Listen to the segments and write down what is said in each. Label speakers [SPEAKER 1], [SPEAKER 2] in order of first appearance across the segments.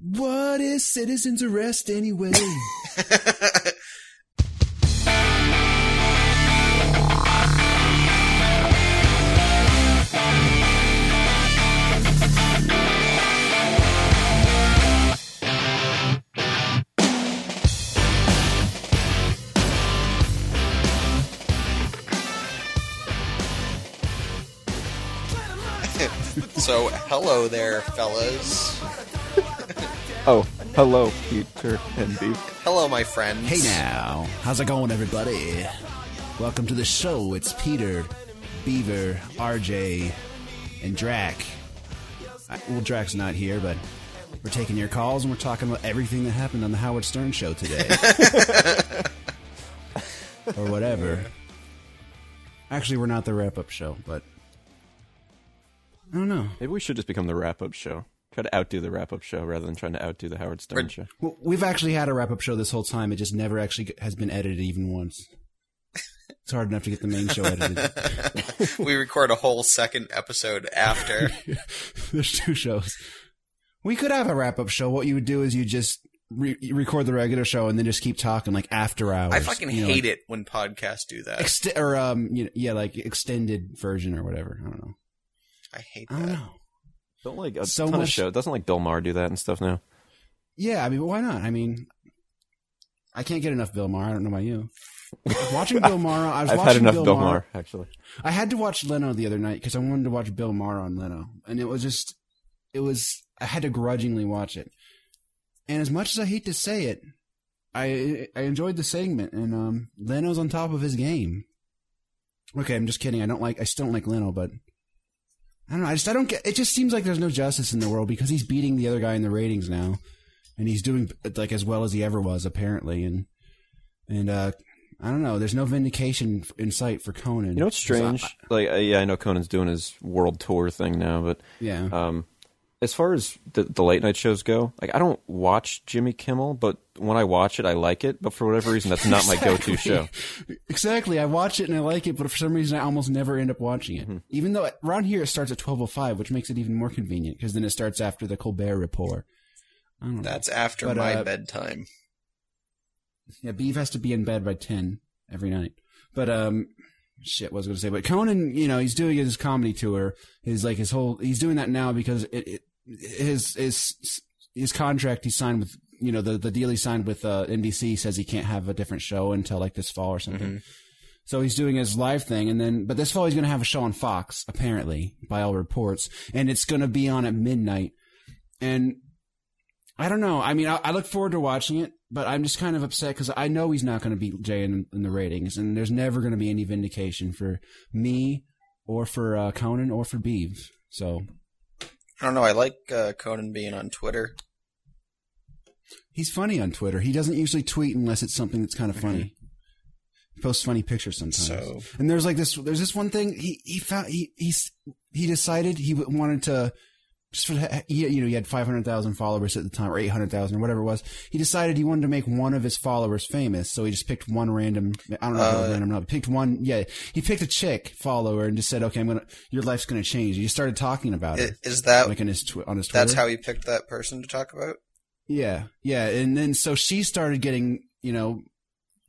[SPEAKER 1] What is citizens arrest anyway?
[SPEAKER 2] So, hello there, fellas.
[SPEAKER 3] Oh, hello, future Hendy.
[SPEAKER 2] Hello, my friends.
[SPEAKER 1] hey now, how's it going, everybody? Welcome to the show. It's Peter, Beaver, RJ, and Drac. I, well, Drac's not here, but we're taking your calls and we're talking about everything that happened on the Howard Stern show today, or whatever. Actually, we're not the wrap-up show, but I don't know.
[SPEAKER 3] Maybe we should just become the wrap up show. Try to outdo the wrap up show rather than trying to outdo the Howard Stern
[SPEAKER 2] Right.
[SPEAKER 3] show.
[SPEAKER 1] Well, we've actually had a wrap up show this whole time. It just never actually g- has been edited even once. It's hard enough to get the main show edited.
[SPEAKER 2] we record a whole second episode after.
[SPEAKER 1] There's two shows. We could have a wrap up show. What you would do is you just re- you record the regular show and then just keep talking like after hours.
[SPEAKER 2] I fucking
[SPEAKER 1] you know,
[SPEAKER 2] hate
[SPEAKER 1] like,
[SPEAKER 2] it when podcasts do that.
[SPEAKER 1] Ext- or um, you know, yeah, like extended version or whatever. I don't know.
[SPEAKER 2] I hate
[SPEAKER 1] I don't
[SPEAKER 2] that.
[SPEAKER 1] know.
[SPEAKER 3] Don't like a
[SPEAKER 1] So
[SPEAKER 3] ton
[SPEAKER 1] much-
[SPEAKER 3] of show. Doesn't like Delmar do that and stuff now.
[SPEAKER 1] Yeah, I mean, why not? I mean, I can't get enough Bill Maher. I don't know about you. I was watching Bill Maher. I was
[SPEAKER 3] I've
[SPEAKER 1] watching
[SPEAKER 3] had enough
[SPEAKER 1] Bill
[SPEAKER 3] Delmar,
[SPEAKER 1] Maher.
[SPEAKER 3] actually.
[SPEAKER 1] I had to watch Leno the other night because I wanted to watch Bill Maher on Leno, and it was just, it was. I had to grudgingly watch it, and as much as I hate to say it, I I enjoyed the segment, and um, Leno's on top of his game. Okay, I'm just kidding. I don't like. I still don't like Leno, but I don't know. I just I don't get. It just seems like there's no justice in the world because he's beating the other guy in the ratings now, and he's doing like as well as he ever was apparently, and and uh. I don't know. There's no vindication in sight for Conan.
[SPEAKER 3] You know what's
[SPEAKER 1] So I-
[SPEAKER 3] strange? like, uh, yeah, I know Conan's doing his world tour thing now, but
[SPEAKER 1] Yeah.
[SPEAKER 3] um, as far as the, the late night shows go, like, I don't watch Jimmy Kimmel, but when I watch it, I like it. But for whatever reason, that's not my go-to show.
[SPEAKER 1] exactly. I watch it and I like it, but for some reason I almost never end up watching
[SPEAKER 3] Mm-hmm.
[SPEAKER 1] it. Even though around here it starts at 12:05, which makes it even more convenient because then it starts after the Colbert Report. I don't know.
[SPEAKER 2] That's after
[SPEAKER 1] But,
[SPEAKER 2] my
[SPEAKER 1] uh,
[SPEAKER 2] bedtime.
[SPEAKER 1] yeah, Beef has to be in bed by 10 every night. But um shit, what was I going to say? But Conan, you know, he's doing his comedy tour. His like his whole he's doing that now because it, it his his his contract he signed with you know the the deal he signed with uh, NBC says he can't have a different show until like this fall or something. So he's doing his live thing, and then but this fall he's going to have a show on Fox, apparently by all reports, and it's going to be on at midnight. And I don't know. I mean, I, I look forward to watching it, but I'm just kind of upset because I know he's not going to beat Jay in, in the ratings, and there's never going to be any vindication for me or for uh, Conan or for Beeves. So
[SPEAKER 2] I don't know. I like uh, Conan being on Twitter.
[SPEAKER 1] he's funny on Twitter. He doesn't usually tweet unless it's something that's kind of funny. He posts funny pictures sometimes.
[SPEAKER 2] So-
[SPEAKER 1] and there's like this. There's this one thing he he found he he's he decided he w- wanted to. Just for the, he, you know, he had 500,000 followers at the time, or 800,000, or whatever it was. He decided he wanted to make one of his followers famous, so he just picked one random. I don't know if it was
[SPEAKER 2] Uh,
[SPEAKER 1] random, or not. Picked one, yeah. He picked a chick follower and just said, "Okay, I'm gonna, your life's gonna change." He just started talking about
[SPEAKER 2] I-
[SPEAKER 1] it,
[SPEAKER 2] Is that
[SPEAKER 1] like on his twi- on his Twitter.
[SPEAKER 2] oh. that's how he picked that person to talk about?
[SPEAKER 1] Yeah, yeah, and then so she started getting you know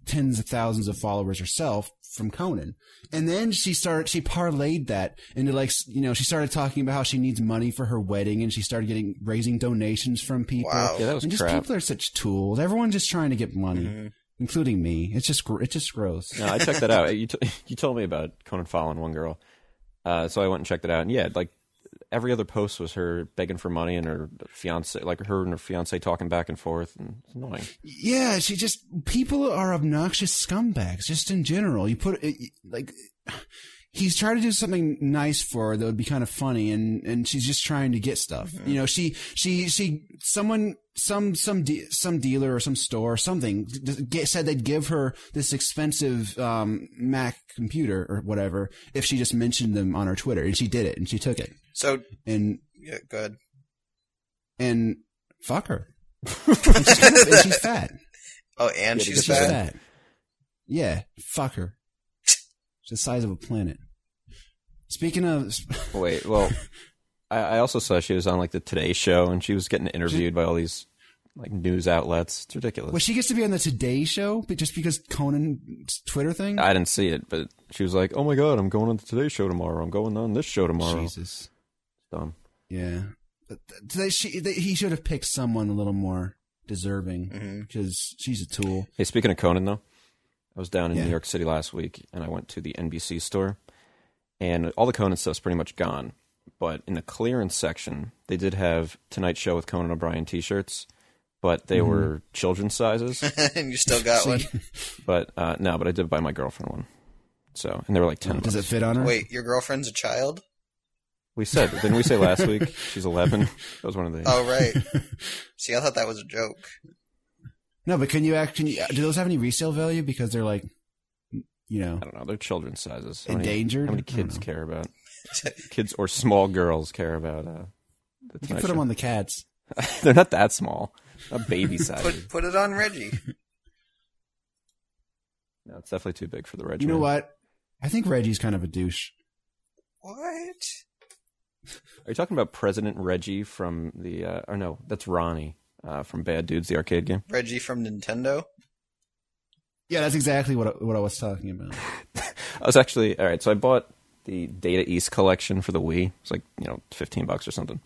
[SPEAKER 1] tens of thousands of followers herself from Conan, and then she started she parlayed that into like s- you know she started talking about how she needs money for her wedding, and she started getting raising donations from people.
[SPEAKER 2] Wow.
[SPEAKER 3] Yeah, that was
[SPEAKER 1] and just
[SPEAKER 3] crap.
[SPEAKER 1] people are such tools. Everyone's just trying to get money,
[SPEAKER 2] Mm-hmm.
[SPEAKER 1] including me. It's just gr- it's just gross.
[SPEAKER 3] No, I checked that out. You t- you told me about Conan following one girl, uh, so I went and checked it out. And yeah, like every other post was her begging for money and her fiance, like her and her fiance talking back and forth, and it's annoying.
[SPEAKER 1] Yeah, she just people are obnoxious scumbags just in general. You put it, like he's trying to do something nice for her that would be kind of funny and and she's just trying to get stuff. You know, she she she someone some some de- some dealer or some store or something d- get, said they'd give her this expensive um Mac computer or whatever if she just mentioned them on her Twitter and she did it and she took it.
[SPEAKER 2] So,
[SPEAKER 1] And
[SPEAKER 2] yeah, good.
[SPEAKER 1] and fuck her. And she's kind of- and she's fat.
[SPEAKER 2] Oh, and
[SPEAKER 3] Yeah,
[SPEAKER 2] she's
[SPEAKER 3] because
[SPEAKER 2] fat.
[SPEAKER 3] she's
[SPEAKER 1] fat. Yeah, fuck her. She's the size of a planet. Speaking of,
[SPEAKER 3] Wait, well, I, I also saw she was on like the Today Show, and she was getting interviewed by all these like news outlets. It's ridiculous.
[SPEAKER 1] Well, she gets to be on the Today Show, but just because Conan's Twitter thing.
[SPEAKER 3] I didn't see it, but she was like, "Oh my god, I'm going on the Today Show tomorrow. I'm going on this show tomorrow."
[SPEAKER 1] Jesus.
[SPEAKER 3] Dumb.
[SPEAKER 1] Yeah. But th- They, she, they, he should have picked someone a little more
[SPEAKER 3] Mm-hmm.
[SPEAKER 1] deserving because she's a tool.
[SPEAKER 3] Hey, speaking of Conan, though, I was down in
[SPEAKER 1] Yeah.
[SPEAKER 3] New York City last week, and I went to the NBC store, and all the Conan stuff's pretty much gone. But in the clearance section, they did have Tonight Show with Conan O'Brien T-shirts, but
[SPEAKER 1] Mm-hmm.
[SPEAKER 3] they were children's sizes.
[SPEAKER 2] and you still got one.
[SPEAKER 3] but uh, no, but I did buy my girlfriend one. So, and they were like ten.
[SPEAKER 1] Does
[SPEAKER 3] bucks.
[SPEAKER 1] it fit on her?
[SPEAKER 2] Wait, your girlfriend's a child?
[SPEAKER 3] We said, didn't we say last week she's eleven? That was one of the.
[SPEAKER 2] Oh, right. See, I thought that was a joke.
[SPEAKER 1] No, but can you act? Can you, do those have any resale value? Because they're like, you know,
[SPEAKER 3] I don't know. They're children's sizes. How many-
[SPEAKER 1] endangered.
[SPEAKER 3] How many
[SPEAKER 1] I don't
[SPEAKER 3] kids
[SPEAKER 1] know.
[SPEAKER 3] care about kids or small girls care about? Uh, the
[SPEAKER 1] You can
[SPEAKER 3] Tonight
[SPEAKER 1] put them
[SPEAKER 3] Show?
[SPEAKER 1] on the cats.
[SPEAKER 3] They're not that small. A baby size.
[SPEAKER 2] Put put it on Reggie.
[SPEAKER 3] no, it's definitely too big for the
[SPEAKER 1] You
[SPEAKER 3] regiment.
[SPEAKER 1] know what? I think Reggie's kind of a douche.
[SPEAKER 2] What?
[SPEAKER 3] Are you talking about President Reggie from the? Uh, or no, that's Ronnie uh, from Bad Dudes, the arcade game.
[SPEAKER 2] Reggie from Nintendo?
[SPEAKER 1] Yeah, that's exactly what I, what I was talking about.
[SPEAKER 3] I was actually all right. So I bought the Data East collection for the Wii. It's like you know fifteen bucks or something.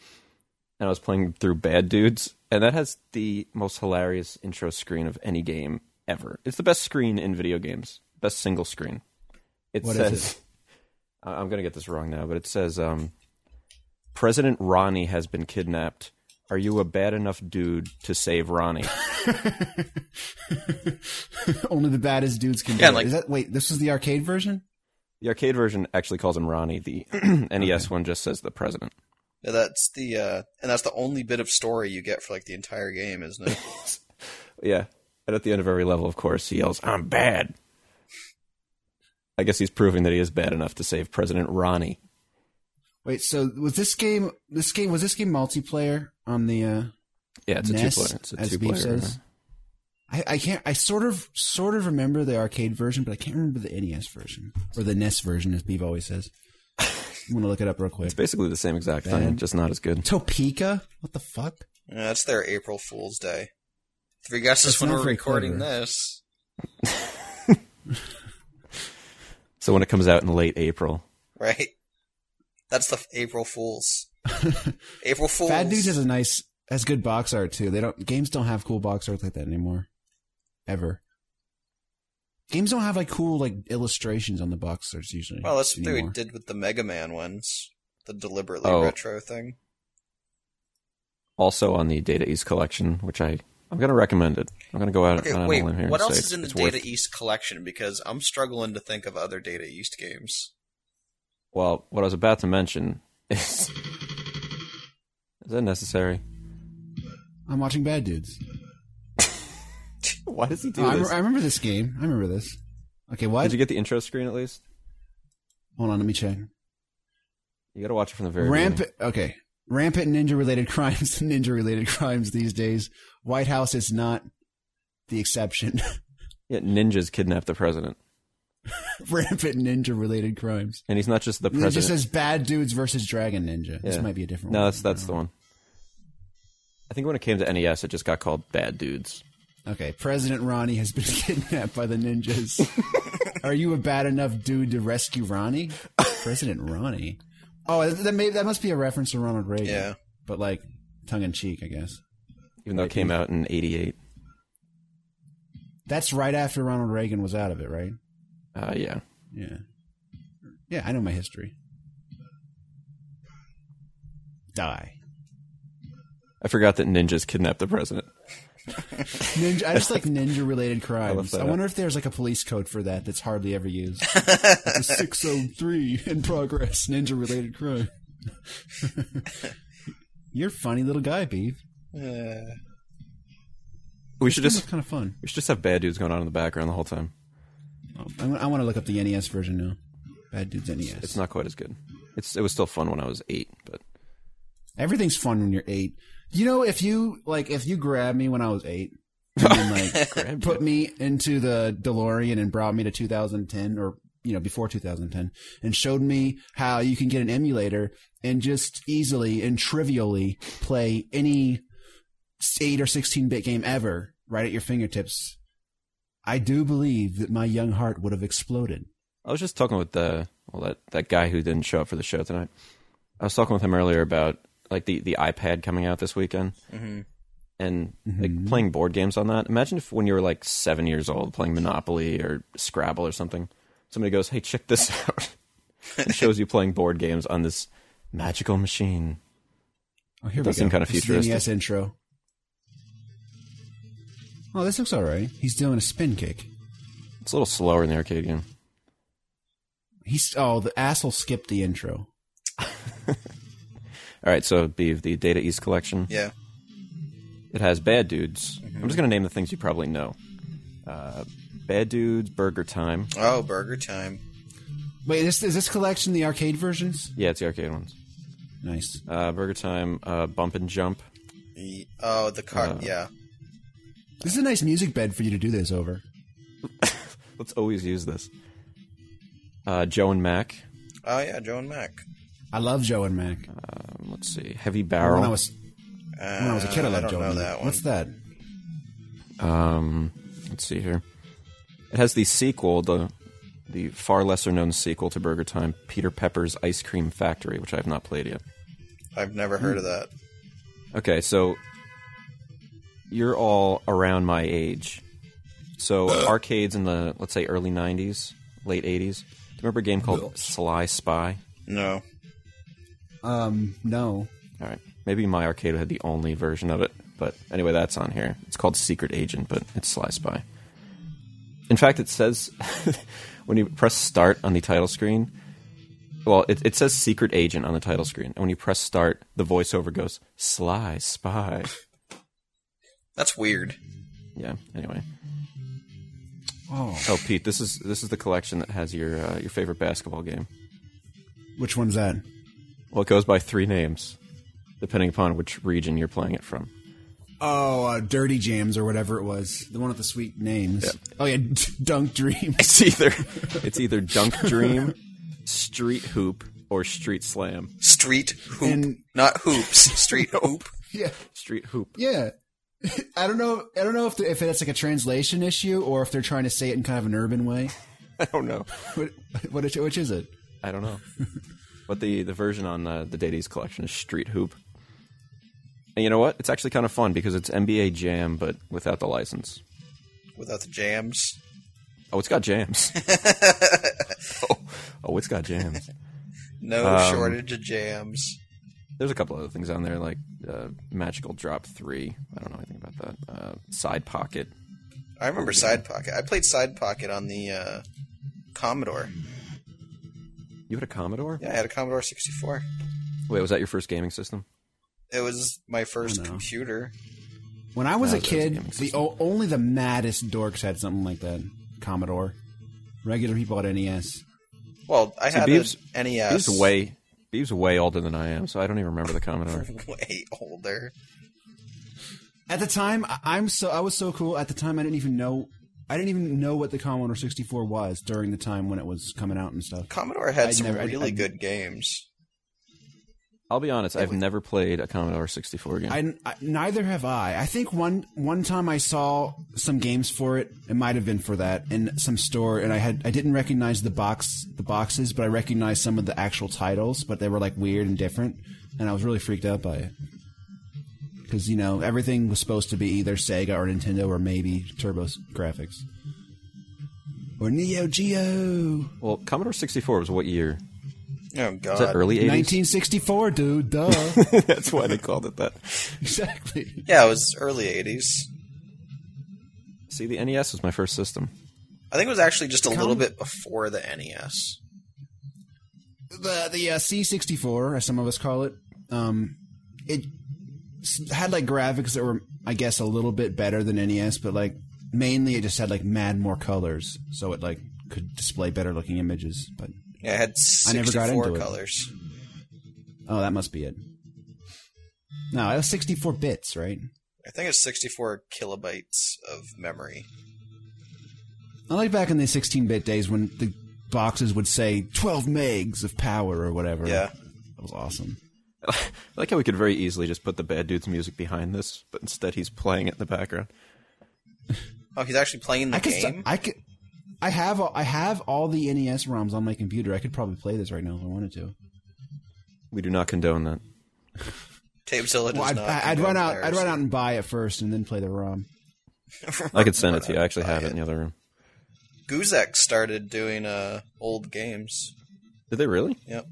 [SPEAKER 3] And I was playing through Bad Dudes, and that has the most hilarious intro screen of any game ever. It's the best screen in video games. Best single screen. It
[SPEAKER 1] What is
[SPEAKER 3] says, I- "I'm going to get this wrong now," but it says, um, "President Ronnie has been kidnapped. Are you a bad enough dude to save Ronnie?"
[SPEAKER 1] Only the baddest dudes can.
[SPEAKER 2] Yeah,
[SPEAKER 1] do it.
[SPEAKER 2] like-
[SPEAKER 1] Is that, wait, this was the arcade version.
[SPEAKER 3] the arcade version actually calls him Ronnie. The NES one just says the president.
[SPEAKER 2] Yeah, That's the uh, and that's the only bit of story you get for like the entire game, isn't it?
[SPEAKER 3] Yeah. And at the end of every level, of course, he yells, I'm bad. I guess he's proving that he is bad enough to save President Ronnie.
[SPEAKER 1] Wait, so was this game? This game was this game multiplayer on the uh,
[SPEAKER 3] Yeah, it's a
[SPEAKER 1] NES,
[SPEAKER 3] two player. It's a
[SPEAKER 1] as
[SPEAKER 3] two
[SPEAKER 1] Beef
[SPEAKER 3] player.
[SPEAKER 1] says? I, I can't. I sort of, sort of remember the arcade version, but I can't remember the NES version or the NES version, as Beav always says. I'm gonna look it up real quick.
[SPEAKER 3] It's basically the same exact thing,
[SPEAKER 1] Bad.
[SPEAKER 3] just not as good.
[SPEAKER 1] Topeka? What the fuck?
[SPEAKER 2] Yeah, that's their April Fool's Day. Three guesses
[SPEAKER 1] That's
[SPEAKER 2] when
[SPEAKER 1] not
[SPEAKER 2] we're
[SPEAKER 1] very
[SPEAKER 2] recording
[SPEAKER 1] clever.
[SPEAKER 2] this.
[SPEAKER 3] So when it comes out in late April,
[SPEAKER 2] Right. That's the f- April Fools. April Fools.
[SPEAKER 1] Bad Dudes has a nice, has good box art too. They don't games don't have cool box art like that anymore, ever. Games don't have like cool like illustrations on the box arts usually.
[SPEAKER 2] well, that's what they
[SPEAKER 1] anymore.
[SPEAKER 2] did with the Mega Man ones. The deliberately
[SPEAKER 3] Oh.
[SPEAKER 2] retro thing.
[SPEAKER 3] also on the Data East collection, which I, I'm going to recommend it. I'm going to go out
[SPEAKER 2] Okay,
[SPEAKER 3] on
[SPEAKER 2] wait.
[SPEAKER 3] a limb here. and
[SPEAKER 2] What else
[SPEAKER 3] say
[SPEAKER 2] is in the
[SPEAKER 3] it's
[SPEAKER 2] Data
[SPEAKER 3] worth-
[SPEAKER 2] East collection? Because I'm struggling to think of other Data East games.
[SPEAKER 3] Well, what I was about to mention is. Is that necessary?
[SPEAKER 1] I'm watching Bad Dudes.
[SPEAKER 3] Why does he do
[SPEAKER 1] Oh, I,
[SPEAKER 3] this?
[SPEAKER 1] re- I remember this game. I remember this. Okay, what?
[SPEAKER 3] Did you get the intro screen at least?
[SPEAKER 1] Hold on, let me check.
[SPEAKER 3] You got to watch it from the very beginning.
[SPEAKER 1] Rampant. Okay, rampant ninja related crimes. ninja related crimes these days. White House is not the exception.
[SPEAKER 3] Yeah, ninjas kidnapped the president.
[SPEAKER 1] rampant ninja related crimes.
[SPEAKER 3] And he's not just the
[SPEAKER 1] And It
[SPEAKER 3] president.
[SPEAKER 1] just says bad dudes versus dragon ninja. This
[SPEAKER 3] Yeah.
[SPEAKER 1] might be a different
[SPEAKER 3] no,
[SPEAKER 1] one.
[SPEAKER 3] that's that's the one. I think when it came to NES, it just got called Bad Dudes.
[SPEAKER 1] Okay, President Ronnie has been kidnapped by the ninjas. Are you a bad enough dude to rescue Ronnie? President Ronnie. Oh, that, that, may, that must be a reference to Ronald Reagan.
[SPEAKER 2] Yeah.
[SPEAKER 1] but like tongue in cheek, I guess.
[SPEAKER 3] Even though it came out in '88.
[SPEAKER 1] That's right after Ronald Reagan was out of it, right?
[SPEAKER 3] Uh, yeah,
[SPEAKER 1] Yeah. Yeah, I know my history. Die.
[SPEAKER 3] I forgot that ninjas kidnapped the president.
[SPEAKER 1] Ninja, I just like ninja related crimes.
[SPEAKER 3] that
[SPEAKER 1] I,
[SPEAKER 3] up.
[SPEAKER 1] wonder if there's like a police code for that that's hardly ever used. it's a 603 in progress, ninja related crime. You're a funny little guy, Beef.
[SPEAKER 2] Uh,
[SPEAKER 3] We should
[SPEAKER 1] This
[SPEAKER 3] just
[SPEAKER 1] is kind of fun.
[SPEAKER 3] we should just have bad dudes going on in the background the whole time.
[SPEAKER 1] I, want to look up the NES version now. Bad Dudes E NES.
[SPEAKER 3] It's not quite as good. It's it was still fun when I was eight, but
[SPEAKER 1] Everything's fun when you're eight. You know, if you like, if you grabbed me when I was eight, and then, like
[SPEAKER 3] Grabbed
[SPEAKER 1] put me into the DeLorean and brought me to 2010, or you know, before 2010 and showed me how you can get an emulator and just easily and trivially play any 8 or 16 bit game ever right at your fingertips. I do believe that my young heart would have exploded.
[SPEAKER 3] I was just talking with the well that that guy who didn't show up for the show tonight. I was talking with him earlier about like the the iPad coming out this weekend
[SPEAKER 2] hmm
[SPEAKER 3] and
[SPEAKER 1] Mhm.
[SPEAKER 3] like playing board games on that. Imagine if when you were like seven years old playing Monopoly or Scrabble or something, somebody goes, "Hey, check this out," and shows you playing board games on this magical machine.
[SPEAKER 1] Oh, here
[SPEAKER 3] That
[SPEAKER 1] we
[SPEAKER 3] does seem
[SPEAKER 1] go.
[SPEAKER 3] kinda
[SPEAKER 1] This is the
[SPEAKER 3] futuristic.
[SPEAKER 1] NES intro. Oh, this looks alright. He's doing a spin kick.
[SPEAKER 3] It's a little slower in the arcade game.
[SPEAKER 1] He's oh, the asshole skipped the intro.
[SPEAKER 3] All right, so B the Data East collection.
[SPEAKER 2] Yeah.
[SPEAKER 3] It has bad dudes. I'm just going to name the things you probably know. Uh, bad dudes, Burger Time.
[SPEAKER 2] Oh, burger time.
[SPEAKER 1] Wait, this is this collection the arcade versions?
[SPEAKER 3] Yeah, it's the arcade ones.
[SPEAKER 1] Nice.
[SPEAKER 3] Uh, Burger Time, uh, Bump and Jump.
[SPEAKER 2] Ye- Oh, the car.
[SPEAKER 3] Uh.
[SPEAKER 2] yeah.
[SPEAKER 1] This is a nice music bed for you to do this over.
[SPEAKER 3] Let's always use this. Uh, Joe and Mac.
[SPEAKER 2] Oh yeah, Joe and Mac.
[SPEAKER 1] I love Joe and Mac.
[SPEAKER 3] Um, let's see, Heavy
[SPEAKER 1] When
[SPEAKER 3] Barrel.
[SPEAKER 1] I was
[SPEAKER 2] Uh,
[SPEAKER 1] when I was a kid, I
[SPEAKER 2] I
[SPEAKER 1] loved
[SPEAKER 2] don't
[SPEAKER 1] Joe
[SPEAKER 2] know
[SPEAKER 1] and Mac.
[SPEAKER 2] that one.
[SPEAKER 1] What's that?
[SPEAKER 3] um, let's see here. It has the sequel, the the far lesser known sequel to Burger Time, Peter Pepper's Ice Cream Factory, which I have not played yet.
[SPEAKER 2] I've never heard of that.
[SPEAKER 3] Okay, so you're all around my age. So arcades in the let's say early '90s, late '80s. Do you remember a game called Sly Spy?
[SPEAKER 2] No.
[SPEAKER 1] Um, no.
[SPEAKER 3] All right, maybe my arcade had the only version of it, but anyway, that's on here. It's called Secret Agent, but it's Sly Spy. In fact, it says when you press start on the title screen. Well, it, it says Secret Agent on the title screen, and when you press start, the voiceover goes Sly Spy.
[SPEAKER 2] That's weird.
[SPEAKER 3] Yeah. Anyway.
[SPEAKER 1] Oh,
[SPEAKER 3] Oh, Pete, this is this is the collection that has your uh, your favorite basketball game.
[SPEAKER 1] which one's that?
[SPEAKER 3] Well, it goes by three names, depending upon which region you're playing it from.
[SPEAKER 1] Oh, uh, Dirty Jams or whatever it was. The one with the sweet names. Oh yeah, Dunk Dream.
[SPEAKER 3] It's either it's either Dunk Dream, Street Hoop, or Street Slam.
[SPEAKER 2] Street hoop,
[SPEAKER 1] And-
[SPEAKER 2] not hoops. Street hoop.
[SPEAKER 1] yeah,
[SPEAKER 3] Street Hoop.
[SPEAKER 1] yeah. I don't know. I don't know if the, if it's like a translation issue or if they're trying to say it in kind of an urban way.
[SPEAKER 3] I don't know.
[SPEAKER 1] What, what is, which is it?
[SPEAKER 3] I don't know. But the the version on uh, the Dades collection is Street Hoop. And you know what? It's actually kind of fun because it's NBA Jam, but without the license.
[SPEAKER 2] Without the jams.
[SPEAKER 3] Oh, it's got jams. oh, oh, it's got jams.
[SPEAKER 2] No
[SPEAKER 1] Um,
[SPEAKER 2] shortage of jams.
[SPEAKER 3] There's a couple other things on there, like uh, Magical Drop 3. I don't know anything about that. Uh, Side Pocket.
[SPEAKER 2] I remember Side Pocket. I played Side Pocket on the uh, Commodore.
[SPEAKER 3] You had a Commodore?
[SPEAKER 2] Yeah, I had a Commodore 64.
[SPEAKER 3] Wait, was that your first gaming system?
[SPEAKER 2] It was my first
[SPEAKER 1] Oh, no.
[SPEAKER 2] computer.
[SPEAKER 1] When I was
[SPEAKER 3] No,
[SPEAKER 1] a
[SPEAKER 3] that was a
[SPEAKER 1] kid,
[SPEAKER 3] gaming
[SPEAKER 1] the
[SPEAKER 3] system.
[SPEAKER 1] o- only the maddest dorks had something like that. Commodore. Regular people E had NES.
[SPEAKER 2] Well, I had E
[SPEAKER 3] Beebs-
[SPEAKER 2] an
[SPEAKER 3] Beeb's
[SPEAKER 2] NES.
[SPEAKER 3] way, Beeb's way older than I am, so I don't even remember the Commodore.
[SPEAKER 2] way older.
[SPEAKER 1] At the time, I- I'm so I was so cool. At the time, I didn't even know I didn't even know what the Commodore 64 was during the time when it was coming out and stuff.
[SPEAKER 2] Commodore had
[SPEAKER 1] I'd
[SPEAKER 2] some
[SPEAKER 1] never- I'd-
[SPEAKER 2] really
[SPEAKER 1] I'd-
[SPEAKER 2] good games.
[SPEAKER 3] I'll be honest, I've never played a Commodore 64 game.
[SPEAKER 1] I, I- neither have I. I think one one time I saw some games for it. It might have been for that in some store, and I had I didn't recognize the box the boxes, but I recognized some of the actual titles, but they were like weird and different, and I was really freaked out by it because you know everything was supposed to be either Sega or Nintendo or maybe Turbo Graphics or Neo Geo.
[SPEAKER 3] well, Commodore 64 was what year?
[SPEAKER 2] Oh
[SPEAKER 3] Was that
[SPEAKER 2] God!
[SPEAKER 3] early 80s?
[SPEAKER 1] 1964, dude. Duh.
[SPEAKER 3] That's why they called it that.
[SPEAKER 1] exactly.
[SPEAKER 2] Yeah, it was early 80s.
[SPEAKER 3] See, the NES was my first system.
[SPEAKER 2] I think it was actually just a little
[SPEAKER 1] Com-
[SPEAKER 2] bit before the E NES.
[SPEAKER 1] the the uh, C64, as some of us call it, um, it s- had like graphics that were, I guess, a little bit better than NES, but like mainly it just had like mad more colors, so it like could display better looking images. But
[SPEAKER 2] Yeah, it had
[SPEAKER 1] I never got
[SPEAKER 2] 64
[SPEAKER 1] into it.
[SPEAKER 2] colors.
[SPEAKER 1] oh, that must be it. No, it was 64 bits, right?
[SPEAKER 2] I think it's 64 kilobytes of memory.
[SPEAKER 1] I like back in the 16-bit days when the boxes would say 12 megs of power or whatever.
[SPEAKER 2] Yeah.
[SPEAKER 1] That was awesome.
[SPEAKER 3] I like how we could very easily just put the bad dude's music behind this, but instead he's playing it in the background.
[SPEAKER 2] Oh, he's actually playing the
[SPEAKER 1] I could,
[SPEAKER 2] game.
[SPEAKER 1] st- I could, I have, all, I have all the NES ROMs on my computer. I could probably play this right now if I wanted to.
[SPEAKER 3] We do not condone that.
[SPEAKER 2] Tapezilla does
[SPEAKER 1] Well, I'd,
[SPEAKER 2] not.
[SPEAKER 1] I- I'd
[SPEAKER 2] condone
[SPEAKER 1] run out,
[SPEAKER 2] players.
[SPEAKER 1] I'd run out and buy it first and then play the ROM.
[SPEAKER 3] I could send it to you. I actually have it in the other room.
[SPEAKER 2] Guzek started doing uh, old games.
[SPEAKER 3] Did they really?
[SPEAKER 2] Yep.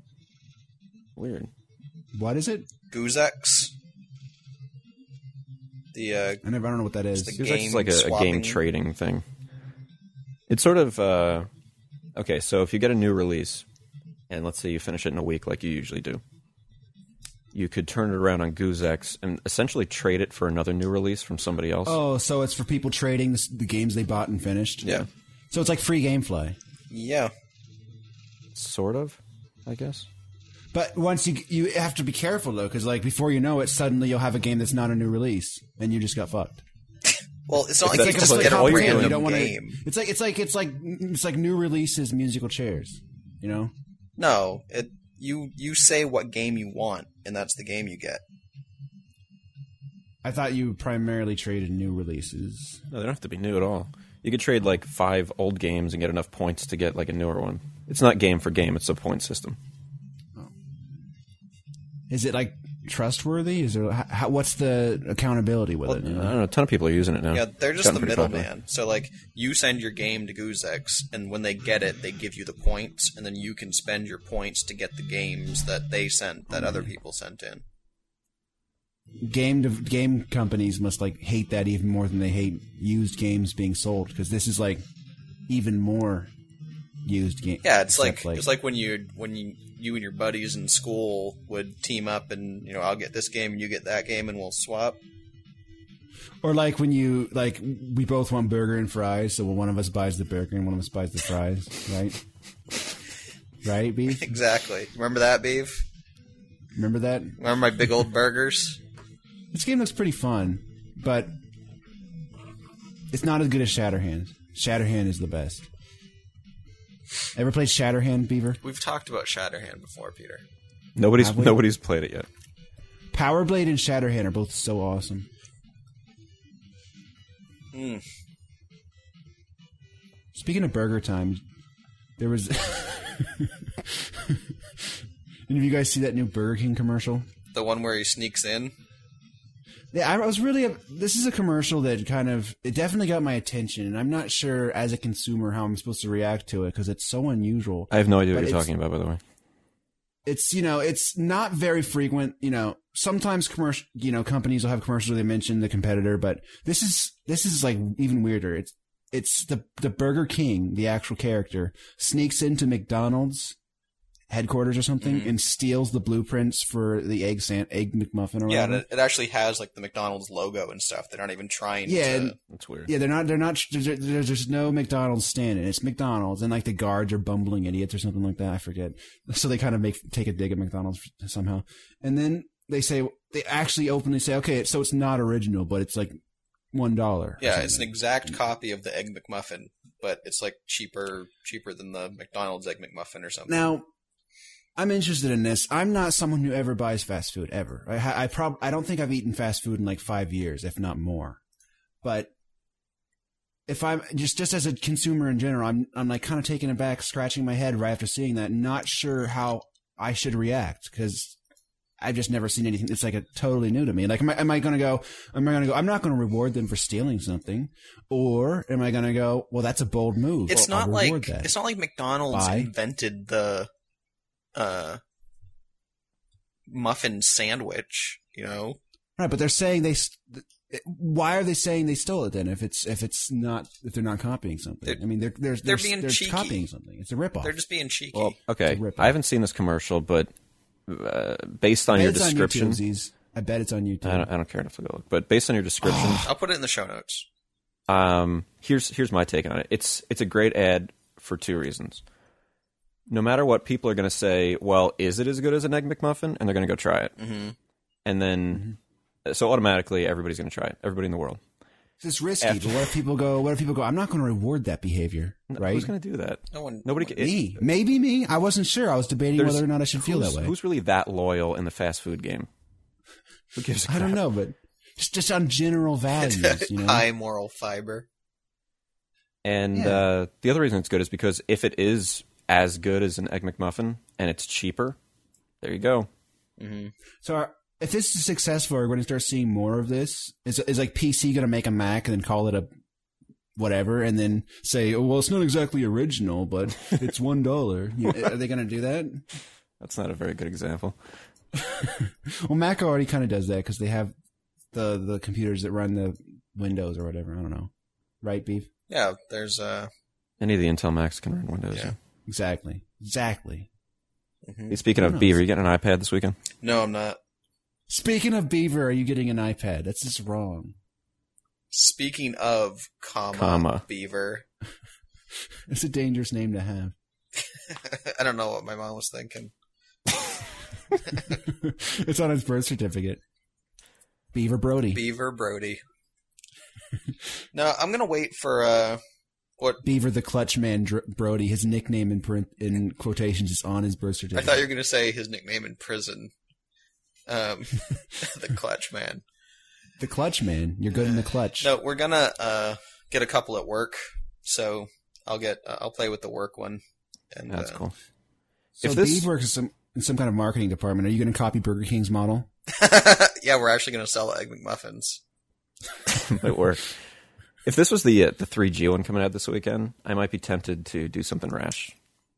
[SPEAKER 3] Weird.
[SPEAKER 1] What is it?
[SPEAKER 2] Guzek's. The uh,
[SPEAKER 1] I never, I don't know what that is.
[SPEAKER 2] the
[SPEAKER 3] It's actually
[SPEAKER 2] game
[SPEAKER 3] like a, a
[SPEAKER 2] swapping.
[SPEAKER 3] game trading thing. It's sort of uh, okay. So if you get a new release, and let's say you finish it in a week, like you usually do, you could turn it around on Guzex and essentially trade it for another new release from somebody else.
[SPEAKER 1] Oh, so it's for people trading the, s- the games they bought and finished.
[SPEAKER 2] Yeah.
[SPEAKER 1] So it's like free GameFly.
[SPEAKER 2] yeah.
[SPEAKER 3] Sort of, I guess.
[SPEAKER 1] But once you you have to be careful though, because like before you know it, suddenly you'll have a game that's not a new release, and you just got fucked.
[SPEAKER 2] Well, it's not like
[SPEAKER 3] If that's
[SPEAKER 2] you just
[SPEAKER 3] like
[SPEAKER 2] get a
[SPEAKER 3] all you're doing,
[SPEAKER 2] random
[SPEAKER 3] you
[SPEAKER 1] don't wanna-
[SPEAKER 2] game.
[SPEAKER 1] It's like it's like it's like it's like new releases, musical chairs. You know,
[SPEAKER 2] No, it you you say what game you want, and that's the game you get.
[SPEAKER 1] I thought you primarily traded new releases.
[SPEAKER 3] No, they don't have to be new at all. You could trade like five old games and get enough points to get like a newer one. It's not game for game; it's a point system.
[SPEAKER 1] Is it like trustworthy? Is there h- how, what's the accountability with it? you
[SPEAKER 2] uh,
[SPEAKER 3] I
[SPEAKER 1] know?
[SPEAKER 3] don't know. A ton of people are using it now.
[SPEAKER 2] Yeah, they're just the
[SPEAKER 3] Gotten pretty popular.
[SPEAKER 2] middleman. So like you send your game to Guzex, and when they get it, they give you the points, and then you can spend your points to get the games that they sent that other people sent in.
[SPEAKER 1] game dev- game companies must like hate that even more than they hate used games being sold because this is like even more used game.
[SPEAKER 2] Yeah, it's
[SPEAKER 1] except,
[SPEAKER 2] like, it's like when you when you you and your buddies in school would team up, and you know I'll get this game, you get that game, and we'll swap.
[SPEAKER 1] or like when you like we both want burger and fries, so one of us buys the burger and one of us buys the fries, right? right, beef.
[SPEAKER 2] Exactly. Remember that, Beef?
[SPEAKER 1] Remember that?
[SPEAKER 2] Remember my big old burgers?
[SPEAKER 1] This game looks pretty fun, but it's not as good as Shatterhand. Shatterhand is the best. Ever played Shatterhand, Beaver?
[SPEAKER 2] We've talked about Shatterhand before, Peter.
[SPEAKER 3] Nobody's
[SPEAKER 1] Have we?
[SPEAKER 3] nobody's played it yet.
[SPEAKER 1] Powerblade and Shatterhand are both so awesome.
[SPEAKER 2] Mm.
[SPEAKER 1] Speaking of Burger Time, there was. Any of you guys see that new Burger King commercial?
[SPEAKER 2] The one where he sneaks in.
[SPEAKER 1] Yeah, I was really. This is a commercial that kind of it definitely got my attention, and I'm not sure as a consumer how I'm supposed to react to it because it's so unusual.
[SPEAKER 3] I have no idea
[SPEAKER 1] But
[SPEAKER 3] what you're
[SPEAKER 1] it's-
[SPEAKER 3] talking about, by the way.
[SPEAKER 1] it's you know it's not very frequent you know sometimes commercial you know companies will have commercials where they mention the competitor but this is this is like even weirder it's it's the the burger king the actual character sneaks into mcdonald's headquarters or something and steals the blueprints for the egg san- egg mcmuffin or
[SPEAKER 2] Yeah, and
[SPEAKER 1] whatever.
[SPEAKER 2] it, it actually has like the McDonald's logo and stuff. They're not even trying.
[SPEAKER 1] Yeah,
[SPEAKER 2] to,
[SPEAKER 1] and-
[SPEAKER 3] That's weird.
[SPEAKER 1] Yeah, they're not. They're not. There's, there's just no McDonald's standing. It's McDonald's, and like the guards are bumbling idiots or something like that. I forget. So they kind of make take a dig at McDonald's somehow, and then they say they actually openly say, "Okay, so it's not original, but it's like one dollar."
[SPEAKER 2] yeah, it's an exact copy of the Egg McMuffin, but it's like cheaper, cheaper than the McDonald's Egg McMuffin or something.
[SPEAKER 1] Now, I'm interested in this. I'm not someone who ever buys fast food ever. I ha- I prob I don't think I've eaten fast food in like five years, if not more. But if I'm just just as a consumer in general, I'm I'm like kind of taken aback, scratching my head right after seeing that, not sure how I should react because. I've just never seen anything. It's like a totally new to me. Like, am I, am I going to go, am I going to go, I'm not going to reward them for stealing something. Or am I going to go, well, that's a bold move.
[SPEAKER 2] it's
[SPEAKER 1] I'll
[SPEAKER 2] not
[SPEAKER 1] reward
[SPEAKER 2] like
[SPEAKER 1] that.
[SPEAKER 2] it's not like McDonald's
[SPEAKER 1] Buy.
[SPEAKER 2] invented the uh, muffin sandwich. You know,
[SPEAKER 1] Right, but they're saying they. St- why are they saying they stole it then? If it's if it's not if they're not copying something,
[SPEAKER 2] They're-
[SPEAKER 1] I mean they're they're they're,
[SPEAKER 2] they're being
[SPEAKER 1] they're
[SPEAKER 2] cheeky.
[SPEAKER 1] copying something. It's a ripoff.
[SPEAKER 2] they're just being cheeky.
[SPEAKER 3] Well,
[SPEAKER 1] It's
[SPEAKER 3] okay.
[SPEAKER 1] a rip-off.
[SPEAKER 3] I haven't seen this commercial, but uh, based on
[SPEAKER 1] I bet
[SPEAKER 3] your
[SPEAKER 1] it's on
[SPEAKER 3] description,
[SPEAKER 1] YouTube, Aziz. I bet it's on YouTube.
[SPEAKER 3] I don't, I don't care enough to go look. But based on your description,
[SPEAKER 2] I'll put it in the show notes.
[SPEAKER 3] um, here's here's my take on it. It's it's a great ad for two reasons. No matter what, people are going to say, "Well, is it as good as an egg McMuffin?" and they're going to go try it.
[SPEAKER 2] hmm
[SPEAKER 1] Mm-hmm.
[SPEAKER 3] and then so automatically everybody's going to try it. Everybody in the world.
[SPEAKER 1] It's risky, but what if people go? What if people go? I'm not going to reward that behavior, right? Oh,
[SPEAKER 3] Who's going to do that?
[SPEAKER 2] No one.
[SPEAKER 3] Nobody. ca-
[SPEAKER 1] me, maybe me. I wasn't sure. I was debating
[SPEAKER 3] There's-
[SPEAKER 1] whether or not I should feel that
[SPEAKER 3] who's-
[SPEAKER 1] way.
[SPEAKER 3] Who's really that loyal in the fast food game? Who gives a
[SPEAKER 1] I don't
[SPEAKER 3] crap?
[SPEAKER 1] know, but just just on general values, you know.
[SPEAKER 2] High moral fiber.
[SPEAKER 3] And
[SPEAKER 1] Yeah.
[SPEAKER 3] uh, the other reason it's good is because if it is as good as an egg McMuffin and it's cheaper, there you go.
[SPEAKER 2] Mm-hmm.
[SPEAKER 1] So are, if this is successful, are we going to start seeing more of this? Is is like PC going to make a Mac and then call it a whatever, and then say, oh, well, it's not exactly original, but it's one dollar. You- are they going to do that?
[SPEAKER 3] That's not a very good example.
[SPEAKER 1] Well, Mac already kind of does that because they have the the computers that run the Windows or whatever. I don't know, right? Beef.
[SPEAKER 2] Yeah, there's uh,
[SPEAKER 3] Any of the Intel Macs can run Windows.
[SPEAKER 2] Yeah.
[SPEAKER 1] Exactly. Exactly.
[SPEAKER 2] mhm.
[SPEAKER 3] Hey, Speaking of
[SPEAKER 1] Who knows?
[SPEAKER 3] Beaver, you getting an iPad this weekend?
[SPEAKER 2] no, I'm not.
[SPEAKER 1] Speaking of Beaver, are you getting an iPad? That's just wrong.
[SPEAKER 2] Speaking of comma,
[SPEAKER 3] Comma.
[SPEAKER 2] beaver,
[SPEAKER 1] It's a dangerous name to have.
[SPEAKER 2] I don't know what my mom was thinking.
[SPEAKER 1] it's on his birth certificate. Beaver Brody.
[SPEAKER 2] Beaver Brody. no, I'm gonna wait for uh,
[SPEAKER 1] Beaver the Clutch Man Dr- Brody. His nickname in print, in quotations is on his birth
[SPEAKER 2] I
[SPEAKER 1] certificate.
[SPEAKER 2] thought you were going to say his nickname in prison. Um, the clutch man.
[SPEAKER 1] the Clutch Man. You're good in the clutch.
[SPEAKER 2] No, we're going to uh, get a couple at work. So I'll get uh, I'll play with the work one. And
[SPEAKER 3] That's
[SPEAKER 2] uh,
[SPEAKER 3] cool.
[SPEAKER 1] so
[SPEAKER 3] if this-
[SPEAKER 1] Beaver works in some, in some kind of marketing department. Are you going to copy Burger King's model?
[SPEAKER 2] yeah, we're actually going to sell egg McMuffins.
[SPEAKER 3] Might work. If this was the uh, the 3G one coming out this weekend, I might be tempted to do something rash,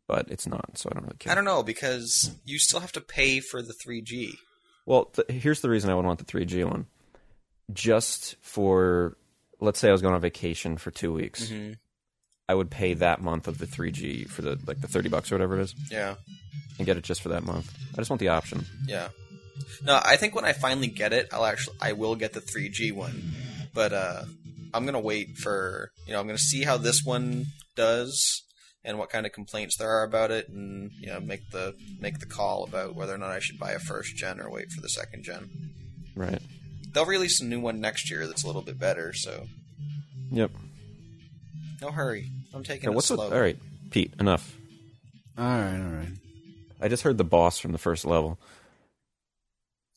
[SPEAKER 3] but it's not, so I don't really care.
[SPEAKER 2] I don't know because you still have to pay for the 3G.
[SPEAKER 3] Well, th- here's the reason I would want the 3G one. Just for, let's say I was going on vacation for two weeks,
[SPEAKER 2] Mm-hmm.
[SPEAKER 3] I would pay that month of the 3G for the like the 30 bucks or whatever it is,
[SPEAKER 2] Yeah,
[SPEAKER 3] and get it just for that month. I just want the option.
[SPEAKER 2] yeah. No, I think when I finally get it, I'll actually I will get the 3G one. But uh, I'm going to wait for you know I'm going to see how this one does and what kind of complaints there are about it, and you know make the make the call about whether or not I should buy a first gen or wait for the second gen.
[SPEAKER 3] Right.
[SPEAKER 2] They'll release a new one next year that's a little bit better, so
[SPEAKER 3] Yep.
[SPEAKER 2] no hurry. I'm taking
[SPEAKER 3] Now,
[SPEAKER 2] it
[SPEAKER 3] what's with,
[SPEAKER 2] slow.
[SPEAKER 3] all right, Pete? Enough.
[SPEAKER 1] All right, all right.
[SPEAKER 3] I just heard the boss from the first level.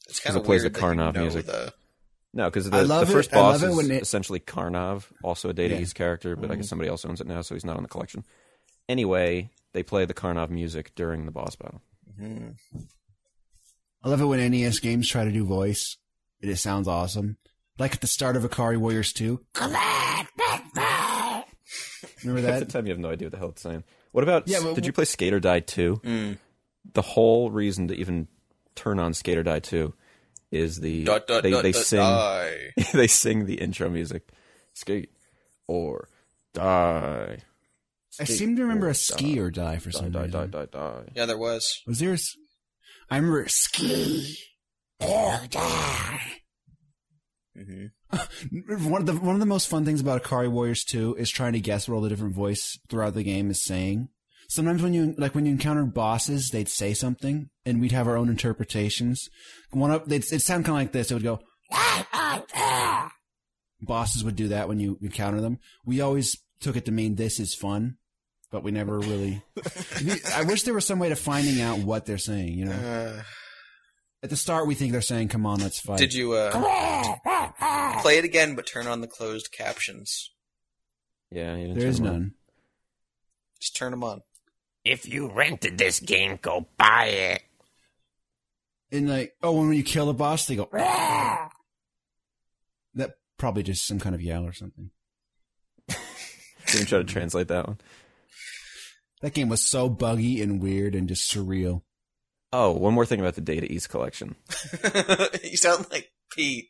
[SPEAKER 2] It's
[SPEAKER 3] 'Cause
[SPEAKER 2] kind of
[SPEAKER 3] it plays
[SPEAKER 2] weird
[SPEAKER 3] the
[SPEAKER 2] that you
[SPEAKER 3] Karnov
[SPEAKER 2] know
[SPEAKER 3] music.
[SPEAKER 2] the-
[SPEAKER 3] No, because
[SPEAKER 1] I
[SPEAKER 3] the, the
[SPEAKER 1] love it.
[SPEAKER 3] first
[SPEAKER 1] I
[SPEAKER 3] boss
[SPEAKER 1] love it
[SPEAKER 3] is
[SPEAKER 1] when it-
[SPEAKER 3] essentially Karnov, also a Data
[SPEAKER 1] Yeah. Mm-hmm.
[SPEAKER 3] East character, but I guess somebody else owns it now, so he's not on the collection. Anyway, they play the Karnov music during the boss battle.
[SPEAKER 2] Mhm.
[SPEAKER 1] I love it when NES games try to do voice. It, it sounds awesome. Like at the start of Akari Warriors 2. Remember
[SPEAKER 3] Half the
[SPEAKER 1] that?
[SPEAKER 3] time you have no idea what the hell it's saying. What about?
[SPEAKER 1] Yeah, but
[SPEAKER 3] did you play Skater Die Two?
[SPEAKER 2] Mm.
[SPEAKER 3] The whole reason to even turn on Skater Die Two is the
[SPEAKER 2] Dot, dot,
[SPEAKER 3] they,
[SPEAKER 2] dot,
[SPEAKER 3] they
[SPEAKER 2] dot,
[SPEAKER 3] sing
[SPEAKER 2] die.
[SPEAKER 3] they sing the intro music, skate or die.
[SPEAKER 1] I
[SPEAKER 3] Skate
[SPEAKER 1] seem to remember
[SPEAKER 3] or
[SPEAKER 1] a ski or die for
[SPEAKER 3] die
[SPEAKER 1] some
[SPEAKER 3] die
[SPEAKER 1] reason.
[SPEAKER 3] die die die.
[SPEAKER 2] Yeah, there was.
[SPEAKER 1] Was there a s- I remember ski or die.
[SPEAKER 2] hmm
[SPEAKER 1] One of the one of the most fun things about Akari Warriors 2 is trying to guess what all the different voice throughout the game is saying. Sometimes when you like when you encounter bosses, they'd say something, and we'd have our own interpretations. One up, they'd it'd sound kind of like this. It would go. "Ah, ah, ah." Bosses would do that when you encounter them. We always took it to mean this is fun, but we never really. I wish there was some way to finding out what they're saying. You know,
[SPEAKER 2] Uh,
[SPEAKER 1] at the start we think they're saying "Come on, let's fight."
[SPEAKER 2] did you uh, play it again, but turn on the closed captions?
[SPEAKER 3] Yeah, you didn't
[SPEAKER 1] There is
[SPEAKER 3] turn them on.
[SPEAKER 1] none.
[SPEAKER 2] Just turn them on.
[SPEAKER 4] If you rented this game, go buy it.
[SPEAKER 1] And like, oh, when you kill a boss, they go. "Oh." That probably just some kind of yell or something.
[SPEAKER 3] You didn't try to translate that one.
[SPEAKER 1] That game was so buggy and weird and just surreal.
[SPEAKER 3] Oh, one more thing about the Data East collection.
[SPEAKER 2] you sound like Pete.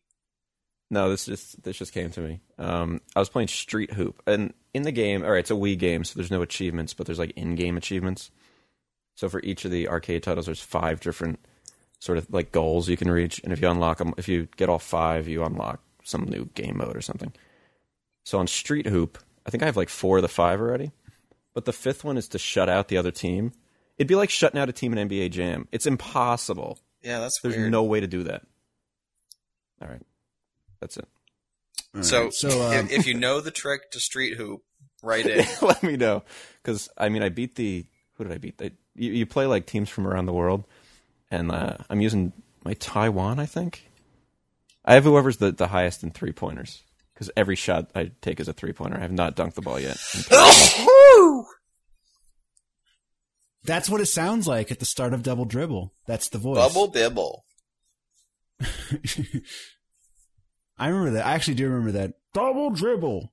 [SPEAKER 3] No, this just this just came to me. Um, I was playing Street Hoop, and in the game, all right, it's a Wii game, so there's no achievements, but there's like in-game achievements. So for each of the arcade titles, there's five different sort of like goals you can reach, and if you unlock them, if you get all five, you unlock some new game mode or something. So on Street Hoop, I think I have like four of the five already, but the fifth one is to shut out the other team. It'd be like shutting out a team in NBA Jam. It's impossible.
[SPEAKER 2] Yeah, that's
[SPEAKER 3] There's
[SPEAKER 2] weird.
[SPEAKER 3] no way to do that. All right, that's it.
[SPEAKER 1] All
[SPEAKER 2] so
[SPEAKER 1] right. so um,
[SPEAKER 2] if, if you know the trick to Street Hoop, write in.
[SPEAKER 3] Let me know because I mean I beat the who did I beat? They, you, you play like teams from around the world, and uh, I'm using my Taiwan. I think I have whoever's the, the highest in three pointers because every shot I take is a three pointer. I have not dunked the ball yet.
[SPEAKER 1] that's what it sounds like at the start of Double Dribble. That's the voice.
[SPEAKER 2] Bubble bibble.
[SPEAKER 1] I remember that. I actually do remember that. Double Dribble.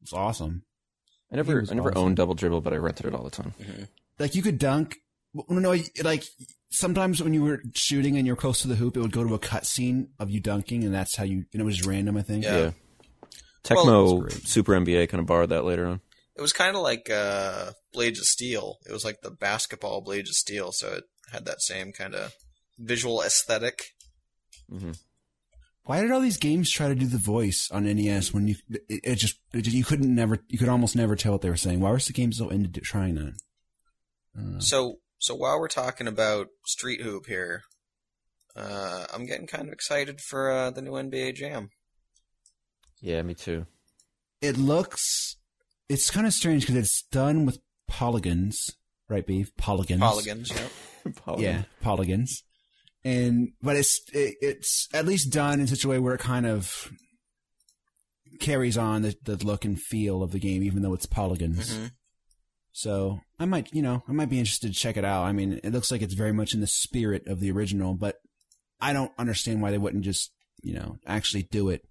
[SPEAKER 1] It's awesome.
[SPEAKER 3] I never
[SPEAKER 1] was
[SPEAKER 3] I never
[SPEAKER 1] awesome.
[SPEAKER 3] owned Double Dribble, but I rented it all the time.
[SPEAKER 1] Like you could dunk. No, no, like sometimes when you were shooting and you're close to the hoop, it would go to a cutscene of you dunking, and that's how you. And it was random, I think.
[SPEAKER 2] Yeah.
[SPEAKER 3] Tecmo
[SPEAKER 2] Well,
[SPEAKER 3] Super NBA kind of borrowed that later on.
[SPEAKER 2] It was kind of like uh, Blades of Steel. It was like the basketball Blades of Steel, so it had that same kind of visual aesthetic.
[SPEAKER 3] Mm-hmm.
[SPEAKER 1] Why did all these games try to do the voice on NES when you it, it just it, you couldn't never you could almost never tell what they were saying? Why was the game so into trying that? I don't know.
[SPEAKER 2] So, so while we're talking about Street Hoop here, uh, I'm getting kind of excited for uh, the new NBA Jam.
[SPEAKER 3] Yeah, me too.
[SPEAKER 1] it looks it's kind of strange because it's done with polygons, right? Beef polygons,
[SPEAKER 2] Polygons, yeah.
[SPEAKER 1] yeah, polygons. And but it's it, it's at least done in such a way where it kind of carries on the, the look and feel of the game, even though it's polygons.
[SPEAKER 2] Mhm.
[SPEAKER 1] So I might, you know, I might be interested to check it out. I mean, it looks like it's very much in the spirit of the original, but I don't understand why they wouldn't just, you know, actually do it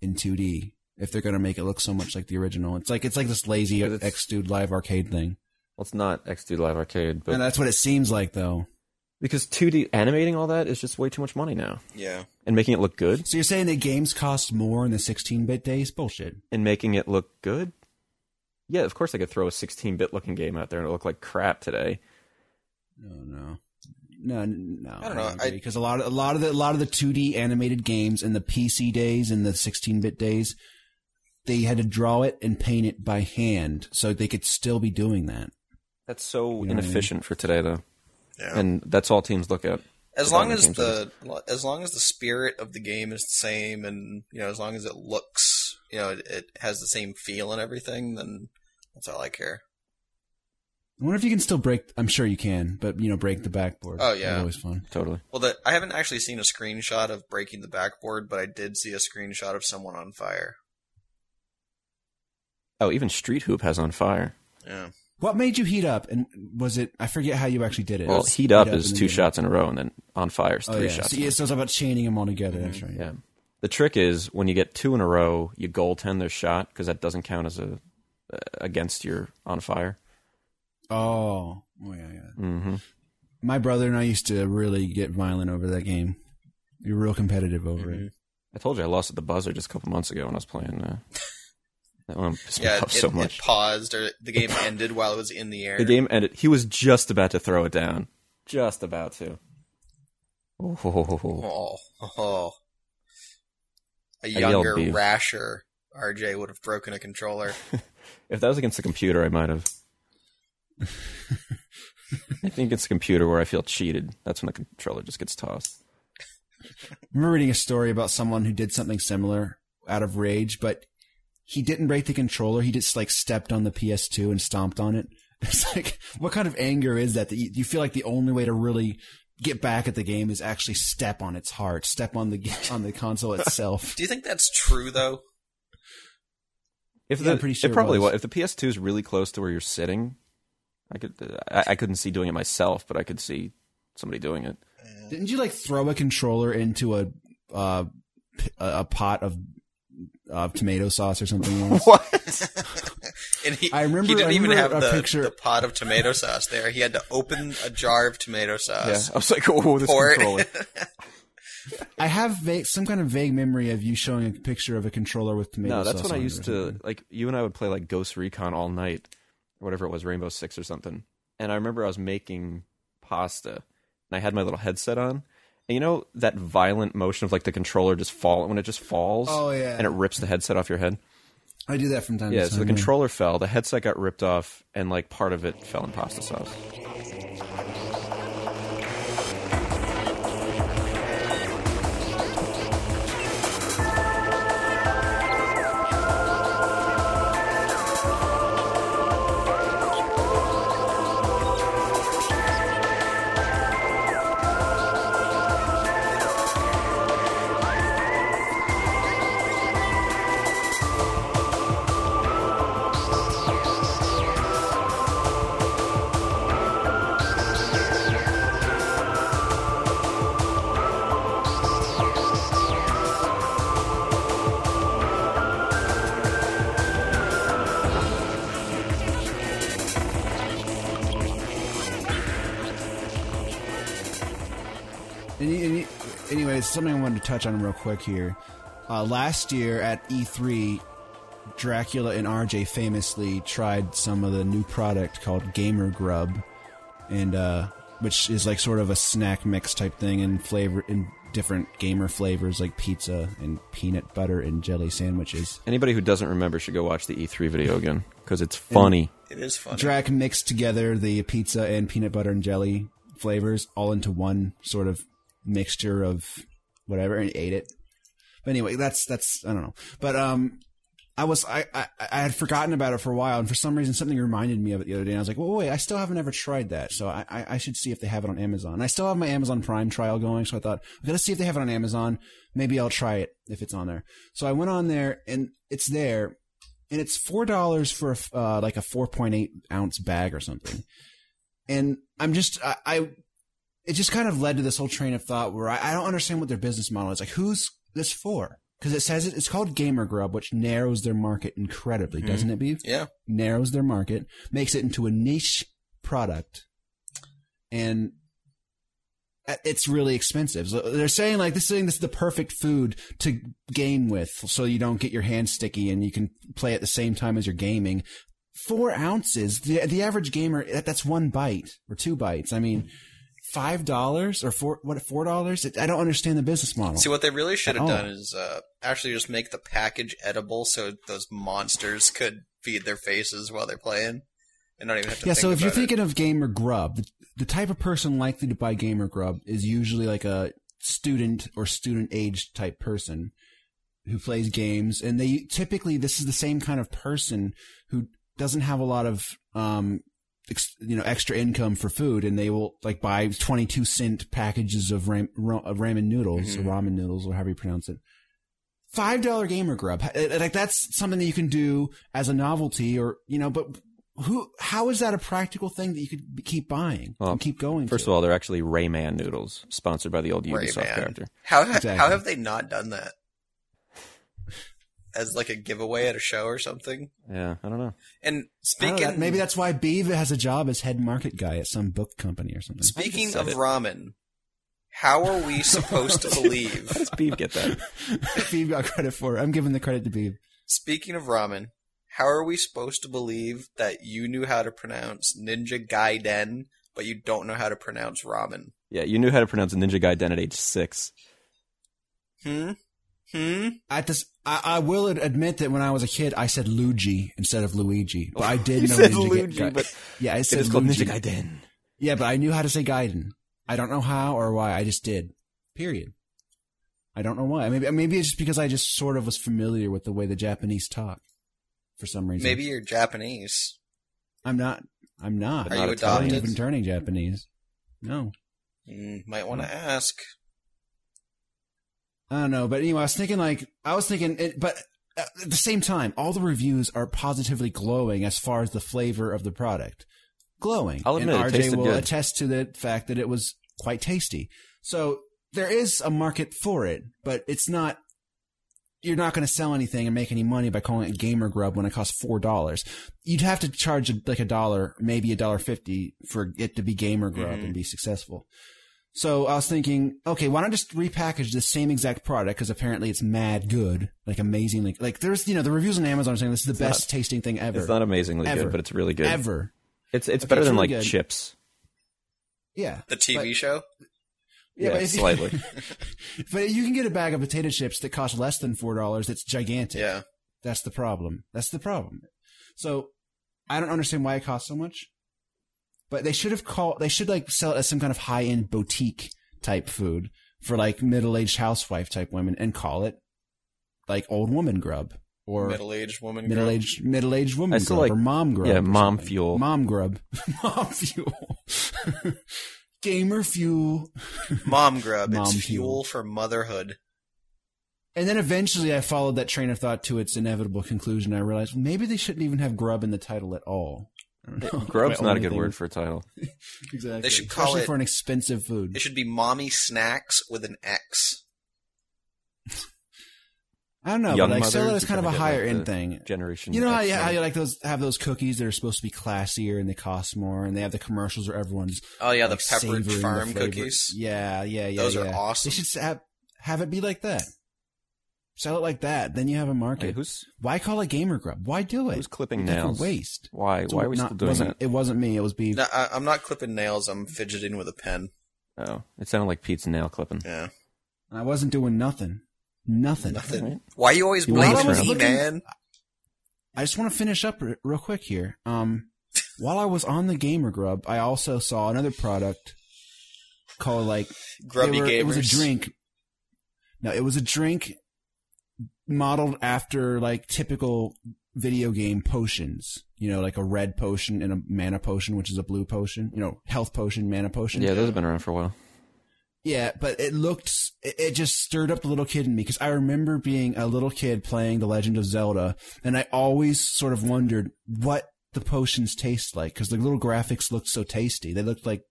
[SPEAKER 1] in 2D if they're going to make it look so much like the original. It's like it's like this lazy
[SPEAKER 3] But it's-
[SPEAKER 1] X Dude Live Arcade thing,
[SPEAKER 3] Well, it's not XD Live Arcade, but
[SPEAKER 1] and that's what it seems like, though.
[SPEAKER 3] because 2D animating all that is just way too much money now,
[SPEAKER 2] Yeah.
[SPEAKER 3] and making it look good
[SPEAKER 1] So you're saying that games cost more in the 16-bit days? Bullshit.
[SPEAKER 3] and making it look good. Yeah, of course I could throw a 16-bit looking game out there and it look like crap today.
[SPEAKER 1] No, Oh, no, no, no.
[SPEAKER 2] I don't know. I-
[SPEAKER 1] because a lot of a lot of the a lot of the 2D animated games in the PC days and the 16-bit days, they had to draw it and paint it by hand, so they could still be doing that.
[SPEAKER 3] That's so
[SPEAKER 1] You know what I mean?
[SPEAKER 3] inefficient for today though,
[SPEAKER 2] Yeah.
[SPEAKER 3] and that's all teams look at.
[SPEAKER 2] as long
[SPEAKER 3] development
[SPEAKER 2] as
[SPEAKER 3] games
[SPEAKER 2] the as long as the spirit of the game is the same and you know as long as it looks you know it, it has the same feel and everything then that's all i care
[SPEAKER 1] I wonder if you can still break. I'm sure you can, but you know, break the backboard.
[SPEAKER 2] Oh, yeah.
[SPEAKER 1] That's always fun.
[SPEAKER 3] Totally.
[SPEAKER 2] well the, i haven't actually seen a screenshot of breaking the backboard but i did see a screenshot of someone on fire
[SPEAKER 3] Oh, even Street Hoop has on fire.
[SPEAKER 2] yeah
[SPEAKER 1] What made you heat up? And was it? I forget how you actually did it.
[SPEAKER 3] well,
[SPEAKER 1] It's
[SPEAKER 3] heat up is
[SPEAKER 1] and then
[SPEAKER 3] two
[SPEAKER 1] you-
[SPEAKER 3] shots in a row, and then on fire is
[SPEAKER 1] Oh
[SPEAKER 3] three
[SPEAKER 1] yeah.
[SPEAKER 3] shots.
[SPEAKER 1] So,
[SPEAKER 3] in a
[SPEAKER 1] yeah, so it's about chaining them all together. That's right.
[SPEAKER 3] Yeah. The trick is when you get two in a row, you goaltend their shot because that doesn't count as a uh, against your on fire.
[SPEAKER 1] Oh. Oh yeah. Yeah.
[SPEAKER 3] Mm-hmm.
[SPEAKER 1] My brother and I used to really get violent over that game. We were real competitive over it.
[SPEAKER 3] I told you I lost at the buzzer just a couple months ago when I was playing. Uh, that one pissed me
[SPEAKER 2] yeah
[SPEAKER 3] off
[SPEAKER 2] it,
[SPEAKER 3] Oh, so
[SPEAKER 2] it
[SPEAKER 3] much.
[SPEAKER 2] paused or the game ended while it was in the air
[SPEAKER 3] the game ended. He was just about to throw it down, just about to. Oh, ho, ho, ho, ho.
[SPEAKER 2] oh, oh. a
[SPEAKER 3] yelled
[SPEAKER 2] younger
[SPEAKER 3] beef.
[SPEAKER 2] rasher rj would have broken a controller
[SPEAKER 3] If that was against the computer, I might have. I think it's the computer where I feel cheated. That's when the controller just gets tossed.
[SPEAKER 1] I remember reading a story about someone who did something similar out of rage, but he didn't break the controller. He just like stepped on the PS2 and stomped on it. It's like, what kind of anger is that? That you, you feel like the only way to really get back at the game is actually step on its heart, step on the on the console itself.
[SPEAKER 2] do you think that's true though
[SPEAKER 3] If
[SPEAKER 1] Yeah,
[SPEAKER 3] the,
[SPEAKER 1] I'm pretty sure
[SPEAKER 3] it
[SPEAKER 1] it
[SPEAKER 3] probably
[SPEAKER 1] was.
[SPEAKER 3] was. If the PS2 is really close to where you're sitting, I could. uh, I, I couldn't see doing it myself, but I could see somebody doing it.
[SPEAKER 1] Didn't you like throw a controller into a uh, p- a a pot of uh, tomato sauce or something? Once?
[SPEAKER 2] And he,
[SPEAKER 1] I remember-
[SPEAKER 2] he didn't
[SPEAKER 1] I
[SPEAKER 2] even have
[SPEAKER 1] remember
[SPEAKER 2] the,
[SPEAKER 1] a picture-
[SPEAKER 2] the pot of tomato sauce there. He had to open a jar of tomato
[SPEAKER 3] Yeah,
[SPEAKER 2] sauce.
[SPEAKER 3] I was like, oh, this
[SPEAKER 2] Or-
[SPEAKER 3] controller.
[SPEAKER 1] I have vague, some kind of vague memory of you showing a picture of a controller with tomato
[SPEAKER 3] no, that's
[SPEAKER 1] sauce
[SPEAKER 3] when I
[SPEAKER 1] on it or
[SPEAKER 3] used to
[SPEAKER 1] something.
[SPEAKER 3] like. You and I would play like Ghost Recon all night, or whatever it was, Rainbow Six or something. And I remember I was making pasta, and I had my little headset on. And you know that violent motion of like the controller just fall when it just falls.
[SPEAKER 1] Oh, yeah.
[SPEAKER 3] and it rips the headset off your head.
[SPEAKER 1] I do that from time
[SPEAKER 3] Yeah,
[SPEAKER 1] to time.
[SPEAKER 3] so the
[SPEAKER 1] yeah.
[SPEAKER 3] controller fell, the headset got ripped off, and like part of it fell in pasta sauce.
[SPEAKER 1] it's something I wanted to touch on real quick here. Uh, last year at E3, Dracula and RJ famously tried some of the new product called Gamer Grub, and uh, which is like sort of a snack mix type thing and flavor in different gamer flavors like pizza and peanut butter and jelly sandwiches.
[SPEAKER 3] Anybody who doesn't remember should go watch the E3 video again because it's funny.
[SPEAKER 2] It is funny.
[SPEAKER 1] Drac mixed together the pizza and peanut butter and jelly flavors all into one sort of mixture of whatever and ate it. But anyway, that's that's I don't know. But um I was I, I I had forgotten about it for a while and for some reason something reminded me of it the other day and I was like, Well wait, I still haven't ever tried that. So I, I, I should see if they have it on Amazon. And I still have my Amazon Prime trial going, so I thought, I'm gonna see if they have it on Amazon. Maybe I'll try it if it's on there. So I went on there and it's there and it's four dollars for a f- uh, like a four point eight ounce bag or something. And I'm just I, I, it just kind of led to this whole train of thought where I, I don't understand what their business model is. Like, who's this for? Because it says it, it's called Gamer Grub, which narrows their market incredibly, doesn't it, Beef?
[SPEAKER 2] Yeah.
[SPEAKER 1] narrows their market, makes it into a niche product, and it's really expensive. So they're saying like this thing, this is the perfect food to game with, so you don't get your hands sticky and you can play at the same time as you're gaming. Four ounces, the the average gamer that, that's one bite or two bites. I mean, five dollars or four what four dollars? I don't understand the business model.
[SPEAKER 2] See what they really should have
[SPEAKER 1] Oh.
[SPEAKER 2] done is uh, actually just make the package edible so those monsters could feed their faces while they're playing, and not even have to.
[SPEAKER 1] yeah,
[SPEAKER 2] think
[SPEAKER 1] so if you're
[SPEAKER 2] about it.
[SPEAKER 1] thinking of Gamer Grub, the, the type of person likely to buy Gamer Grub is usually like a student or student aged type person who plays games, and they typically this is the same kind of person who doesn't have a lot of um ex, you know extra income for food, and they will like buy 22 cent packages of, ram, ro, of ramen noodles,
[SPEAKER 3] Mm-hmm.
[SPEAKER 1] or ramen noodles, or however you pronounce it five dollar gamer grub Uh, like that's something that you can do as a novelty or you know but who how is that a practical thing that you could b- keep buying
[SPEAKER 3] Well,
[SPEAKER 1] and keep going
[SPEAKER 3] First of all, they're actually Rayman noodles, sponsored by the old Ubisoft
[SPEAKER 2] Rayman.
[SPEAKER 3] character.
[SPEAKER 2] How ha-
[SPEAKER 1] Exactly.
[SPEAKER 2] how have they not done that? As like a giveaway at a show or something.
[SPEAKER 3] Yeah, I don't know.
[SPEAKER 2] And
[SPEAKER 1] I don't
[SPEAKER 2] speaking
[SPEAKER 1] know, that- maybe that's why Beav has a job as head market guy at some book company or something
[SPEAKER 2] speaking
[SPEAKER 3] said
[SPEAKER 2] of
[SPEAKER 3] it.
[SPEAKER 2] ramen, how are we supposed to believe?
[SPEAKER 3] How does Beeb get that?
[SPEAKER 1] Beav got credit for it I'm giving the credit to Beav
[SPEAKER 2] Speaking of ramen, how are we supposed to believe that you knew how to pronounce Ninja Gaiden, but you don't know how to pronounce ramen?
[SPEAKER 3] Yeah, you knew how to pronounce Ninja Gaiden at age six.
[SPEAKER 2] Hmm. Hmm.
[SPEAKER 1] at this I, I will ad- admit that when I was a kid I said Luigi instead of Luigi but I did
[SPEAKER 3] You
[SPEAKER 1] know
[SPEAKER 3] said
[SPEAKER 1] Ninja Ga-
[SPEAKER 3] Luigi,
[SPEAKER 1] Ga-
[SPEAKER 3] but
[SPEAKER 1] yeah I
[SPEAKER 3] It
[SPEAKER 1] said
[SPEAKER 3] is called
[SPEAKER 1] Luigi.
[SPEAKER 3] Ninja Gaiden.
[SPEAKER 1] Yeah, but I knew how to say Gaiden. I don't know how or why. I just did. Period. I don't know why. Maybe maybe it's just because I just sort of was familiar with the way the Japanese talk for some reason.
[SPEAKER 2] Maybe you're Japanese.
[SPEAKER 1] I'm not. I'm not.
[SPEAKER 2] Are
[SPEAKER 1] I'm
[SPEAKER 2] you
[SPEAKER 1] not Italian,
[SPEAKER 2] adopted?
[SPEAKER 1] Even turning Japanese. No,
[SPEAKER 2] Mm, might want to
[SPEAKER 1] Hmm.
[SPEAKER 2] ask.
[SPEAKER 1] I don't know. But anyway, I was thinking like I was thinking, it, but at the same time, all the reviews are positively glowing as far as the flavor of the product. Glowing.
[SPEAKER 3] I'll admit, it
[SPEAKER 1] and RJ
[SPEAKER 3] tasted
[SPEAKER 1] will
[SPEAKER 3] good.
[SPEAKER 1] attest to the fact that it was quite tasty. So there is a market for it, but it's not. You're not going to sell anything and make any money by calling it gamer grub when it costs four dollars. You'd have to charge like a dollar, maybe a dollar fifty, for it to be gamer grub
[SPEAKER 3] Mm-hmm.
[SPEAKER 1] and be successful. So I was thinking, okay, why not just repackage the same exact product because apparently it's mad good, like amazingly, like there's you know the reviews on Amazon are saying this is the best tasting thing ever,
[SPEAKER 3] It's not amazingly
[SPEAKER 1] Ever.
[SPEAKER 3] good, but it's really good.
[SPEAKER 1] ever.
[SPEAKER 3] It's it's
[SPEAKER 1] Okay,
[SPEAKER 3] better
[SPEAKER 1] it's
[SPEAKER 3] than
[SPEAKER 1] really
[SPEAKER 3] like
[SPEAKER 1] good.
[SPEAKER 3] chips.
[SPEAKER 1] Yeah,
[SPEAKER 2] The TV
[SPEAKER 1] But-
[SPEAKER 2] show?
[SPEAKER 1] yeah,
[SPEAKER 3] Yeah,
[SPEAKER 1] but if-
[SPEAKER 3] slightly.
[SPEAKER 1] but you can get a bag of potato chips that cost less than four dollars. That's gigantic.
[SPEAKER 2] Yeah.
[SPEAKER 1] That's the problem. That's the problem. So I don't understand why it costs so much. But they should have called. They should like sell it as some kind of high end boutique type food for like middle aged housewife type women, and call it like old woman grub or
[SPEAKER 2] Middle aged woman.
[SPEAKER 1] middle
[SPEAKER 2] girl.
[SPEAKER 1] aged middle aged woman
[SPEAKER 3] I still
[SPEAKER 1] grub
[SPEAKER 3] like-
[SPEAKER 1] or mom grub.
[SPEAKER 3] yeah,
[SPEAKER 1] or
[SPEAKER 3] mom
[SPEAKER 1] something.
[SPEAKER 3] fuel.
[SPEAKER 1] Mom grub. mom fuel. Gamer fuel.
[SPEAKER 2] Mom grub.
[SPEAKER 1] Mom
[SPEAKER 2] it's
[SPEAKER 1] fuel.
[SPEAKER 2] fuel for motherhood.
[SPEAKER 1] And then eventually I followed that train of thought to its inevitable conclusion. I realized well, maybe they shouldn't even have grub in the title at all. I don't know.
[SPEAKER 3] Grub's
[SPEAKER 1] My
[SPEAKER 3] not a
[SPEAKER 1] only
[SPEAKER 3] good
[SPEAKER 1] thing
[SPEAKER 3] word
[SPEAKER 1] was-
[SPEAKER 3] for a title.
[SPEAKER 1] Exactly.
[SPEAKER 2] They should call
[SPEAKER 1] Especially
[SPEAKER 2] it-
[SPEAKER 1] for an expensive food.
[SPEAKER 2] It should be mommy snacks with an X.
[SPEAKER 1] I don't know, but
[SPEAKER 3] Young
[SPEAKER 1] like
[SPEAKER 3] mothers
[SPEAKER 1] sell it as
[SPEAKER 3] are
[SPEAKER 1] kind of a
[SPEAKER 3] trying to get,
[SPEAKER 1] higher
[SPEAKER 3] like,
[SPEAKER 1] end
[SPEAKER 3] the
[SPEAKER 1] thing.
[SPEAKER 3] Generation.
[SPEAKER 1] You know how
[SPEAKER 3] X
[SPEAKER 1] you, how
[SPEAKER 3] thing.
[SPEAKER 1] you like those have those cookies that are supposed to be classier and they cost more, and they have the commercials where everyone's
[SPEAKER 2] Oh yeah, the
[SPEAKER 1] like,
[SPEAKER 2] peppered
[SPEAKER 1] savoring the
[SPEAKER 2] farm
[SPEAKER 1] flavor.
[SPEAKER 2] cookies.
[SPEAKER 1] Yeah, yeah, yeah.
[SPEAKER 2] Those are
[SPEAKER 1] yeah.
[SPEAKER 2] awesome.
[SPEAKER 1] They should have Have it be like that. Sell it like that. Then you have a market.
[SPEAKER 3] Hey, who's
[SPEAKER 1] Why call it gamer grub? Why do it?
[SPEAKER 3] who's clipping
[SPEAKER 1] It's like a
[SPEAKER 3] nails?
[SPEAKER 1] waste.
[SPEAKER 3] Why?
[SPEAKER 1] It's
[SPEAKER 3] why are we
[SPEAKER 1] not-
[SPEAKER 3] still doing
[SPEAKER 1] wasn't,
[SPEAKER 3] that?
[SPEAKER 1] It wasn't me. It was Beef.
[SPEAKER 2] No, I, I'm not clipping nails. I'm fidgeting with a pen.
[SPEAKER 3] Oh, it sounded like Pete's nail clipping.
[SPEAKER 2] Yeah.
[SPEAKER 1] And I wasn't doing nothing. Nothing.
[SPEAKER 2] Nothing.
[SPEAKER 3] Alright.
[SPEAKER 2] Why you always
[SPEAKER 1] You
[SPEAKER 2] blame
[SPEAKER 3] want us
[SPEAKER 2] me,
[SPEAKER 1] looking-
[SPEAKER 2] man?
[SPEAKER 1] I just want to finish up re- real quick here. Um, while I was on the Gamer Grub, I also saw another product called like
[SPEAKER 2] Grubby
[SPEAKER 1] they were-
[SPEAKER 2] gamers.
[SPEAKER 1] It was a drink. No, it was a drink modeled after like typical video game potions. You know, like a red potion and a mana potion, which is a blue potion. You know, health potion, mana potion.
[SPEAKER 3] Yeah, those have been around for a while.
[SPEAKER 1] Yeah, but it looked, it, it just stirred up the little kid in me because I remember being a little kid playing The Legend of Zelda and I always sort of wondered what the potions taste like because the little graphics looked so tasty. They looked like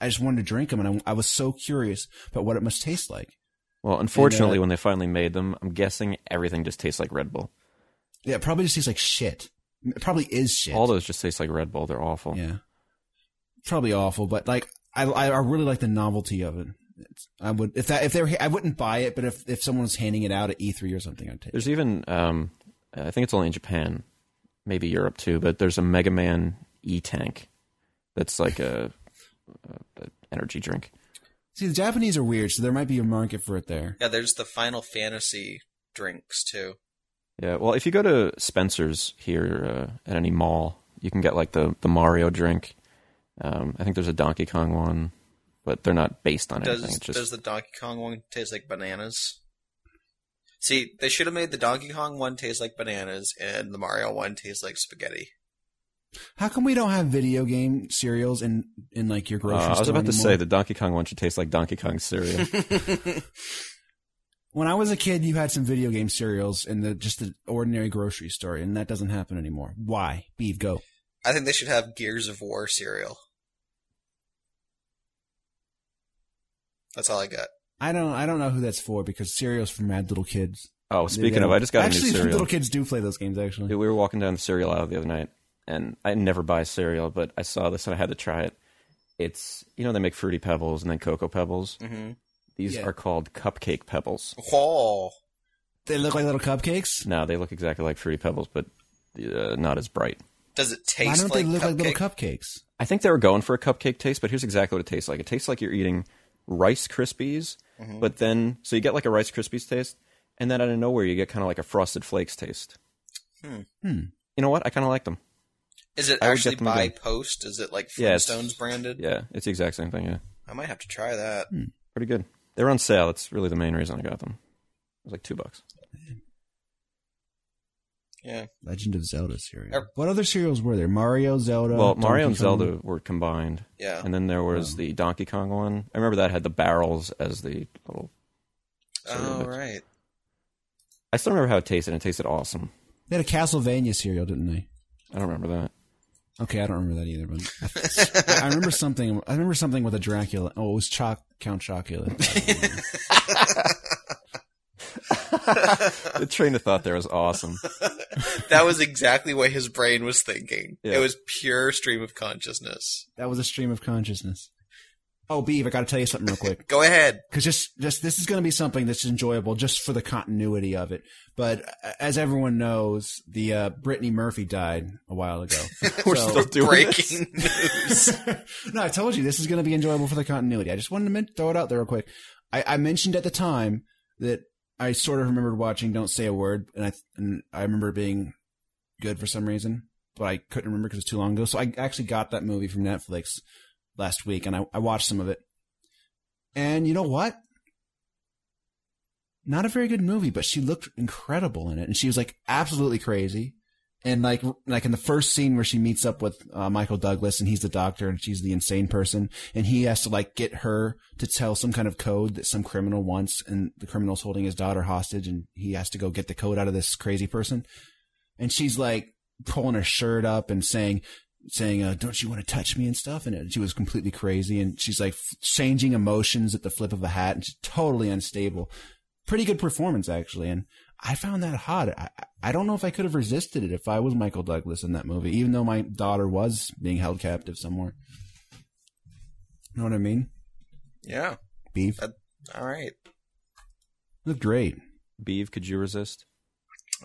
[SPEAKER 1] I just wanted to drink them and I, I was so curious about what it must taste like.
[SPEAKER 3] Well, unfortunately, when they finally made them, I'm guessing everything just tastes like Red Bull.
[SPEAKER 1] Yeah, it probably just tastes like shit. It probably is shit.
[SPEAKER 3] All those just taste like Red Bull. They're awful.
[SPEAKER 1] yeah. Probably awful, but like, I, I I really like the novelty of it. It's, I would, if that, if they were, I wouldn't buy it, but if, if someone was handing it out at E3 or something, I'd take it.
[SPEAKER 3] There's even, um, I think it's only in Japan, maybe Europe too, but there's a Mega Man E Tank that's like a, a, a energy drink.
[SPEAKER 1] See, the Japanese are weird, so there might be a market for it there.
[SPEAKER 2] Yeah, there's the Final Fantasy drinks too.
[SPEAKER 3] Yeah. Well, if you go to Spencer's here uh, at any mall, you can get like the the Mario drink. Um, I think there's a Donkey Kong one, but they're not based on
[SPEAKER 2] Does
[SPEAKER 3] anything. It's just
[SPEAKER 2] does the Donkey Kong one taste like bananas? See, they should have made the Donkey Kong one taste like bananas and the Mario one taste like spaghetti.
[SPEAKER 1] How come we don't have video game cereals in in like your grocery
[SPEAKER 3] Uh,
[SPEAKER 1] store?
[SPEAKER 3] I was about to
[SPEAKER 1] anymore?
[SPEAKER 3] say the Donkey Kong one should taste like Donkey Kong cereal.
[SPEAKER 1] when I was a kid, you had some video game cereals in the just the ordinary grocery store, and that doesn't happen anymore. Why? Beeve, go.
[SPEAKER 2] I think they should have Gears of War cereal. That's all I got.
[SPEAKER 1] I don't I don't know who that's for because cereals for mad little kids.
[SPEAKER 3] oh,
[SPEAKER 1] They
[SPEAKER 3] speaking
[SPEAKER 1] don't-
[SPEAKER 3] of, I just got
[SPEAKER 1] actually
[SPEAKER 3] a new cereal.
[SPEAKER 1] little kids do play those games actually.
[SPEAKER 3] We were walking down the cereal aisle the other night, and I never buy cereal, but I saw this and I had to try it. It's you know they make fruity pebbles and then cocoa pebbles.
[SPEAKER 2] Mm-hmm.
[SPEAKER 3] These
[SPEAKER 1] Yeah.
[SPEAKER 3] are called cupcake pebbles.
[SPEAKER 2] Oh,
[SPEAKER 1] They look like little cupcakes.
[SPEAKER 3] No, they look exactly like fruity pebbles, but uh, not as bright.
[SPEAKER 2] does it taste
[SPEAKER 1] Why don't
[SPEAKER 2] like
[SPEAKER 1] they look
[SPEAKER 2] cupcake?
[SPEAKER 1] like little cupcakes?
[SPEAKER 3] I think they were going for a cupcake taste, but here's exactly what it tastes like. It tastes like you're eating Rice Krispies, but then so you get like a Rice Krispies taste, and then out of nowhere you get kind of like a Frosted Flakes taste.
[SPEAKER 2] Hmm.
[SPEAKER 1] Hmm.
[SPEAKER 3] You know what? I kind of like them.
[SPEAKER 2] Is it
[SPEAKER 3] I would
[SPEAKER 2] actually
[SPEAKER 3] get them
[SPEAKER 2] by
[SPEAKER 3] again.
[SPEAKER 2] post? Is it like
[SPEAKER 3] Yeah, it's-
[SPEAKER 2] Flintstones branded?
[SPEAKER 3] Yeah, it's the exact same thing. Yeah,
[SPEAKER 2] I might have to try that.
[SPEAKER 1] Hmm.
[SPEAKER 3] pretty good. They were on sale. That's really the main reason I got them. It was like two bucks.
[SPEAKER 2] Yeah.
[SPEAKER 1] Legend of Zelda cereal.
[SPEAKER 2] Er-
[SPEAKER 1] What other cereals were there? Mario, Zelda.
[SPEAKER 3] well, Mario and
[SPEAKER 1] Donkey Kong?
[SPEAKER 3] Zelda were combined,
[SPEAKER 2] Yeah.
[SPEAKER 3] and then there was the Donkey Kong one. I remember that had the barrels as the little.
[SPEAKER 2] Oh, right.
[SPEAKER 3] I still remember how it tasted. and It tasted awesome.
[SPEAKER 1] They had a Castlevania cereal, didn't they?
[SPEAKER 3] I don't remember that.
[SPEAKER 1] Okay, I don't remember that either, but I- I remember something. I remember something with a Dracula. Oh, it was Choc- Count Chocula.
[SPEAKER 3] the train of thought there was awesome.
[SPEAKER 2] that was exactly what his brain was thinking.
[SPEAKER 3] Yeah.
[SPEAKER 2] It was pure stream of consciousness.
[SPEAKER 1] That was a stream of consciousness. Oh, Beeve, I got to tell you something real quick.
[SPEAKER 2] Go ahead.
[SPEAKER 1] Because just, just this is going to be something that's enjoyable just for the continuity of it. But uh, as everyone knows, the uh, Brittany Murphy died a while ago.
[SPEAKER 3] We're
[SPEAKER 1] So-
[SPEAKER 3] still doing this.
[SPEAKER 2] Breaking.
[SPEAKER 1] no, I told you this is going to be enjoyable for the continuity. I just wanted to men- throw it out there real quick. I, I mentioned at the time that I sort of remembered watching "Don't Say a Word," and I and I remember it being good for some reason, but I couldn't remember because it's too long ago. So I actually got that movie from Netflix last week, and I, I watched some of it. And you know what? Not a very good movie, but she looked incredible in it, and she was like absolutely crazy and like like in the first scene where she meets up with uh, Michael Douglas and he's the doctor and she's the insane person and he has to like get her to tell some kind of code that some criminal wants and the criminal's holding his daughter hostage and he has to go get the code out of this crazy person and she's like pulling her shirt up and saying saying uh, don't you want to touch me and stuff and she was completely crazy and she's like f- changing emotions at the flip of a hat and she's totally unstable pretty good performance actually and I found that hot. I, I don't know if I could have resisted it if I was Michael Douglas in that movie, even though my daughter was being held captive somewhere. Know what I mean?
[SPEAKER 2] yeah.
[SPEAKER 1] Beef.
[SPEAKER 2] All right.
[SPEAKER 1] looked great.
[SPEAKER 3] Beeve, could you resist?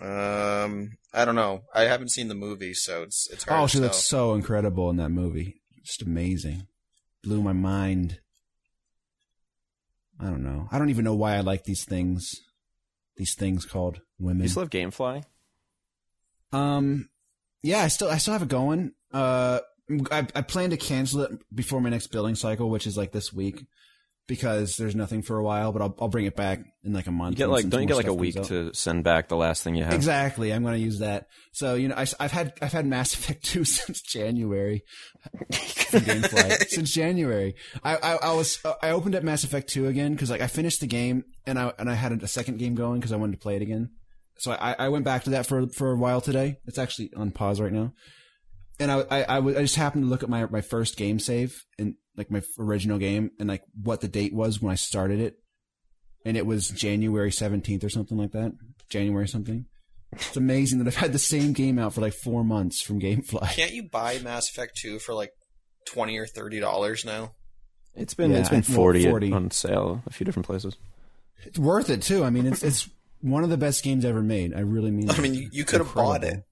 [SPEAKER 2] Um, I don't know. I haven't seen the movie, so it's it's hard.
[SPEAKER 1] Oh,
[SPEAKER 2] to
[SPEAKER 1] she
[SPEAKER 2] tell.
[SPEAKER 1] looks so incredible in that movie. Just amazing. Blew my mind. I don't know. I don't even know why I like these things. These things called
[SPEAKER 3] Do
[SPEAKER 1] women.
[SPEAKER 3] you still have Gamefly?
[SPEAKER 1] Um, yeah, I still I still have it going. Uh, I I plan to cancel it before my next billing cycle, which is like this week, because there's nothing for a while. But I'll I'll bring it back in like a month.
[SPEAKER 3] You get
[SPEAKER 1] when-
[SPEAKER 3] like
[SPEAKER 1] since
[SPEAKER 3] don't you
[SPEAKER 1] more
[SPEAKER 3] get like a
[SPEAKER 1] stuff comes
[SPEAKER 3] week
[SPEAKER 1] out.
[SPEAKER 3] to send back the last thing you have?
[SPEAKER 1] Exactly, I'm going to use that. So you know, I, have had I've had Mass Effect 2 since January. From Gamefly. since January, I, I I was I opened up Mass Effect 2 again because like I finished the game and I and I had a second game going because I wanted to play it again. So I, I went back to that for for a while today. It's actually on pause right now. And I, I, I w- I just happened to look at my my first game save and like my original game and like what the date was when I started it, and it was January seventeenth or something like that. January something. It's amazing that I've had the same game out for like four months from GameFly.
[SPEAKER 2] Can't you buy Mass Effect Two for like twenty or thirty dollars now?
[SPEAKER 3] It's been uh,
[SPEAKER 1] Yeah,
[SPEAKER 3] it's been
[SPEAKER 1] well,
[SPEAKER 3] 40,
[SPEAKER 1] 40.
[SPEAKER 3] on sale a few different places.
[SPEAKER 1] It's worth it too. I mean, it's it's one of the best games ever made. I really mean.
[SPEAKER 2] I
[SPEAKER 1] it.
[SPEAKER 2] mean, you- you
[SPEAKER 1] It's
[SPEAKER 2] could have bought
[SPEAKER 1] incredible.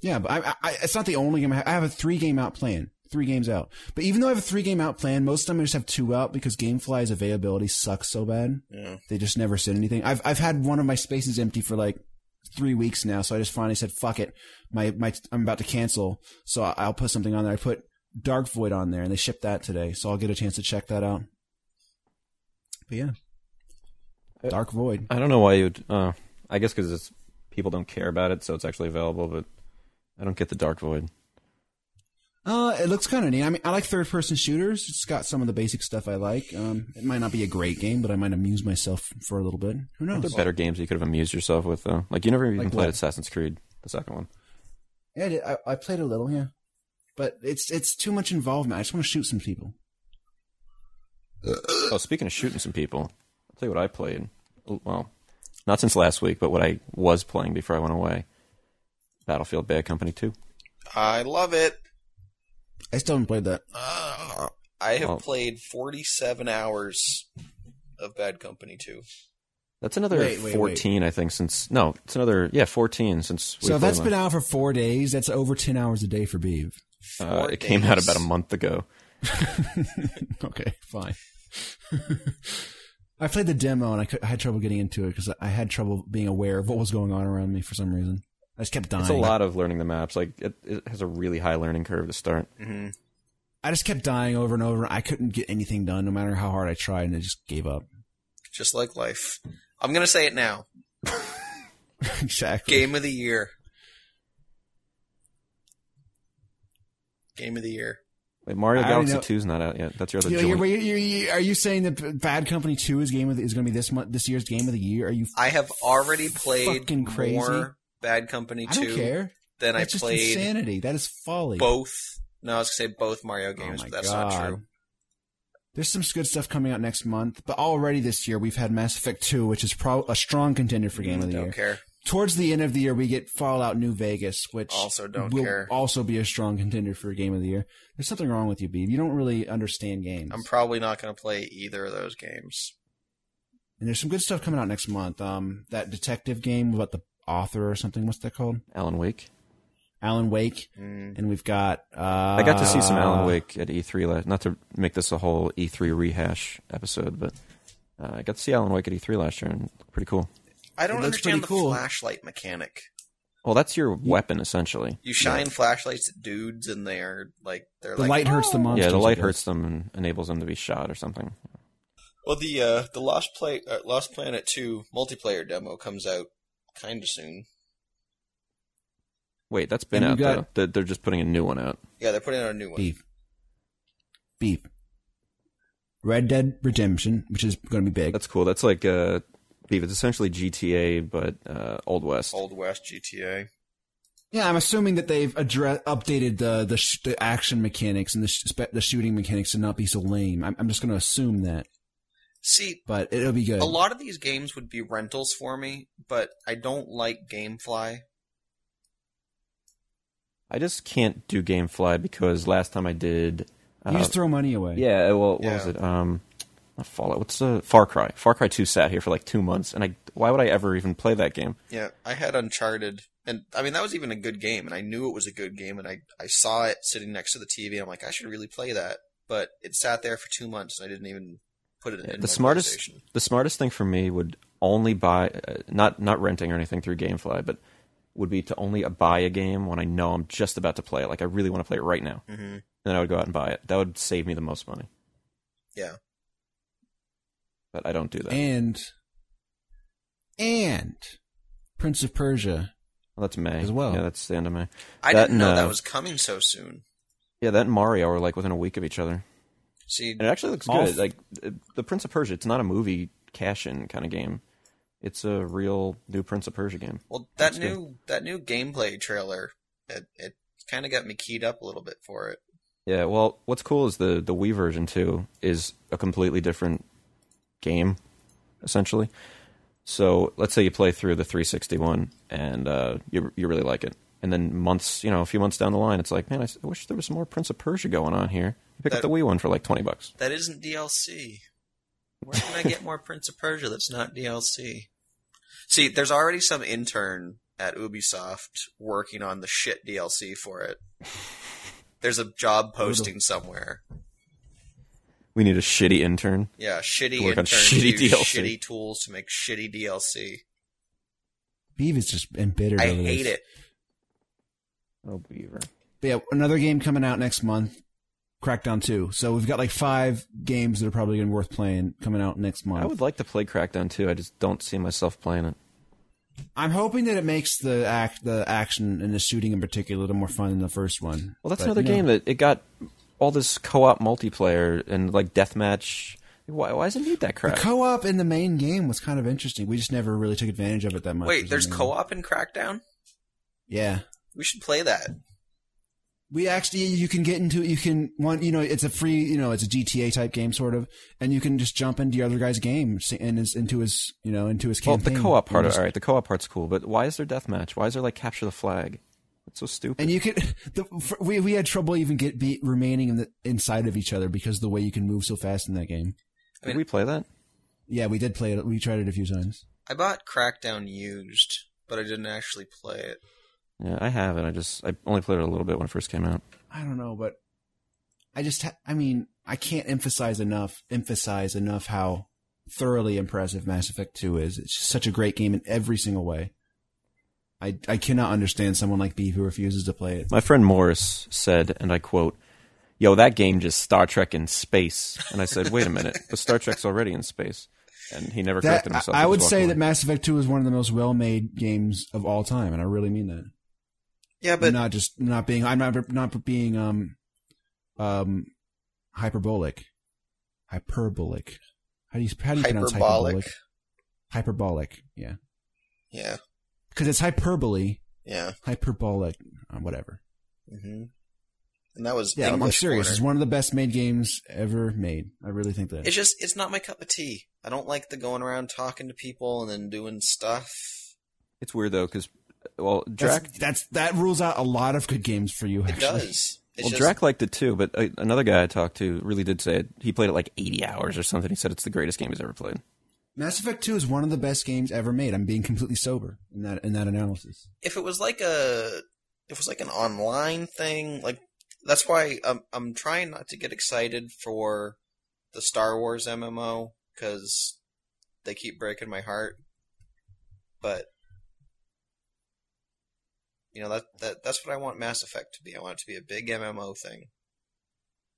[SPEAKER 1] Yeah, but I, I, it's not the only game I have. I have a three game out plan, three games out. But even though I have a three game out plan, most of the time I just have two out because GameFly's availability sucks so bad.
[SPEAKER 2] Yeah.
[SPEAKER 1] They just never said anything. I've I've had one of my spaces empty for like three weeks now, so I just finally said, "Fuck it, my my I'm about to cancel, so I- I'll put something on there." I put Dark Void on there, and they shipped that today, so I'll get a chance to check that out. But yeah, Dark Void.
[SPEAKER 3] I don't know why you'd. Uh, I guess because it's people don't care about it, so it's actually available. But I don't get the Dark Void.
[SPEAKER 1] Uh, it looks kind of neat. I mean, I like third person shooters. It's got some of the basic stuff I like. Um, it might not be a great game, but I might amuse myself for a little bit. Who
[SPEAKER 3] There
[SPEAKER 1] knows?
[SPEAKER 3] are better games you could have amused yourself with, though. Like you never even
[SPEAKER 1] Hmm. Like
[SPEAKER 3] played
[SPEAKER 1] what?
[SPEAKER 3] Assassin's Creed, the second one.
[SPEAKER 1] Yeah, I, did. I, I played a little, yeah, but it's it's too much involvement. I just want to shoot some people.
[SPEAKER 3] Oh, speaking of shooting some people, I'll tell you what I played. Oh, Well, not since last week, but what I was playing before I went away. Battlefield Bad Company 2.
[SPEAKER 2] I love it.
[SPEAKER 1] I still haven't played that.
[SPEAKER 2] Ah, I have
[SPEAKER 3] Well-
[SPEAKER 2] played forty-seven hours of Bad Company Two.
[SPEAKER 3] That's another
[SPEAKER 1] Wait, wait, wait.
[SPEAKER 3] 14, I think, since. No, it's another. Yeah, 14 since.
[SPEAKER 1] So if
[SPEAKER 3] played
[SPEAKER 1] that's
[SPEAKER 3] last-
[SPEAKER 1] been out for four days, that's over ten hours a day for Beeve.
[SPEAKER 3] Uh,
[SPEAKER 2] Four
[SPEAKER 3] it came out
[SPEAKER 2] days.
[SPEAKER 3] about a month ago.
[SPEAKER 1] okay, fine. I played the demo and I, cou- I had trouble getting into it because I had trouble being aware of what was going on around me for some reason. I just kept dying.
[SPEAKER 3] It's a lot of learning the maps. Like it, it has a really high learning curve to start.
[SPEAKER 2] Mm-hmm.
[SPEAKER 1] I just kept dying over and over. I couldn't get anything done, no matter how hard I tried, and I just gave up.
[SPEAKER 2] Just like life. I'm gonna say it now.
[SPEAKER 1] exactly.
[SPEAKER 2] Game of the year. Game of the year.
[SPEAKER 3] Wait, Mario
[SPEAKER 1] I already
[SPEAKER 3] Galaxy
[SPEAKER 1] know-
[SPEAKER 3] 2 is not out yet. That's your other
[SPEAKER 1] You know,
[SPEAKER 3] joint.
[SPEAKER 1] you're- you- you- you- are you saying that Bad Company Two is game of the, is going to be this month this year's game of the year? Are you?
[SPEAKER 2] I have already played
[SPEAKER 1] Fucking crazy.
[SPEAKER 2] more Bad Company
[SPEAKER 1] I don't
[SPEAKER 2] Two
[SPEAKER 1] care.
[SPEAKER 2] than I
[SPEAKER 1] That's just
[SPEAKER 2] played
[SPEAKER 1] insanity. That is folly.
[SPEAKER 2] both. No, I was gonna say both Mario
[SPEAKER 1] Oh
[SPEAKER 2] games,
[SPEAKER 1] my
[SPEAKER 2] but that's not
[SPEAKER 1] God.
[SPEAKER 2] true.
[SPEAKER 1] There's some good stuff coming out next month, but already this year we've had Mass Effect Two, which is pro- a strong contender for game of the
[SPEAKER 2] Mm, don't
[SPEAKER 1] year.
[SPEAKER 2] care.
[SPEAKER 1] Towards the end of the year, we get Fallout New Vegas, which
[SPEAKER 2] Also don't
[SPEAKER 1] will
[SPEAKER 2] care.
[SPEAKER 1] also be a strong contender for game of the year. There's something wrong with you, Beeb. You don't really understand games.
[SPEAKER 2] I'm probably not gonna play either of those games.
[SPEAKER 1] And there's some good stuff coming out next month. Um, that detective game about the author or something. What's that called?
[SPEAKER 3] Alan Wake.
[SPEAKER 1] Alan Wake.
[SPEAKER 2] Mm.
[SPEAKER 1] And we've got. Uh,
[SPEAKER 3] I got to see some Alan Wake at E3. Last, not to make this a whole E3 rehash episode, but uh, I got to see Alan Wake at E3 last year, and it looked pretty cool.
[SPEAKER 2] I don't
[SPEAKER 1] looks
[SPEAKER 2] understand the
[SPEAKER 1] pretty cool.
[SPEAKER 2] flashlight mechanic.
[SPEAKER 3] Well, that's your weapon essentially.
[SPEAKER 2] You shine flashlights at dudes, and they're like they're
[SPEAKER 1] The
[SPEAKER 2] like "Oh!"
[SPEAKER 1] light hurts the monster.
[SPEAKER 3] yeah, the light hurts them and enables them to be shot or something.
[SPEAKER 2] Well, the uh, the Lost Play uh, Lost Planet Two multiplayer demo comes out kind of soon.
[SPEAKER 3] Wait, that's been
[SPEAKER 1] And
[SPEAKER 3] out
[SPEAKER 1] you
[SPEAKER 3] though.
[SPEAKER 1] got-
[SPEAKER 3] They- They're just putting a new one out.
[SPEAKER 2] Yeah, they're putting out a new one.
[SPEAKER 1] Beef. Beef. Red Dead Redemption, which is going to be big.
[SPEAKER 3] That's cool. That's like uh, Beef. It's essentially GTA, but uh, Old West.
[SPEAKER 2] Old West GTA.
[SPEAKER 1] yeah, I'm assuming that they've addre- updated the the, sh- the action mechanics and the, sh- spe- the shooting mechanics to not be so lame. I'm, I'm just going to assume that,
[SPEAKER 2] See,
[SPEAKER 1] but it'll be good.
[SPEAKER 2] a lot of these games would be rentals for me, but I don't like GameFly.
[SPEAKER 3] I just can't do GameFly because last time I did.
[SPEAKER 1] you just throw money away.
[SPEAKER 3] Yeah, uh, well, what
[SPEAKER 2] Yeah.
[SPEAKER 3] was it? Um, not Fallout. What's the Far Cry? Far Cry Two sat here for like two months, and I why would I ever even play that game?
[SPEAKER 2] Yeah, I had Uncharted, and I mean that was even a good game, and I knew it was a good game, and I I saw it sitting next to the TV. I'm like, I should really play that, but it sat there for two months, and I didn't even put it in.
[SPEAKER 3] Yeah,
[SPEAKER 2] my
[SPEAKER 3] the smartest
[SPEAKER 2] PlayStation.
[SPEAKER 3] the smartest thing for me would only buy uh, not not renting or anything through GameFly, but would be to only buy a game when I know I'm just about to play it. Like I really want to play it right now,
[SPEAKER 2] Mhm.
[SPEAKER 3] then I would go out and buy it. That would save me the most money.
[SPEAKER 2] Yeah.
[SPEAKER 3] but I don't do that.
[SPEAKER 1] and and Prince of Persia.
[SPEAKER 3] Well, that's May
[SPEAKER 1] as well.
[SPEAKER 3] Yeah, that's the end of May.
[SPEAKER 2] I
[SPEAKER 3] That
[SPEAKER 2] didn't know
[SPEAKER 3] and, uh,
[SPEAKER 2] that was coming so soon.
[SPEAKER 3] Yeah, that and Mario are like within a week of each other,
[SPEAKER 2] See,
[SPEAKER 3] and it actually looks
[SPEAKER 1] All
[SPEAKER 3] good.
[SPEAKER 1] f-
[SPEAKER 3] like th- the Prince of Persia, it's not a movie cash-in kind of game. It's a real new Prince of Persia game.
[SPEAKER 2] well, that
[SPEAKER 3] That's
[SPEAKER 2] new that new gameplay trailer, it it kind of got me keyed up a little bit for it.
[SPEAKER 3] Yeah, well, what's cool is the the Wii version too is a completely different game, essentially. So let's say you play through the 361 and uh, you you really like it, and then months, you know, a few months down the line, it's like, man, I s- I wish there was some more Prince of Persia going on here. Pick up
[SPEAKER 2] That-
[SPEAKER 3] the Wii one for like 20 bucks.
[SPEAKER 2] That isn't DLC. Where can I get more Prince of Persia that's not DLC? See, there's already some intern at Ubisoft working on the shit DLC for it. There's a job posting somewhere.
[SPEAKER 3] We need a shitty intern.
[SPEAKER 2] Yeah, shitty
[SPEAKER 3] To work on
[SPEAKER 2] intern
[SPEAKER 3] shitty
[SPEAKER 2] use
[SPEAKER 3] DLC.
[SPEAKER 2] shitty tools to make shitty DLC.
[SPEAKER 1] Beav is just embittered.
[SPEAKER 2] I
[SPEAKER 1] over
[SPEAKER 2] hate
[SPEAKER 1] this.
[SPEAKER 2] it.
[SPEAKER 3] Oh, beaver.
[SPEAKER 1] But yeah, another game coming out next month. Crackdown 2. So we've got like five games that are probably going to be worth playing coming out next month.
[SPEAKER 3] I would like to play Crackdown too. I just don't see myself playing it.
[SPEAKER 1] I'm hoping that it makes the act, the action and the shooting in particular a little more fun than the first one.
[SPEAKER 3] Well, that's
[SPEAKER 1] But,
[SPEAKER 3] another
[SPEAKER 1] you know,
[SPEAKER 3] game that it got all this co-op multiplayer and like deathmatch. Why, why does it need that crap?
[SPEAKER 1] The co-op in the main game was kind of interesting. We just never really took advantage of it that much.
[SPEAKER 2] Wait, there's
[SPEAKER 1] Yeah.
[SPEAKER 2] co-op in Crackdown?
[SPEAKER 1] Yeah,
[SPEAKER 2] We should play that.
[SPEAKER 1] we actually you can get into you can one you know it's a free you know it's a GTA type game sort of, and you can just jump into your other guy's game s- and his, into his you know into his
[SPEAKER 3] well,
[SPEAKER 1] campaign.
[SPEAKER 3] the co-op part.
[SPEAKER 1] And just-
[SPEAKER 3] all right, the co-op part's cool, but why is there deathmatch? Why is there like capture the flag? It's so stupid.
[SPEAKER 1] And you could, the, f we we had trouble even get be, remaining in the, inside of each other because of the way you can move so fast in that game.
[SPEAKER 2] I mean-
[SPEAKER 3] Did we play that?
[SPEAKER 1] Yeah, we did play it. We tried it a few times.
[SPEAKER 2] I bought Crackdown used, but I didn't actually play it.
[SPEAKER 3] Yeah, I have it. I just I only played it a little bit when it first came out.
[SPEAKER 1] I don't know, but I just, ha- I mean, I can't emphasize enough, emphasize enough how thoroughly impressive Mass Effect 2 is. It's just such a great game in every single way. I, I cannot understand someone like B who refuses to play it.
[SPEAKER 3] My friend Morris said, and I quote, "Yo, that game just Star Trek in space." And I said, "Wait a minute, but Star Trek's already in space." And he never
[SPEAKER 1] That-
[SPEAKER 3] corrected himself.
[SPEAKER 1] I, I
[SPEAKER 3] He
[SPEAKER 1] would
[SPEAKER 3] just
[SPEAKER 1] say
[SPEAKER 3] walked
[SPEAKER 1] that
[SPEAKER 3] away.
[SPEAKER 1] Mass Effect 2 is one of the most well-made games of all time, and I really mean that.
[SPEAKER 2] Yeah,
[SPEAKER 1] I'm
[SPEAKER 2] but
[SPEAKER 1] not just not being, I'm not, not being, um, um, hyperbolic. Hyperbolic. How do you, how do you pronounce
[SPEAKER 2] hyperbolic.
[SPEAKER 1] hyperbolic? Hyperbolic, yeah.
[SPEAKER 2] Yeah,
[SPEAKER 1] because it's hyperbole,
[SPEAKER 2] yeah.
[SPEAKER 1] hyperbolic, uh, whatever.
[SPEAKER 2] hmm And that was
[SPEAKER 1] Yeah, I'm- I'm
[SPEAKER 2] English
[SPEAKER 1] serious.
[SPEAKER 2] Corner.
[SPEAKER 1] It's one of the best made games ever made. I really think that.
[SPEAKER 2] It's just it's not my cup of tea. I don't like the going around talking to people and then doing stuff.
[SPEAKER 3] it's weird though, because well,
[SPEAKER 1] that's,
[SPEAKER 3] Drac
[SPEAKER 1] that's that rules out a lot of good games for you.
[SPEAKER 2] It
[SPEAKER 1] Actually,
[SPEAKER 2] does. It's
[SPEAKER 3] well,
[SPEAKER 2] just,
[SPEAKER 3] Drac liked it too, but uh, another guy I talked to really did say it. He played it like 80 hours or something. He said it's the greatest game he's ever played.
[SPEAKER 1] Mass Effect Two is one of the best games ever made. I'm being completely sober in that in that analysis.
[SPEAKER 2] if it was like a if it was like an online thing, like that's why I'm I'm trying not to get excited for the Star Wars MMO because they keep breaking my heart. But you know that, that that's what I want Mass Effect to be. I want it to be a big MMO thing.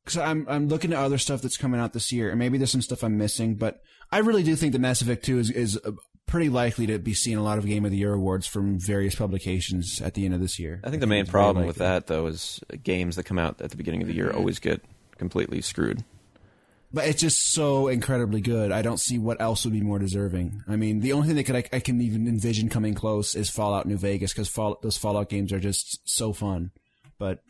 [SPEAKER 1] Because I'm I'm looking at other stuff that's coming out this year, and maybe there's some stuff I'm missing, but I really do think that Mass Effect Two is is uh, pretty likely to be seeing a lot of Game of the Year awards from various publications at the end of this year.
[SPEAKER 3] I think the main
[SPEAKER 1] it's very
[SPEAKER 3] problem with
[SPEAKER 1] likely.
[SPEAKER 3] that though is games that come out at the beginning of the
[SPEAKER 1] Mm-hmm.
[SPEAKER 3] year always get completely screwed.
[SPEAKER 1] But it's just so incredibly good. I don't see what else would be more deserving. I mean, the only thing that could I, I can even envision coming close is Fallout New Vegas because Fall, those Fallout games are just so fun. But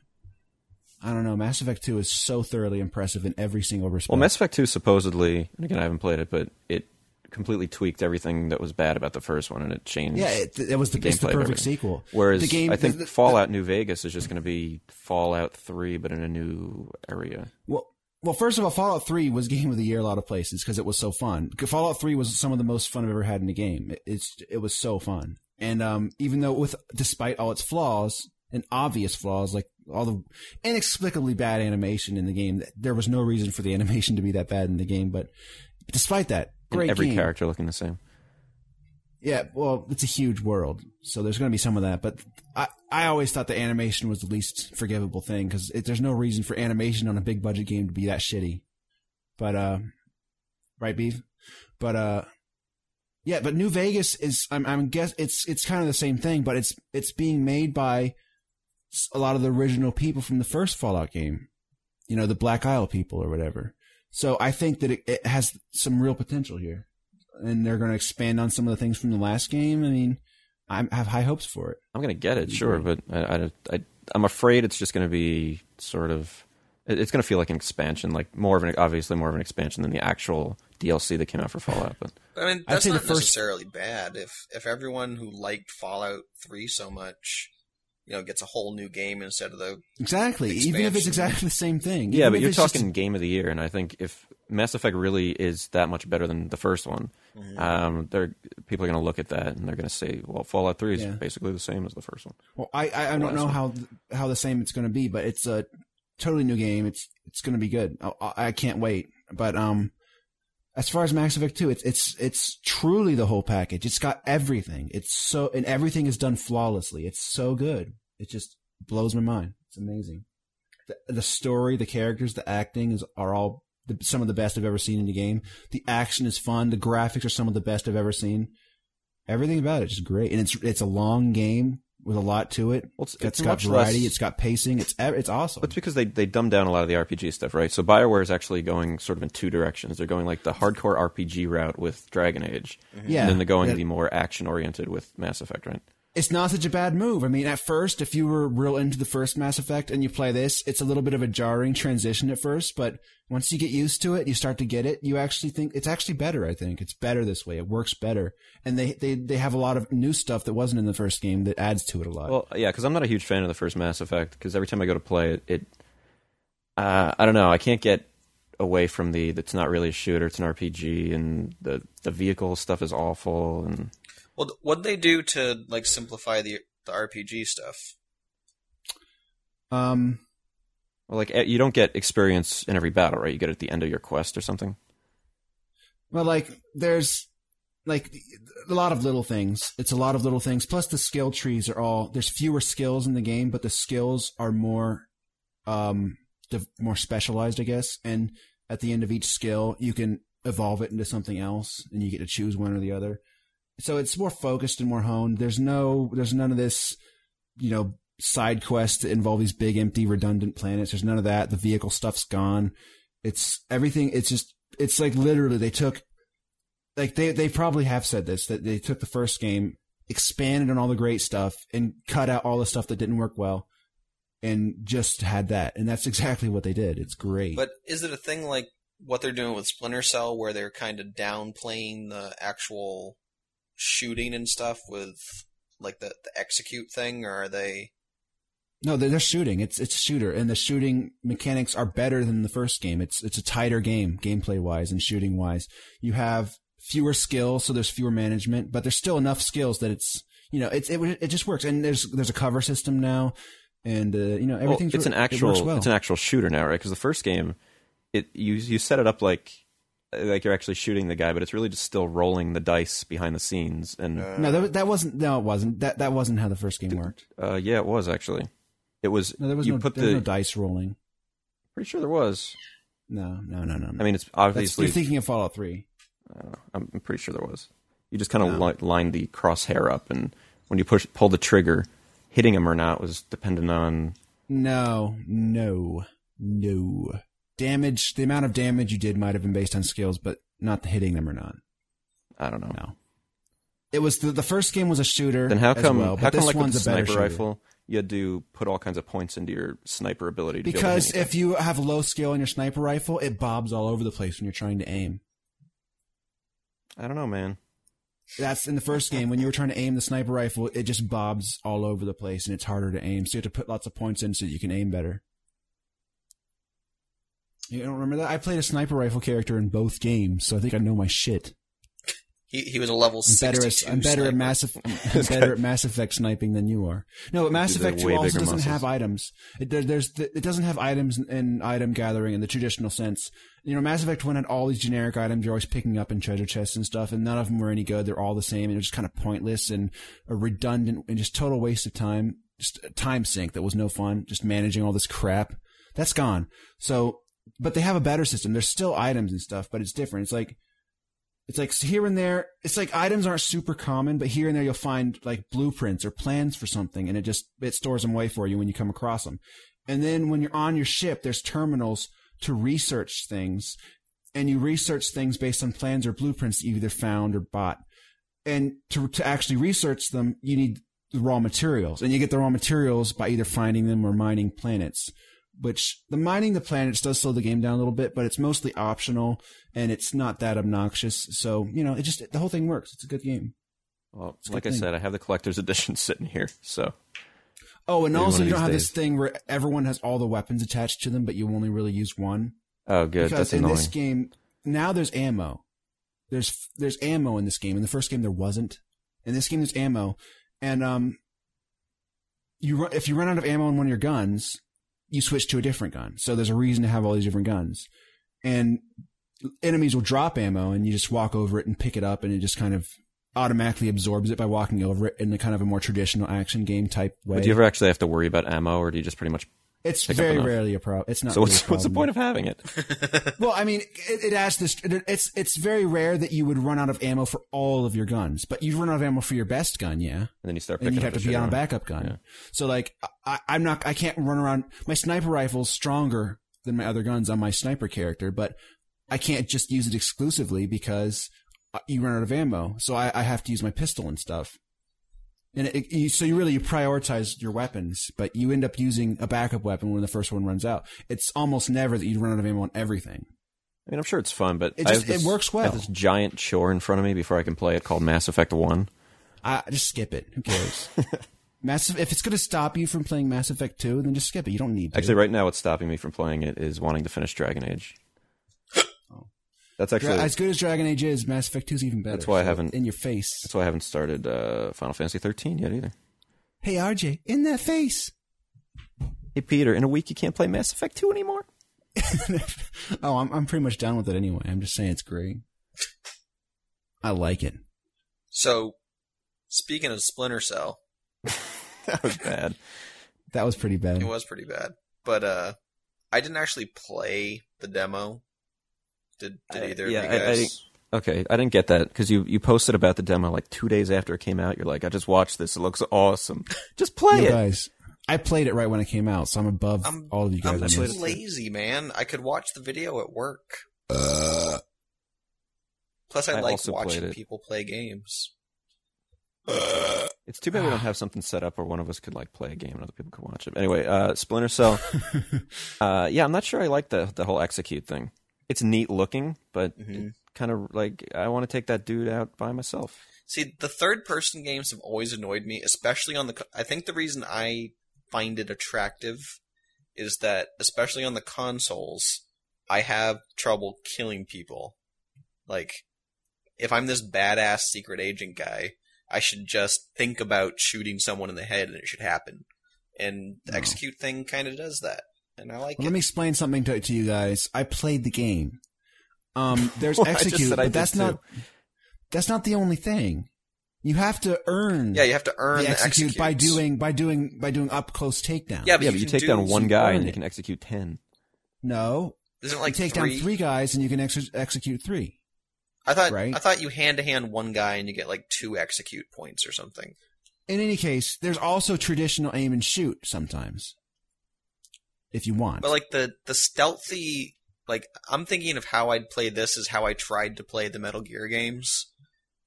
[SPEAKER 1] I don't know. Mass Effect Two is so thoroughly impressive in every single respect.
[SPEAKER 3] Well, Mass Effect 2 supposedly, and again I haven't played it, but it completely tweaked everything that was bad about the first one and it changed
[SPEAKER 1] yeah, it, it was the,
[SPEAKER 3] the
[SPEAKER 1] it's the
[SPEAKER 3] gameplay of
[SPEAKER 1] perfect
[SPEAKER 3] everything.
[SPEAKER 1] sequel.
[SPEAKER 3] Whereas
[SPEAKER 1] the game,
[SPEAKER 3] I think
[SPEAKER 1] the- the-
[SPEAKER 3] Fallout New Vegas is just going to be Fallout 3 but in a new area.
[SPEAKER 1] Well, Well, first of all, Fallout 3 was game of the year a lot of places because it was so fun. Fallout 3 was some of the most fun I've ever had in a game. It, it's it was so fun, and um, even though with despite all its flaws and obvious flaws like all the inexplicably bad animation in the game, th- there was no reason for the animation to be that bad in the game. But despite that,
[SPEAKER 3] And
[SPEAKER 1] great
[SPEAKER 3] every
[SPEAKER 1] game.
[SPEAKER 3] character looking the same.
[SPEAKER 1] Yeah, well, it's a huge world, so there's going to be some of that. But I, I always thought the animation was the least forgivable thing because there's no reason for animation on a big budget game to be that shitty. But uh, right, beef. But uh, yeah, but New Vegas is I'm I'm guess it's it's kind of the same thing, but it's it's being made by s- a lot of the original people from the first Fallout game, you know, the Black Isle people or whatever. So I think that it, it has some real potential here and they're going to expand on some of the things from the last game. I mean, I have high hopes for it.
[SPEAKER 3] I'm gonna get it, sure, but I, I, I, I'm afraid it's just gonna be sort of, it- it's gonna feel like an expansion, like more of an obviously more of an expansion than the actual DLC that came out for Fallout. But
[SPEAKER 2] I mean,
[SPEAKER 1] I'd
[SPEAKER 2] that's
[SPEAKER 1] say the
[SPEAKER 2] not
[SPEAKER 1] first-
[SPEAKER 2] necessarily bad. If if everyone who liked Fallout Three so much, you know, gets a whole new game instead of the
[SPEAKER 1] Exactly. Even if it's
[SPEAKER 2] Expansion.
[SPEAKER 1] exactly the same thing.
[SPEAKER 3] yeah,
[SPEAKER 1] Even
[SPEAKER 3] but
[SPEAKER 1] if
[SPEAKER 3] you're
[SPEAKER 1] it's just-
[SPEAKER 3] talking game of the year, and I think if Mass Effect really is that much better than the first one,
[SPEAKER 1] Mm-hmm.
[SPEAKER 3] um, they're people are gonna look at that and they're gonna say, well, Fallout Three is
[SPEAKER 1] Yeah.
[SPEAKER 3] basically the same as the first one.
[SPEAKER 1] well, I, I, I don't know how how the same it's going to be, but it's a totally new game. It's it's going to be good. I, I- I can't wait. But um, as far as Max Effect Two, it's it's it's truly the whole package. It's got everything. It's so and everything is done flawlessly. It's so good. It just blows my mind. It's amazing. The, the story, the characters, the acting is are all the, some of the best I've ever seen in a game. The action is fun. The graphics are some of the best I've ever seen. Everything about it is great, and it's it's a long game with a lot to it.
[SPEAKER 3] Well, it's-
[SPEAKER 1] it's
[SPEAKER 3] it's
[SPEAKER 1] got
[SPEAKER 3] much
[SPEAKER 1] variety.
[SPEAKER 3] less-
[SPEAKER 1] It's got pacing. It's ev- it's awesome.
[SPEAKER 3] It's because they they dumbed down a lot of the RPG stuff, right? So Bioware is actually going sort of in two directions. They're going like the hardcore RPG route with Dragon Age,
[SPEAKER 1] Yeah.
[SPEAKER 3] and then they're going
[SPEAKER 1] Yeah.
[SPEAKER 3] the more action oriented with Mass Effect, right?
[SPEAKER 1] it's not such a bad move. I mean, at first, if you were real into the first Mass Effect and you play this, it's a little bit of a jarring transition at first, but once you get used to it, you start to get it. You actually think it's actually better. I think it's better this way. It works better, and they they they have a lot of new stuff that wasn't in the first game that adds to it a lot.
[SPEAKER 3] Well, yeah, because I'm not a huge fan of the first Mass Effect. Because every time I go to play it, it uh, I don't know, I can't get away from the that's not really a shooter, it's an RPG, and the the vehicle stuff is awful, and
[SPEAKER 2] well, what they do to like simplify the the RPG stuff.
[SPEAKER 1] um,
[SPEAKER 3] well, like eh, you don't get experience in every battle, right? You get it at the end of your quest or something.
[SPEAKER 1] Well, like there's like a lot of little things. It's a lot of little things. Plus, the skill trees are all there's fewer skills in the game, but the skills are more um div- more specialized, I guess. And at the end of each skill, you can evolve it into something else, and you get to choose one or the other. So it's more focused and more honed. There's no there's none of this, you know. Side quests that involve these big, empty, redundant planets. There's none of that. The vehicle stuff's gone. It's everything. It's just. It's like literally they took, like they they probably have said this that they took the first game, expanded on all the great stuff, and cut out all the stuff that didn't work well, and just had that. And that's exactly what they did. It's great.
[SPEAKER 2] But is it a thing like what they're doing with Splinter Cell, where they're kind of downplaying the actual shooting and stuff with like the, the execute thing, or are they?
[SPEAKER 1] no, they're, they're shooting. It's it's shooter, and the shooting mechanics are better than the first game. It's it's a tighter game, gameplay wise and shooting wise. You have fewer skills, so there's fewer management, but there's still enough skills that it's you know it's it would- it just works. And there's there's a cover system now, and uh, you know
[SPEAKER 3] Well,
[SPEAKER 1] everything's
[SPEAKER 3] it's an
[SPEAKER 1] it works
[SPEAKER 3] actual
[SPEAKER 1] well.
[SPEAKER 3] it's an actual shooter now, right? Because the first game, it you you set it up like like you're actually shooting the guy, but it's really just still rolling the dice behind the scenes. And uh,
[SPEAKER 1] No, that, that wasn't. No, it wasn't. That that wasn't how the first game worked.
[SPEAKER 3] Uh, yeah, it was actually. It was
[SPEAKER 1] No, there was
[SPEAKER 3] you
[SPEAKER 1] no,
[SPEAKER 3] put
[SPEAKER 1] there was
[SPEAKER 3] the
[SPEAKER 1] no dice rolling.
[SPEAKER 3] pretty sure there was.
[SPEAKER 1] No, no, no, no. no.
[SPEAKER 3] I mean, it's
[SPEAKER 1] That's,
[SPEAKER 3] obviously
[SPEAKER 1] you're thinking of Fallout Three.
[SPEAKER 3] I'm I'm pretty sure there was. You just kind of li- lined the crosshair up, and when you push pull the trigger, hitting him or not was dependent on
[SPEAKER 1] No, no, no. Damage. The amount of damage you did might have been based on skills, but not hitting them or not.
[SPEAKER 3] I don't know.
[SPEAKER 1] No. It was the, the first game was a shooter.
[SPEAKER 3] Then how
[SPEAKER 1] as
[SPEAKER 3] come
[SPEAKER 1] well, but
[SPEAKER 3] how come
[SPEAKER 1] this
[SPEAKER 3] like with
[SPEAKER 1] one's
[SPEAKER 3] the
[SPEAKER 1] a better
[SPEAKER 3] sniper
[SPEAKER 1] shooter.
[SPEAKER 3] rifle you had to put all kinds of points into your sniper ability to be able to
[SPEAKER 1] Because
[SPEAKER 3] hit anything?
[SPEAKER 1] if you have low skill on your sniper rifle, it bobs all over the place when you're trying to aim.
[SPEAKER 3] I don't know, man.
[SPEAKER 1] That's in the first game when you were trying to aim the sniper rifle, it just bobs all over the place and it's harder to aim. So you have to put lots of points in so that you can aim better. You don't remember that? I played a sniper rifle character in both games, so I think I know my shit.
[SPEAKER 2] He, he was a level
[SPEAKER 1] I'm better at
[SPEAKER 2] 62
[SPEAKER 1] I'm better at
[SPEAKER 2] sniper.
[SPEAKER 1] Mass Effect, I'm better at Mass Effect sniping than you are. No, but Mass
[SPEAKER 3] These are
[SPEAKER 1] Effect Two
[SPEAKER 3] way
[SPEAKER 1] also
[SPEAKER 3] bigger
[SPEAKER 1] doesn't
[SPEAKER 3] muscles.
[SPEAKER 1] have items. It, there, there's it doesn't have items and item gathering in the traditional sense. You know, Mass Effect One had all these generic items you're always picking up in treasure chests and stuff, and none of them were any good. They're all the same, and they're just kind of pointless and a redundant and just total waste of time. Just a time sink that was no fun. Just managing all this crap. That's gone. So, but they have a better system. There's still items and stuff, but it's different. It's like it's like here and there. It's like items aren't super common, but here and there you'll find like blueprints or plans for something, and it just it stores them away for you when you come across them. And then when you're on your ship, there's terminals to research things, and you research things based on plans or blueprints that you either found or bought. And to to actually research them, you need the raw materials, and you get the raw materials by either finding them or mining planets which the mining the planets does slow the game down a little bit, but it's mostly optional and it's not that obnoxious. So, you know, it just, the whole thing works. It's a good game.
[SPEAKER 3] Well,
[SPEAKER 1] a
[SPEAKER 3] like
[SPEAKER 1] good
[SPEAKER 3] I
[SPEAKER 1] thing.
[SPEAKER 3] said, I have the collector's edition sitting here, so
[SPEAKER 1] Oh, and
[SPEAKER 3] Maybe one
[SPEAKER 1] also
[SPEAKER 3] of
[SPEAKER 1] you don't
[SPEAKER 3] these
[SPEAKER 1] have this
[SPEAKER 3] days.
[SPEAKER 1] thing where everyone has all the weapons attached to them, but you only really use one.
[SPEAKER 3] oh, good.
[SPEAKER 1] because
[SPEAKER 3] That's
[SPEAKER 1] in
[SPEAKER 3] annoying.
[SPEAKER 1] this game, now there's ammo. There's, there's ammo in this game. In the first game, there wasn't. In this game, there's ammo. And, um, you run, if you run out of ammo in one of your guns, you switch to a different gun. So there's a reason to have all these different guns. And enemies will drop ammo and you just walk over it and pick it up and it just kind of automatically absorbs it by walking over it in a kind of a more traditional action game type way.
[SPEAKER 3] But do you ever actually have to worry about ammo, or do you just pretty much?
[SPEAKER 1] it's
[SPEAKER 3] pick up
[SPEAKER 1] very
[SPEAKER 3] enough?
[SPEAKER 1] rarely a problem. It's not
[SPEAKER 3] so what's
[SPEAKER 1] really a
[SPEAKER 3] what's the
[SPEAKER 1] problem.
[SPEAKER 3] point of having it?
[SPEAKER 1] Well, I mean, it, it adds this. It, it's it's very rare that you would run out of ammo for all of your guns, but you run out of ammo for your best gun, yeah.
[SPEAKER 3] And then you start.
[SPEAKER 1] And you
[SPEAKER 3] Picking
[SPEAKER 1] have
[SPEAKER 3] up
[SPEAKER 1] to
[SPEAKER 3] the
[SPEAKER 1] be
[SPEAKER 3] shit
[SPEAKER 1] on a
[SPEAKER 3] around.
[SPEAKER 1] backup gun.
[SPEAKER 3] Yeah.
[SPEAKER 1] So like, I- I, I'm not. I can't run around. My sniper rifle's stronger than my other guns on my sniper character, but I can't just use it exclusively because uh, you run out of ammo. So I, I have to use my pistol and stuff. And it, you, so you really you prioritize your weapons, but you end up using a backup weapon when the first one runs out. It's almost never that you run out of ammo on everything.
[SPEAKER 3] I mean, I'm sure it's fun, but
[SPEAKER 1] It
[SPEAKER 3] I
[SPEAKER 1] just-
[SPEAKER 3] have this-
[SPEAKER 1] it works
[SPEAKER 3] I
[SPEAKER 1] well.
[SPEAKER 3] have this giant chore in front of me before I can play it called Mass Effect One.
[SPEAKER 1] I just skip it. Who cares? Mass if it's going to stop you from playing Mass Effect 2, then just skip it. You don't need to.
[SPEAKER 3] Actually, right now, what's stopping me from playing it is wanting to finish Dragon Age. That's
[SPEAKER 1] Dra-
[SPEAKER 3] actually
[SPEAKER 1] as good as Dragon Age is, Mass Effect 2 is even better.
[SPEAKER 3] That's why I haven't-
[SPEAKER 1] in your face.
[SPEAKER 3] that's why I haven't started uh, Final Fantasy 13 yet either.
[SPEAKER 1] Hey RJ, in that face.
[SPEAKER 3] Hey Peter, in a week you can't play Mass Effect 2 anymore.
[SPEAKER 1] Oh, I'm I'm pretty much down with it anyway. I'm just saying it's great. I like it.
[SPEAKER 2] So, speaking of Splinter Cell,
[SPEAKER 3] That was bad.
[SPEAKER 1] That was pretty bad.
[SPEAKER 3] Mm-hmm.
[SPEAKER 2] it was pretty bad. But uh, I didn't actually play the demo. Did, did
[SPEAKER 3] I-
[SPEAKER 2] either
[SPEAKER 3] yeah,
[SPEAKER 2] of
[SPEAKER 3] I-
[SPEAKER 2] you
[SPEAKER 3] I
[SPEAKER 2] guys?
[SPEAKER 3] didn't- Okay, I didn't get that because you you posted about the demo like two days after it came out. You're like, I just watched this. It looks awesome. Just
[SPEAKER 1] You
[SPEAKER 3] play it.
[SPEAKER 1] guys, I played it right when it came out, so I'm above
[SPEAKER 2] I'm-
[SPEAKER 1] all of you guys.
[SPEAKER 2] I'm
[SPEAKER 1] on
[SPEAKER 2] too
[SPEAKER 1] this.
[SPEAKER 2] lazy, man. I could watch the video at work. Plus, I,
[SPEAKER 3] I
[SPEAKER 2] like
[SPEAKER 3] also
[SPEAKER 2] watching
[SPEAKER 3] played it.
[SPEAKER 2] people play games.
[SPEAKER 3] It's too bad we don't have something set up where one of us could like play a game and other people could watch it. Anyway, uh, Splinter Cell. uh, yeah, I'm not sure I like the the whole execute thing. It's neat looking, but
[SPEAKER 2] Mhm.
[SPEAKER 3] kind of like I want to take that dude out by myself.
[SPEAKER 2] See, the third person games have always annoyed me, especially on the. co- I think the reason I find it attractive is that, especially on the consoles, I have trouble killing people. Like, if I'm this badass secret agent guy, I should just think about shooting someone in the head and it should happen. And the
[SPEAKER 1] No.
[SPEAKER 2] execute thing kind of does that. And I like
[SPEAKER 1] Well,
[SPEAKER 2] it.
[SPEAKER 1] let me explain something to, to you guys. I played the game. Um, there's
[SPEAKER 3] Well, I just
[SPEAKER 1] execute,
[SPEAKER 3] said I
[SPEAKER 1] but
[SPEAKER 3] did
[SPEAKER 1] that's not that's not the only thing. You have to earn,
[SPEAKER 2] yeah, you have to earn
[SPEAKER 1] the
[SPEAKER 2] the
[SPEAKER 1] execute by
[SPEAKER 2] executes.
[SPEAKER 1] doing by doing by doing up close takedown.
[SPEAKER 2] Yeah, but you,
[SPEAKER 3] yeah, but you
[SPEAKER 2] can
[SPEAKER 3] take
[SPEAKER 2] do,
[SPEAKER 3] down one
[SPEAKER 1] you
[SPEAKER 3] guy
[SPEAKER 1] earn
[SPEAKER 3] and you
[SPEAKER 1] it.
[SPEAKER 3] can execute ten.
[SPEAKER 1] No,
[SPEAKER 2] Isn't it like
[SPEAKER 1] you take down three guys and you can ex- execute three.
[SPEAKER 2] I thought
[SPEAKER 1] right?
[SPEAKER 2] I thought you hand to hand one guy and you get like two execute points or something.
[SPEAKER 1] In any case, there's also traditional aim and shoot sometimes, if you want.
[SPEAKER 2] But like the the stealthy like I'm thinking of how I'd play this is how I tried to play the Metal Gear games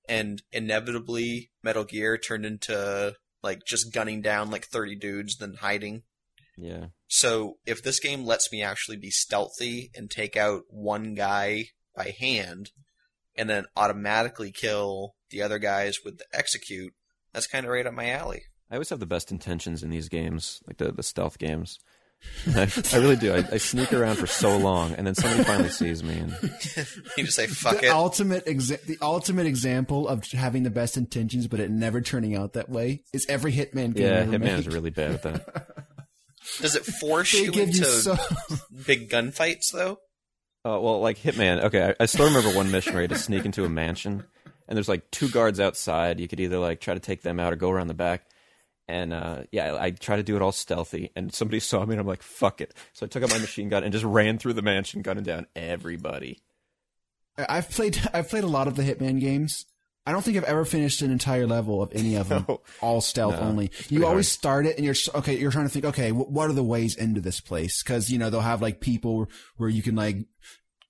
[SPEAKER 2] and inevitably Metal Gear turned into like just gunning down like 30 dudes then hiding.
[SPEAKER 3] Yeah,
[SPEAKER 2] So if this game lets me actually be stealthy and take out one guy by hand and then automatically kill the other guys with the execute, that's kind of right up my alley.
[SPEAKER 3] I always have the best intentions in these games, like the the stealth games. I, I really do. I, I sneak around for so long, and then somebody finally sees me. And
[SPEAKER 2] You just say fuck
[SPEAKER 1] The
[SPEAKER 2] it.
[SPEAKER 1] ultimate exa- the ultimate example of having the best intentions but it never turning out that way is every Hitman game.
[SPEAKER 3] yeah,
[SPEAKER 1] ever made.
[SPEAKER 3] Hitman is really bad at that.
[SPEAKER 2] Does it force
[SPEAKER 1] They
[SPEAKER 2] you
[SPEAKER 1] give
[SPEAKER 2] into
[SPEAKER 1] you so
[SPEAKER 2] big gunfights though?
[SPEAKER 3] Uh, well, like Hitman. Okay, I, I still remember one mission where you had to sneak into a mansion, and there's like two guards outside. You could either like try to take them out or go around the back. And uh, yeah, I, I tried to do it all stealthy, and somebody saw me, and I'm like, "Fuck it!" So I took out my machine gun and just ran through the mansion, gunning down everybody.
[SPEAKER 1] I- I've played I've played a lot of the Hitman games. I don't think I've ever finished an entire level of any of them,
[SPEAKER 3] No.
[SPEAKER 1] all stealth
[SPEAKER 3] No,
[SPEAKER 1] only. You always start it and you're s- okay. You're trying to think, okay, wh- what are the ways into this place? Because you know they'll have like people where you can like,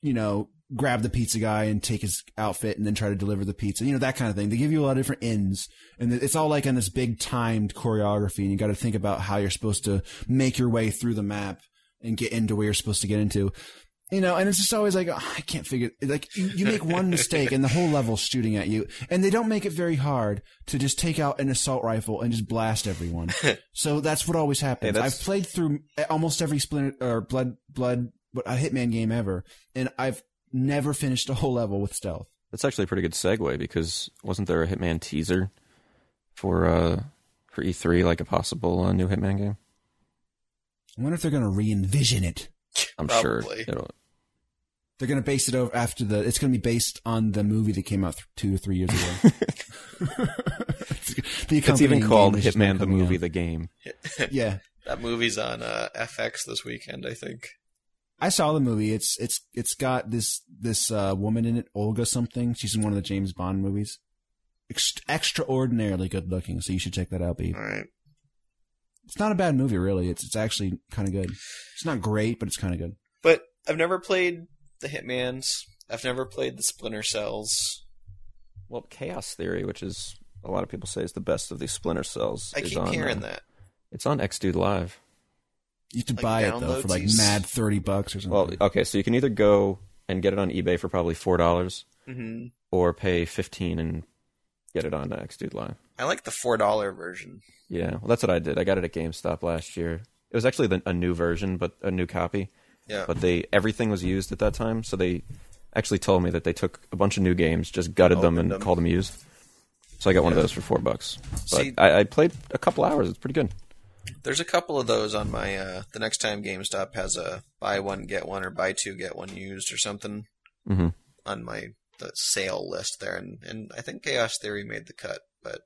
[SPEAKER 1] you know, grab the pizza guy and take his outfit and then try to deliver the pizza. You know that kind of thing. They give you a lot of different ends, and it's all like on this big timed choreography, and you got to think about how you're supposed to make your way through the map and get into where you're supposed to get into you know, and it's just always like, oh, I can't figure, like, you, you make one mistake and the whole level's shooting at you. And they don't make it very hard to just take out an assault rifle and just blast everyone. so that's what always happens.
[SPEAKER 3] that's-
[SPEAKER 1] I've played through almost every Splinter or Blood, Blood, but a Hitman game ever. And I've never finished a whole level with stealth.
[SPEAKER 3] That's actually a pretty good segue because wasn't there a Hitman teaser for uh for E3 like a possible uh, new Hitman game?
[SPEAKER 1] I wonder if they're going to re-envision it.
[SPEAKER 3] I'm
[SPEAKER 2] Probably.
[SPEAKER 3] sure it'll
[SPEAKER 1] They're going to base it over after the, it's going to be based on the movie that came out th- two or three years ago. the
[SPEAKER 3] It's even
[SPEAKER 1] accompanying
[SPEAKER 3] called
[SPEAKER 1] game is just not
[SPEAKER 3] Hitman the
[SPEAKER 1] coming
[SPEAKER 3] movie,
[SPEAKER 1] out.
[SPEAKER 3] the game.
[SPEAKER 1] yeah.
[SPEAKER 2] That movie's on uh, FX this weekend, I think.
[SPEAKER 1] I saw the movie. It's it's it's got this this uh, woman in it, Olga something. She's in one of the James Bond movies. Ext- extraordinarily good looking, so you should check that out, babe.
[SPEAKER 2] All right.
[SPEAKER 1] It's not a bad movie, really. It's it's actually kind of good. It's not great, but it's kind of good.
[SPEAKER 2] But I've never played the Hitman's. I've never played the Splinter Cells.
[SPEAKER 3] Well, Chaos Theory, which is a lot of people say is the best of these Splinter Cells.
[SPEAKER 2] I
[SPEAKER 3] is
[SPEAKER 2] keep
[SPEAKER 3] on,
[SPEAKER 2] hearing
[SPEAKER 3] uh,
[SPEAKER 2] that.
[SPEAKER 3] It's on XDude Live.
[SPEAKER 1] You have to
[SPEAKER 2] Like,
[SPEAKER 1] buy it though
[SPEAKER 2] downloads
[SPEAKER 1] for like
[SPEAKER 2] these-
[SPEAKER 1] mad thirty bucks or
[SPEAKER 3] Well,
[SPEAKER 1] something.
[SPEAKER 3] okay, so you can either go and get it on eBay for probably four dollars,
[SPEAKER 2] hmm
[SPEAKER 3] or pay fifteen and get it on uh, XDude Live.
[SPEAKER 2] I like the four dollar version.
[SPEAKER 3] Yeah, well, that's what I did. I got it at GameStop last year. It was actually the, a new version, but a new copy.
[SPEAKER 2] Yeah.
[SPEAKER 3] But they everything was used at that time, so they actually told me that they took a bunch of new games, just gutted them,
[SPEAKER 2] Opened
[SPEAKER 3] and
[SPEAKER 2] them.
[SPEAKER 3] called them used. So I got one of those for four bucks. But
[SPEAKER 2] See-
[SPEAKER 3] I, I played a couple hours. It's pretty good.
[SPEAKER 2] There's a couple of those on my. Uh, the next time GameStop has a buy one get one or buy two get one used or something
[SPEAKER 3] Mhm.
[SPEAKER 2] on my the sale list there, and and I think Chaos Theory made the cut, but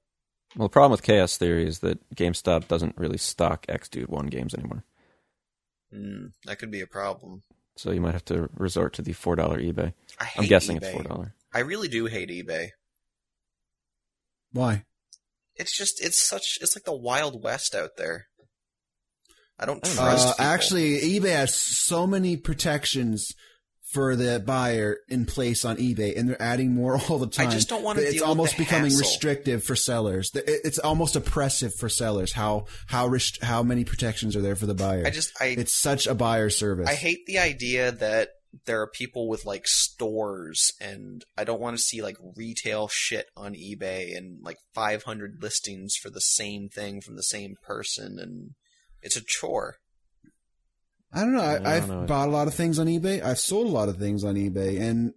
[SPEAKER 3] Well, the problem with Chaos Theory is that GameStop doesn't really stock XDude One games anymore,
[SPEAKER 2] mm, that could be a problem.
[SPEAKER 3] so you might have to resort to the four dollar eBay.
[SPEAKER 2] I hate
[SPEAKER 3] I'm guessing
[SPEAKER 2] eBay.
[SPEAKER 3] it's four dollar.
[SPEAKER 2] I really do hate eBay.
[SPEAKER 1] Why?
[SPEAKER 2] It's just it's such it's like the wild west out there. I don't
[SPEAKER 3] Uh,
[SPEAKER 2] trust.
[SPEAKER 1] Uh,
[SPEAKER 2] people.
[SPEAKER 1] actually, eBay has so many protections for the buyer in place on eBay, and they're adding more all the time.
[SPEAKER 2] just don't wanna
[SPEAKER 1] that It's
[SPEAKER 2] deal with
[SPEAKER 1] almost
[SPEAKER 2] the
[SPEAKER 1] becoming
[SPEAKER 2] hassle.
[SPEAKER 1] restrictive for sellers. Th- it- It's almost oppressive for sellers. How how rest- how many protections are there for the buyer?
[SPEAKER 2] I just I
[SPEAKER 1] it's such a buyer service.
[SPEAKER 2] I hate the idea that there are people with like stores and I don't want to see like retail shit on eBay and like 500 listings for the same thing from the same person and it's a chore.
[SPEAKER 1] I don't know. I,
[SPEAKER 3] I don't
[SPEAKER 1] I've
[SPEAKER 3] know.
[SPEAKER 1] bought a lot of things on eBay. I've sold a lot of things on eBay, and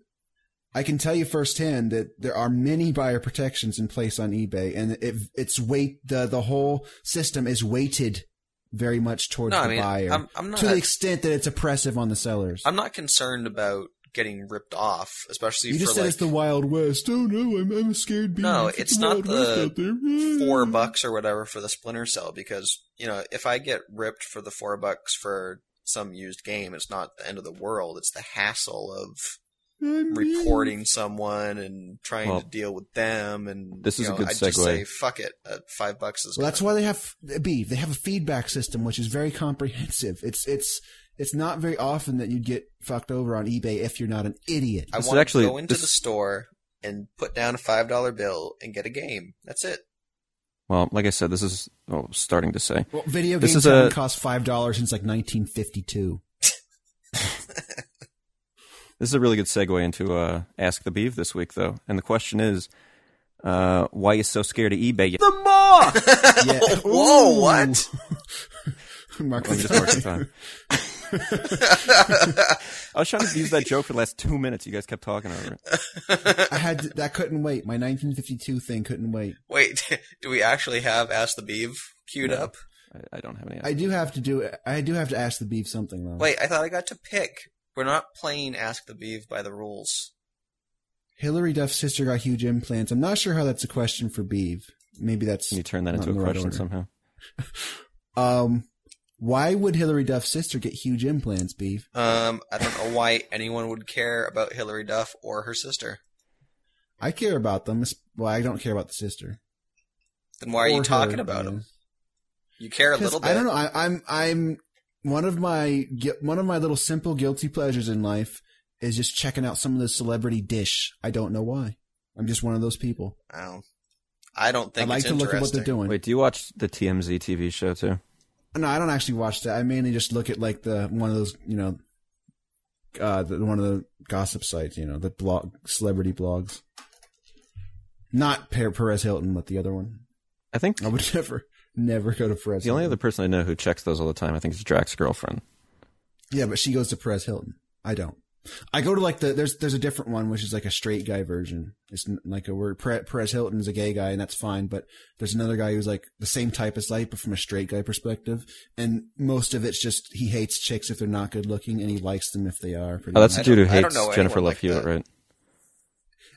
[SPEAKER 1] I can tell you firsthand that there are many buyer protections in place on eBay, and it, it's weight the the whole system is weighted very much towards
[SPEAKER 2] No,
[SPEAKER 1] the
[SPEAKER 2] I mean
[SPEAKER 1] buyer
[SPEAKER 2] I'm I'm not
[SPEAKER 1] to the extent that it's oppressive on the sellers.
[SPEAKER 2] I'm not concerned about getting ripped off, especially
[SPEAKER 1] you
[SPEAKER 2] for
[SPEAKER 1] just said
[SPEAKER 2] like
[SPEAKER 1] it's the Wild West. Oh no, I'm I'm a scared.
[SPEAKER 2] No,
[SPEAKER 1] beast.
[SPEAKER 2] it's not
[SPEAKER 1] Wild West
[SPEAKER 2] the
[SPEAKER 1] out there. Mm,
[SPEAKER 2] four bucks or whatever for the splinter cell because you know if i get ripped for the four bucks for some used game it's not the end of the world it's the hassle of
[SPEAKER 1] I'm mean.
[SPEAKER 2] reporting someone and trying
[SPEAKER 3] Well,
[SPEAKER 2] to deal with them and
[SPEAKER 3] this
[SPEAKER 2] you
[SPEAKER 3] is a
[SPEAKER 2] know,
[SPEAKER 3] good
[SPEAKER 2] I'd just
[SPEAKER 3] segue.
[SPEAKER 2] say fuck it uh, five bucks is
[SPEAKER 1] Well, that's
[SPEAKER 2] gonna-
[SPEAKER 1] why they have B. They have a feedback system which is very comprehensive. It's it's it's not very often that you get fucked over on eBay if you're not an idiot.
[SPEAKER 2] i
[SPEAKER 3] This is
[SPEAKER 2] want
[SPEAKER 3] actually-
[SPEAKER 2] to go into
[SPEAKER 3] this-
[SPEAKER 2] the store and put down a five dollar bill and get a game that's it
[SPEAKER 3] Well, like I said, this is oh, I was starting to say.
[SPEAKER 1] Well, video
[SPEAKER 3] This
[SPEAKER 1] games
[SPEAKER 3] is a-
[SPEAKER 1] haven't cost five dollars since like 1952.
[SPEAKER 3] This is a really good segue into uh, Ask the Beeve this week, though. And the question is, uh, why you so scared of eBay?
[SPEAKER 1] Yeah.
[SPEAKER 2] Whoa,
[SPEAKER 1] Ooh.
[SPEAKER 2] what?
[SPEAKER 1] Mark
[SPEAKER 3] Let me just mark the time. I was trying to use that joke for the last two minutes. You guys kept talking over it.
[SPEAKER 1] I had to, that couldn't wait. My 1952 thing couldn't wait.
[SPEAKER 2] Wait, do we actually have Ask the Beeve queued
[SPEAKER 3] No.
[SPEAKER 2] up?
[SPEAKER 3] I, I don't have any.
[SPEAKER 1] I do have to do. I do have to ask the beef something though.
[SPEAKER 2] Wait, I thought I got to pick. We're not playing Ask the Beeve by the rules.
[SPEAKER 1] Hillary Duff's sister got huge implants. I'm not sure how that's a question for Beeve. Maybe that's
[SPEAKER 3] Can you turn that
[SPEAKER 1] Not
[SPEAKER 3] into
[SPEAKER 1] in
[SPEAKER 3] a
[SPEAKER 1] the right
[SPEAKER 3] question
[SPEAKER 1] order.
[SPEAKER 3] somehow?
[SPEAKER 1] um. Why would Hillary Duff's sister get huge implants, Beeve?
[SPEAKER 2] Um, I don't know why anyone would care about Hillary Duff or her sister.
[SPEAKER 1] I care about them. It's- Well, I don't care about the sister.
[SPEAKER 2] Then why are
[SPEAKER 1] Or
[SPEAKER 2] you talking
[SPEAKER 1] her,
[SPEAKER 2] about
[SPEAKER 1] yeah.
[SPEAKER 2] them? You care a
[SPEAKER 1] 'Cause
[SPEAKER 2] little bit.
[SPEAKER 1] I don't know. I, I'm I'm one of my gui- one of my little simple guilty pleasures in life is just checking out some of the celebrity dish. I don't know why. I'm just one of those people.
[SPEAKER 2] Wow. I don't
[SPEAKER 1] I
[SPEAKER 2] think
[SPEAKER 1] like
[SPEAKER 2] it's
[SPEAKER 1] to look at what they're
[SPEAKER 2] interesting.
[SPEAKER 1] doing.
[SPEAKER 3] Wait, do you watch the TMZ TV show too?
[SPEAKER 1] No, I don't actually watch that. I mainly just look at like the one of those, you know, uh, the, one of the gossip sites, you know, the blog celebrity blogs. Not Per- Perez Hilton, but the other one.
[SPEAKER 3] I think
[SPEAKER 1] I would never, never go to Perez.
[SPEAKER 3] the only other
[SPEAKER 1] Hilton.
[SPEAKER 3] person I know who checks those all the time, I think, is Drax's girlfriend.
[SPEAKER 1] yeah, but she goes to Perez Hilton. I don't. I go to like the there's there's a different one which is like a straight guy version. It's n- like a word Pre- Perez Hilton is a gay guy and that's fine, but there's another guy who's like the same type as life but from a straight guy perspective. And most of it's just he hates chicks if they're not good looking and he likes them if they are. pretty
[SPEAKER 3] Oh, that's
[SPEAKER 1] much.
[SPEAKER 3] the
[SPEAKER 2] I
[SPEAKER 3] dude who
[SPEAKER 2] don't- I don't
[SPEAKER 3] hates
[SPEAKER 2] know
[SPEAKER 3] Jennifer
[SPEAKER 2] anyone
[SPEAKER 3] Love
[SPEAKER 2] like
[SPEAKER 3] Hewitt,
[SPEAKER 2] that.
[SPEAKER 3] right?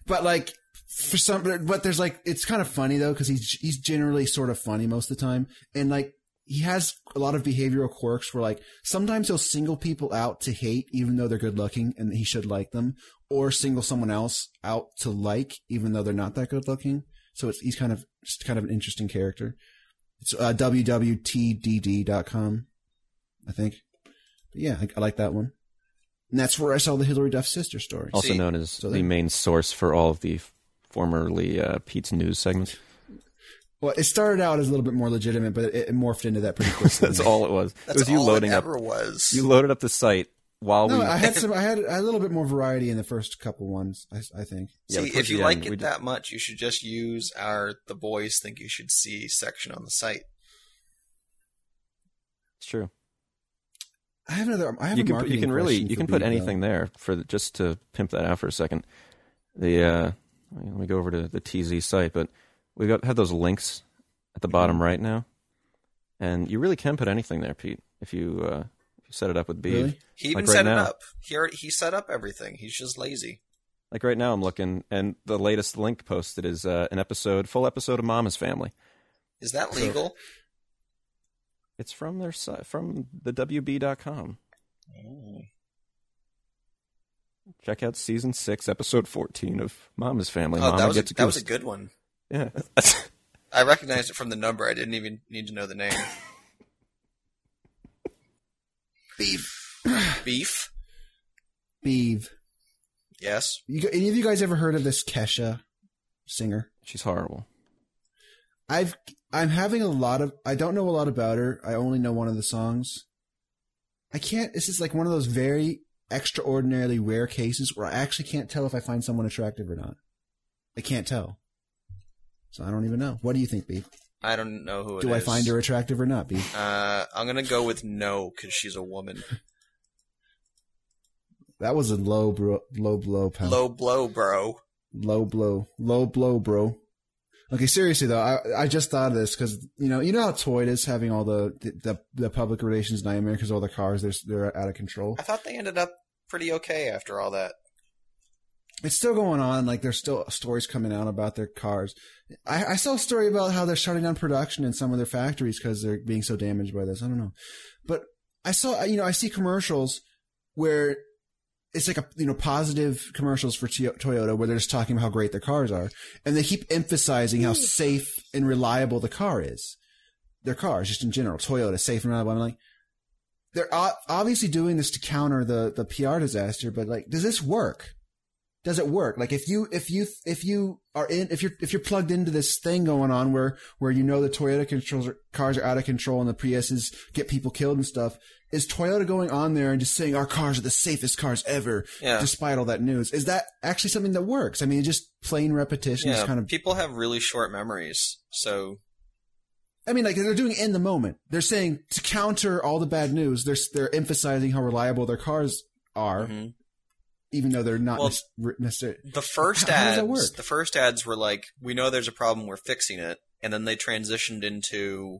[SPEAKER 1] but like for some but there's like it's kind of funny though because he's he's generally sort of funny most of the time and like he has a lot of behavioral quirks where like sometimes he'll single people out to hate even though they're good looking and he should like them or single someone else out to like even though they're not that good looking so it's he's kind of just kind of an interesting character it's uh, wwtdd.com i think but yeah I, I like that one and that's where i saw the hillary duff sister story
[SPEAKER 3] Also
[SPEAKER 2] See,
[SPEAKER 3] known as
[SPEAKER 1] so
[SPEAKER 3] the
[SPEAKER 1] then-
[SPEAKER 3] main source for all of the f- formerly uh, Pete's news segments.
[SPEAKER 1] Well, it started out as a little bit more legitimate, but it, it morphed into that pretty quickly.
[SPEAKER 3] That's all it was.
[SPEAKER 2] That's
[SPEAKER 3] it was you
[SPEAKER 2] all
[SPEAKER 3] loading
[SPEAKER 2] it
[SPEAKER 3] up.
[SPEAKER 2] ever was.
[SPEAKER 3] You loaded up the site while
[SPEAKER 1] No,
[SPEAKER 3] we.
[SPEAKER 1] I had some. I had, I had a little bit more variety in the first couple ones. I, I think.
[SPEAKER 3] yeah,
[SPEAKER 2] See,
[SPEAKER 3] towards
[SPEAKER 2] if you
[SPEAKER 3] the
[SPEAKER 2] like
[SPEAKER 3] end,
[SPEAKER 2] it
[SPEAKER 3] we
[SPEAKER 2] that much, you should just use our "The Boys Think You Should See" section on the site.
[SPEAKER 3] It's true.
[SPEAKER 1] I have another. I have
[SPEAKER 3] You
[SPEAKER 1] a
[SPEAKER 3] can put-
[SPEAKER 1] marketing
[SPEAKER 3] you can really
[SPEAKER 1] question
[SPEAKER 3] you
[SPEAKER 1] for
[SPEAKER 3] can put
[SPEAKER 1] Bee,
[SPEAKER 3] anything there for the, just to pimp that out for a second. The uh, let me go over to the TZ site, but we got have those links at the bottom right now, and you really can put anything there, Pete, if you uh, if you set it up with
[SPEAKER 1] though.
[SPEAKER 3] Beeve.
[SPEAKER 1] Really?
[SPEAKER 2] He even
[SPEAKER 3] Like right
[SPEAKER 2] set
[SPEAKER 3] now.
[SPEAKER 2] it up. He already, he set up everything. He's just lazy.
[SPEAKER 3] Like right now, I'm looking, and the latest link posted is uh, an episode, full episode of Mama's Family.
[SPEAKER 2] Is that legal?
[SPEAKER 3] It's from their si- from the WB.com. Check out season six, episode fourteen of Mama's Family.
[SPEAKER 2] oh,
[SPEAKER 3] Mama
[SPEAKER 2] that was a,
[SPEAKER 3] gets
[SPEAKER 2] that was a good one.
[SPEAKER 3] yeah.
[SPEAKER 2] I recognized it from the number. I didn't even need to know the name. Beef. Beef.
[SPEAKER 1] Beeve.
[SPEAKER 2] Yes.
[SPEAKER 1] You, gu- any of you guys ever heard of this Kesha singer?
[SPEAKER 3] She's horrible.
[SPEAKER 1] I've. I'm having a lot of. I don't know a lot about her. I only know one of the songs. I can't. This is like one of those very extraordinarily rare cases where I actually can't tell if I find someone attractive or not. I can't tell. So I don't even know. What do you think, Beef?
[SPEAKER 2] I don't know who it
[SPEAKER 1] Do I
[SPEAKER 2] is.
[SPEAKER 1] find her attractive or not, Beef?
[SPEAKER 2] Uh, I'm gonna go with no because she's a woman.
[SPEAKER 1] That was a low bro, low blow, pal.
[SPEAKER 2] Low blow, bro.
[SPEAKER 1] low blow, low blow, bro. Okay, seriously though, I, I just thought of this because you know you know how toy it is having all the the, the, the public relations nightmare because all the cars they're they're out of control.
[SPEAKER 2] I thought they ended up pretty okay after all that.
[SPEAKER 1] It's still going on. Like there's still stories coming out about their cars. I, I saw a story about how they're shutting down production in some of their factories because they're being so damaged by this. I don't know, but I saw you know I see commercials where it's like a you know positive commercials for T- Toyota where they're just talking about how great their cars are, and they keep emphasizing how safe and reliable the car is. Their cars, just in general, Toyota safe and reliable. I'm like, they're o- obviously doing this to counter the the PR disaster, but like, does this work? Does it work? Like, if you if you if you are in if you're if you're plugged into this thing going on where where you know the Toyota controls are, cars are out of control and the Priuses get people killed and stuff, is Toyota going on there and just saying our cars are the safest cars ever?
[SPEAKER 2] Yeah.
[SPEAKER 1] despite all that news. Is that actually something that works? I mean, just plain repetition
[SPEAKER 2] Yeah,
[SPEAKER 1] is kind of.
[SPEAKER 2] people have really short memories, so
[SPEAKER 1] I mean, like they're doing in the moment. They're saying to counter all the bad news. They're they're emphasizing how reliable their cars are,
[SPEAKER 2] Mhm.
[SPEAKER 1] even though they're not
[SPEAKER 2] Well,
[SPEAKER 1] necessarily.
[SPEAKER 2] The first
[SPEAKER 1] How- how does that
[SPEAKER 2] ads,
[SPEAKER 1] work?
[SPEAKER 2] the first ads were like, "We know there's a problem, we're fixing it," and then they transitioned into,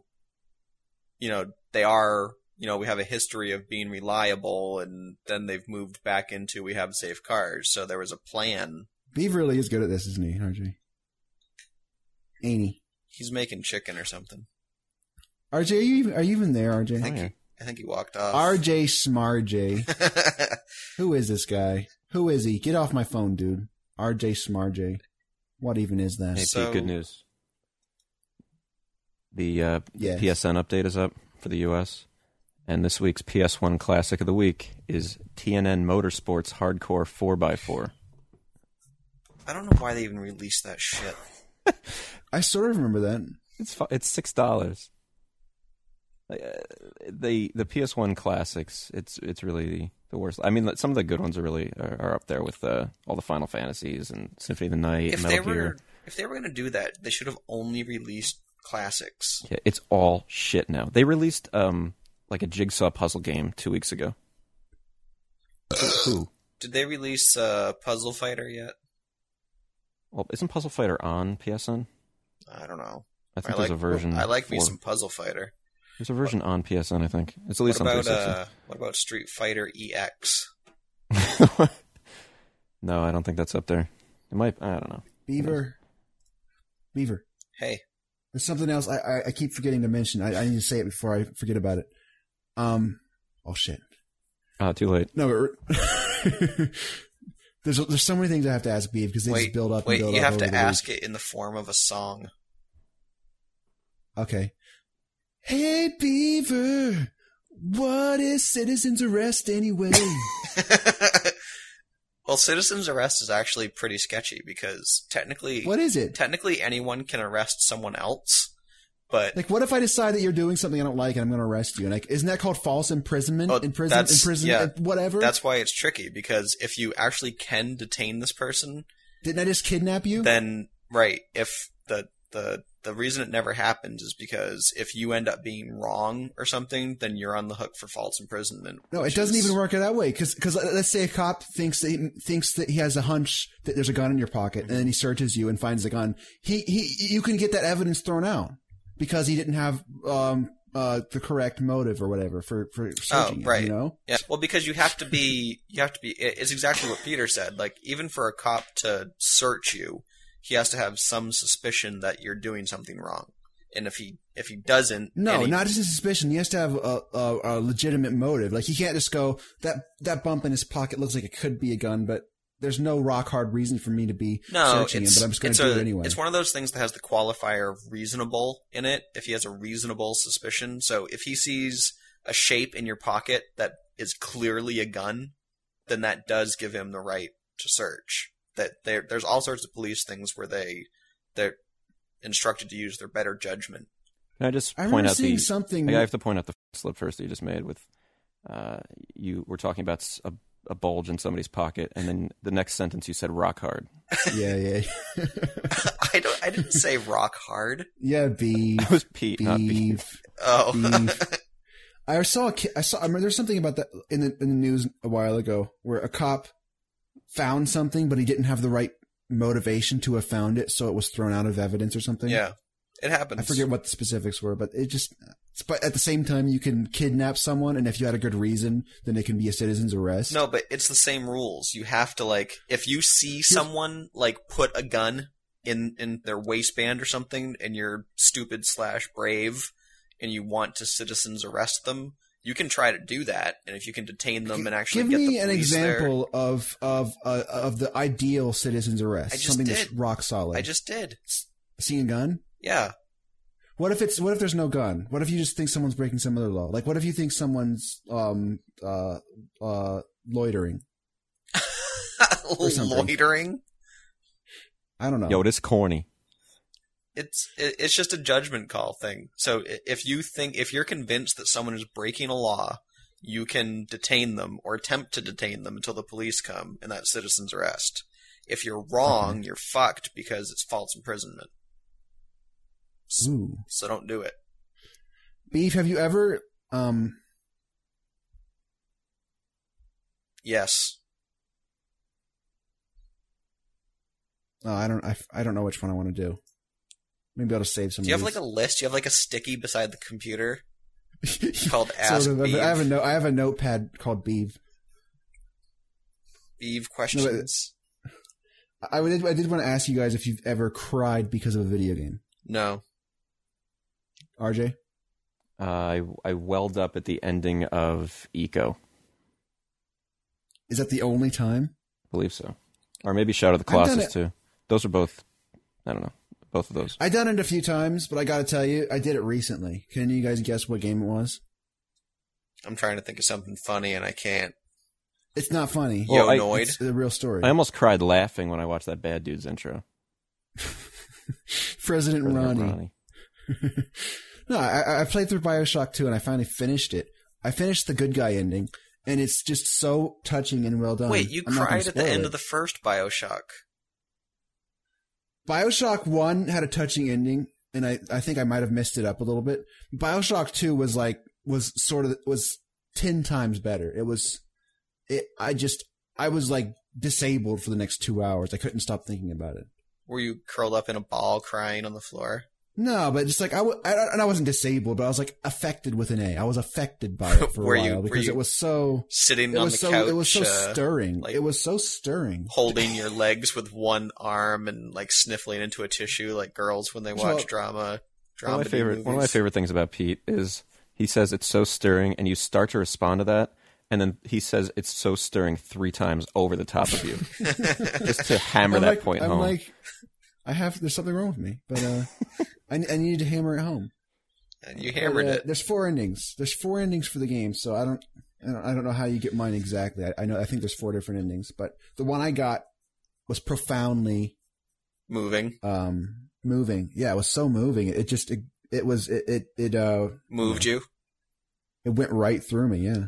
[SPEAKER 2] you know, they are, you know, we have a history of being reliable, and then they've moved back into we have safe cars. So there was a plan.
[SPEAKER 1] Beav really is good at this, isn't he, RJ? Ain't he?
[SPEAKER 2] He's making chicken or something.
[SPEAKER 1] RJ, are you even, are you even there,
[SPEAKER 2] I
[SPEAKER 1] RJ?
[SPEAKER 2] think.
[SPEAKER 3] Oh, yeah.
[SPEAKER 2] He, I think he walked off.
[SPEAKER 1] RJ Smarj. Who is this guy? Who is he? Get off my phone, dude. RJ Smarj. What even is that?
[SPEAKER 3] Hey,
[SPEAKER 2] So-
[SPEAKER 3] Pete, good news. The uh,
[SPEAKER 1] Yes.
[SPEAKER 3] PSN update is up for the U.S. And this week's PS1 Classic of the Week is TNN Motorsports Hardcore 4x4.
[SPEAKER 2] I don't know why they even released that shit.
[SPEAKER 1] I sort of remember that.
[SPEAKER 3] It's fu- it's six dollars. uh, The the PS1 classics. It's it's really the worst. I mean, like, some of the good ones are really are, are up there with uh, all the Final Fantasies and Symphony of the Night
[SPEAKER 2] If
[SPEAKER 3] and
[SPEAKER 2] they
[SPEAKER 3] Metal
[SPEAKER 2] were,
[SPEAKER 3] Gear.
[SPEAKER 2] if they were gonna do that, they should have only released classics.
[SPEAKER 3] Yeah, it's all shit now. They released um like a jigsaw puzzle game two weeks ago. Ooh.
[SPEAKER 2] Did they release uh, Puzzle Fighter yet?
[SPEAKER 3] Well, isn't Puzzle Fighter on PSN?
[SPEAKER 2] I don't know.
[SPEAKER 3] I think
[SPEAKER 2] I
[SPEAKER 3] there's
[SPEAKER 2] like
[SPEAKER 3] a version.
[SPEAKER 2] I like me
[SPEAKER 3] for-
[SPEAKER 2] some Puzzle Fighter.
[SPEAKER 3] There's a version on PSN. I think it's at
[SPEAKER 2] What
[SPEAKER 3] least on
[SPEAKER 2] about
[SPEAKER 3] 360.
[SPEAKER 2] uh, what about Street Fighter E EX? uh,
[SPEAKER 3] no, I don't think that's up there. It might. I don't know.
[SPEAKER 1] Beaver. Beaver.
[SPEAKER 2] Hey,
[SPEAKER 1] There's something else I, I, I keep forgetting to mention. I, I need to say it before I forget about it. Um, oh shit.
[SPEAKER 3] Ah, too late.
[SPEAKER 1] No, but there's there's so many things I have to ask Beav because they
[SPEAKER 2] wait,
[SPEAKER 1] just build up.
[SPEAKER 2] wait!
[SPEAKER 1] and build
[SPEAKER 2] you
[SPEAKER 1] up
[SPEAKER 2] have
[SPEAKER 1] over
[SPEAKER 2] to
[SPEAKER 1] the
[SPEAKER 2] ask it in the form of a song.
[SPEAKER 1] week. Okay. Hey Beaver, what is citizens arrest anyway?
[SPEAKER 2] well, citizens arrest is actually pretty sketchy because technically,
[SPEAKER 1] what is it?
[SPEAKER 2] technically anyone can arrest someone else, but
[SPEAKER 1] Like, what if I decide that you're doing something I don't like and I'm going to arrest you? And like, isn't that called false imprisonment?
[SPEAKER 2] Oh,
[SPEAKER 1] Imprison,
[SPEAKER 2] that's-
[SPEAKER 1] imprisonment, whatever.
[SPEAKER 2] that's why it's tricky because if you actually can detain this person,
[SPEAKER 1] Didn't I just kidnap you?
[SPEAKER 2] then right if the the the reason it never happens is because if you end up being wrong or something, then you're on the hook for false imprisonment.
[SPEAKER 1] No, it
[SPEAKER 2] which
[SPEAKER 1] doesn't
[SPEAKER 2] is-
[SPEAKER 1] even work that way. Because let's say a cop thinks that he, thinks that he has a hunch that there's a gun in your pocket, and then he searches you and finds the gun. He he, you can get that evidence thrown out because he didn't have um uh the correct motive or whatever for for searching.
[SPEAKER 2] Oh, right.
[SPEAKER 1] You, you know.
[SPEAKER 2] Yeah, well, because you have to be, you have to be. it- It's exactly what Peter said. Like, even for a cop to search you, he has to have some suspicion that you're doing something wrong. And if he if he doesn't,
[SPEAKER 1] No,
[SPEAKER 2] and he-
[SPEAKER 1] not just a suspicion. He has to have a, a, a legitimate motive. Like he can't just go that that bump in his pocket looks like it could be a gun, but there's no rock hard reason for me to be
[SPEAKER 2] no,
[SPEAKER 1] searching him.
[SPEAKER 2] it's,
[SPEAKER 1] But I'm just going
[SPEAKER 2] it's
[SPEAKER 1] to do
[SPEAKER 2] a-
[SPEAKER 1] it anyway.
[SPEAKER 2] It's one of those things that has the qualifier of reasonable in it. If he has a reasonable suspicion, so if he sees a shape in your pocket that is clearly a gun, then that does give him the right to search. That there, there's all sorts of police things where they they're instructed to use their better judgment.
[SPEAKER 3] Can I just
[SPEAKER 1] I
[SPEAKER 3] point
[SPEAKER 1] remember
[SPEAKER 3] out
[SPEAKER 1] seeing
[SPEAKER 3] the?
[SPEAKER 1] something.
[SPEAKER 3] I have to point out the slip first that you just made with. Uh, you were talking about s- a, a bulge in somebody's pocket, and then the next sentence you said rock hard.
[SPEAKER 1] yeah, yeah,
[SPEAKER 2] I don't. I didn't say rock hard.
[SPEAKER 1] yeah. Be
[SPEAKER 3] It was Pete, not Pete.
[SPEAKER 1] beef.
[SPEAKER 2] Oh,
[SPEAKER 1] Mm, Beef. I saw a ki- I saw I remember there's something about that in the in the news a while ago where a cop found something but he didn't have the right motivation to have found it so it was thrown out of evidence or something.
[SPEAKER 2] yeah, it happens.
[SPEAKER 1] I forget what the specifics were, but it just but at the same time you can kidnap someone and if you had a good reason then it can be a citizen's arrest.
[SPEAKER 2] No, but it's the same rules. You have to like if you see someone like put a gun in in their waistband or something, and you're stupid slash brave, and you want to citizens arrest them. You can try to do that, and if you can detain them and actually
[SPEAKER 1] Give
[SPEAKER 2] get
[SPEAKER 1] me
[SPEAKER 2] the
[SPEAKER 1] an
[SPEAKER 2] police there-
[SPEAKER 1] example of of uh, of the ideal citizen's arrest.
[SPEAKER 2] I just
[SPEAKER 1] something that's
[SPEAKER 2] did.
[SPEAKER 1] rock solid.
[SPEAKER 2] I just did.
[SPEAKER 1] seeing a gun.
[SPEAKER 2] Yeah,
[SPEAKER 1] What if it's what if there's no gun? What if you just think someone's breaking some other law? Like what if you think someone's um uh uh loitering? something.
[SPEAKER 2] loitering.
[SPEAKER 1] I don't know.
[SPEAKER 3] Yo, this corny.
[SPEAKER 2] it's it- it's just a judgment call thing. So i- if you think if you're convinced that someone is breaking a law, you can detain them or attempt to detain them until the police come, and that's citizen's arrest. If you're
[SPEAKER 1] Mm-hmm.
[SPEAKER 2] wrong, you're fucked because it's false imprisonment.
[SPEAKER 1] Ooh.
[SPEAKER 2] So don't do it.
[SPEAKER 1] Beef, have you ever um
[SPEAKER 2] Yes.
[SPEAKER 1] oh, I don't I, I don't know which one I want to do. Maybe I'll just save some.
[SPEAKER 2] Do you
[SPEAKER 1] of
[SPEAKER 2] have like a list? Do you have like a sticky beside the computer called
[SPEAKER 1] these.
[SPEAKER 2] Ask
[SPEAKER 1] So, I
[SPEAKER 2] Beeve,
[SPEAKER 1] have a no, I have a notepad called Beef.
[SPEAKER 2] Beeve questions?
[SPEAKER 1] I did I did want to ask you guys if you've ever cried because of a video game.
[SPEAKER 2] No.
[SPEAKER 1] RJ,
[SPEAKER 3] Uh, I I welled up at the ending of Eco.
[SPEAKER 1] is that the only time?
[SPEAKER 3] I believe so, or maybe Shadow of the
[SPEAKER 1] I've done
[SPEAKER 3] Colossus
[SPEAKER 1] it-
[SPEAKER 3] too. Those are both. I don't know. Both of those.
[SPEAKER 1] I done it a few times, but I got to tell you, I did it recently. Can you guys guess what game it was?
[SPEAKER 2] I'm trying to think of something funny and I can't.
[SPEAKER 1] It's not funny.
[SPEAKER 3] Well, I-
[SPEAKER 2] Yo, Noid.
[SPEAKER 1] It's a real story.
[SPEAKER 3] I almost cried laughing when I watched that bad dude's intro.
[SPEAKER 1] President
[SPEAKER 3] President
[SPEAKER 1] Ronnie. No, I, I- I played through Bioshock 2 and I finally finished it. I finished the good guy ending, and it's just so touching and well done.
[SPEAKER 2] Wait, you
[SPEAKER 1] uh, I'm not gonna
[SPEAKER 2] cried at the
[SPEAKER 1] spoil
[SPEAKER 2] end
[SPEAKER 1] it.
[SPEAKER 2] of the first Bioshock.
[SPEAKER 1] Bioshock 1 had a touching ending, and I, I think I might have messed it up a little bit. Bioshock 2 was like, was sort of, was 10 times better. It was, it, I just, I was like disabled for the next two hours. I couldn't stop thinking about it.
[SPEAKER 2] Were you curled up in a ball crying on the floor?
[SPEAKER 1] No, but just like I, w- I, I- and I wasn't disabled, but I was like affected with an A. I was affected by it for
[SPEAKER 2] Were
[SPEAKER 1] a
[SPEAKER 2] you-
[SPEAKER 1] while
[SPEAKER 2] were
[SPEAKER 1] because
[SPEAKER 2] you
[SPEAKER 1] it was so,
[SPEAKER 2] Sitting
[SPEAKER 1] it
[SPEAKER 2] on
[SPEAKER 1] was
[SPEAKER 2] the
[SPEAKER 1] so,
[SPEAKER 2] couch,
[SPEAKER 1] it was so
[SPEAKER 2] uh,
[SPEAKER 1] stirring.
[SPEAKER 2] like-
[SPEAKER 1] it was so stirring.
[SPEAKER 2] holding your legs with one arm and like sniffling into a tissue like girls when they
[SPEAKER 1] Well,
[SPEAKER 2] watch drama.
[SPEAKER 3] One of
[SPEAKER 2] Drama
[SPEAKER 3] my favorite. One of my favorite things about Pete is he says it's so stirring, and you start to respond to that, and then he says it's so stirring three times over the top of you, just to hammer
[SPEAKER 1] I'm
[SPEAKER 3] that
[SPEAKER 1] like,
[SPEAKER 3] point
[SPEAKER 1] I'm
[SPEAKER 3] home.
[SPEAKER 1] like, I have there's something wrong with me, but uh, I, I needed to hammer it home.
[SPEAKER 2] And you hammered
[SPEAKER 1] But, uh,
[SPEAKER 2] it.
[SPEAKER 1] There's four endings. There's four endings for the game, so I don't, I don't, I don't know how you get mine exactly. I, I know I think there's four different endings, but the one I got was profoundly
[SPEAKER 2] Moving.
[SPEAKER 1] um moving. Yeah, it was so moving. It just it, it was it, it it uh
[SPEAKER 2] Moved you.
[SPEAKER 1] it went right through me. Yeah,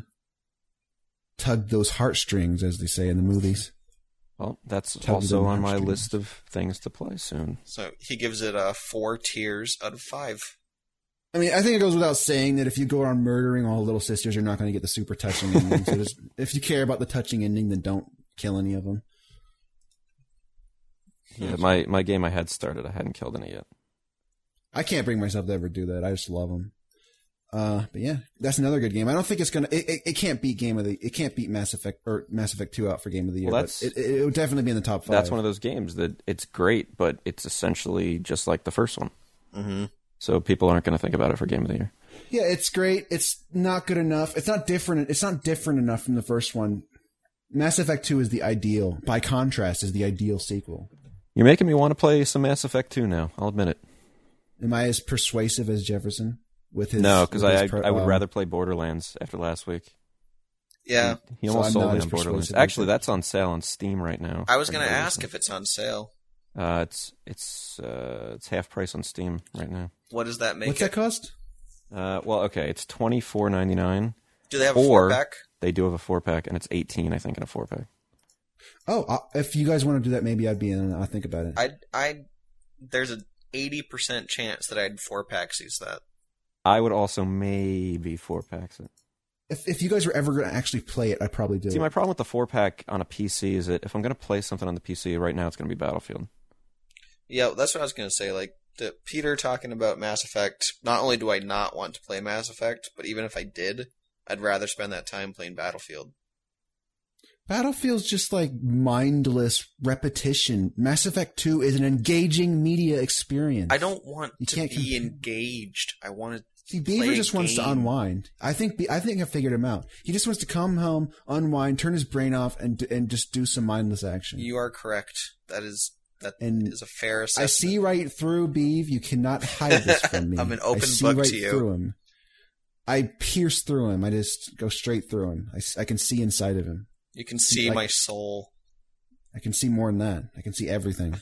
[SPEAKER 1] tugged those heartstrings as they say in the movies.
[SPEAKER 3] Well, that's
[SPEAKER 1] Tell them
[SPEAKER 3] also
[SPEAKER 1] to
[SPEAKER 3] on my
[SPEAKER 1] hamstring
[SPEAKER 3] list of things to play soon.
[SPEAKER 2] So he gives it a four tiers out of five.
[SPEAKER 1] I mean, I think it goes without saying that if you go around murdering all the little sisters, you're not going to get the super touching ending. so just, if you care about the touching ending, then don't kill any of them.
[SPEAKER 3] Yeah, my my game I had started. I hadn't killed any yet.
[SPEAKER 1] I can't bring myself to ever do that. I just love them. Uh, but yeah, that's another good game. I don't think it's gonna. It, it, it can't beat game of the. It can't beat Mass Effect or Mass Effect Two out for game of the year.
[SPEAKER 3] Well,
[SPEAKER 1] but
[SPEAKER 3] that's-
[SPEAKER 1] it, it, it would definitely be in the top five.
[SPEAKER 3] That's one of those games that it's great, but it's essentially just like the first one.
[SPEAKER 2] Mm-hmm.
[SPEAKER 3] So people aren't going to think about it for game of the year.
[SPEAKER 1] Yeah, it's great. It's not good enough. It's not different. It's not different enough from the first one. Mass Effect 2 is the ideal. By contrast, is the ideal sequel.
[SPEAKER 3] You're making me want to play some Mass Effect 2 now. I'll admit it.
[SPEAKER 1] Am I as persuasive as Jefferson with his?
[SPEAKER 3] no, because
[SPEAKER 1] with his
[SPEAKER 3] I
[SPEAKER 1] pro-
[SPEAKER 3] I would
[SPEAKER 1] um,
[SPEAKER 3] rather play Borderlands after last week.
[SPEAKER 2] Yeah.
[SPEAKER 3] He
[SPEAKER 1] So
[SPEAKER 3] almost
[SPEAKER 1] I'm
[SPEAKER 3] sold
[SPEAKER 1] not
[SPEAKER 3] me
[SPEAKER 1] as
[SPEAKER 3] on Borderlands.
[SPEAKER 1] persuasive
[SPEAKER 3] Actually,
[SPEAKER 1] as-
[SPEAKER 3] that's on sale on Steam right now.
[SPEAKER 2] I was gonna
[SPEAKER 3] Everybody
[SPEAKER 2] ask
[SPEAKER 3] listen.
[SPEAKER 2] if it's on sale.
[SPEAKER 3] uh, it's it's uh, it's half price on Steam right now.
[SPEAKER 2] What does that make
[SPEAKER 1] What's
[SPEAKER 2] it?
[SPEAKER 1] that cost?
[SPEAKER 3] Uh, well, okay, it's twenty four ninety nine.
[SPEAKER 2] Do they have a
[SPEAKER 3] Or-
[SPEAKER 2] four pack?
[SPEAKER 3] They do have a four pack, and it's eighteen, I think, in a four pack.
[SPEAKER 1] Oh, I, if you guys want to do that, maybe I'd be in. I'll think about it.
[SPEAKER 2] I I there's an eighty percent chance that I'd four pack sees that.
[SPEAKER 3] I would also maybe four packs it.
[SPEAKER 1] if if you guys were ever going to actually play it, I'd probably do
[SPEAKER 3] See,
[SPEAKER 1] it.
[SPEAKER 3] my problem with the four pack on a PC is that if I'm going to play something on the PC right now, it's going to be Battlefield.
[SPEAKER 2] Yeah, that's what I was gonna say. Like the Peter talking about Mass Effect. Not only do I not want to play Mass Effect, but even if I did, I'd rather spend that time playing Battlefield.
[SPEAKER 1] Battlefield's just like mindless repetition. Mass Effect 2 is an engaging media experience.
[SPEAKER 2] I don't want
[SPEAKER 1] You
[SPEAKER 2] to
[SPEAKER 1] can't
[SPEAKER 2] be
[SPEAKER 1] compare.
[SPEAKER 2] engaged. I want to.
[SPEAKER 1] See,
[SPEAKER 2] play
[SPEAKER 1] Beaver
[SPEAKER 2] a
[SPEAKER 1] just wants to
[SPEAKER 2] game.
[SPEAKER 1] unwind. I think Be- I think I figured him out. He just wants to come home, unwind, turn his brain off, and and just do some mindless action.
[SPEAKER 2] You are correct. That is that is
[SPEAKER 1] And
[SPEAKER 2] a fair
[SPEAKER 1] I
[SPEAKER 2] assessment.
[SPEAKER 1] see right through Beeve. You cannot hide this from me.
[SPEAKER 2] I'm an
[SPEAKER 1] I
[SPEAKER 2] open
[SPEAKER 1] see
[SPEAKER 2] book
[SPEAKER 1] right
[SPEAKER 2] to you.
[SPEAKER 1] Through him. I pierce through him. I just go straight through him. I, s- I can see inside of him.
[SPEAKER 2] You can see
[SPEAKER 1] Like-
[SPEAKER 2] my soul.
[SPEAKER 1] I can see more than that. I can see everything.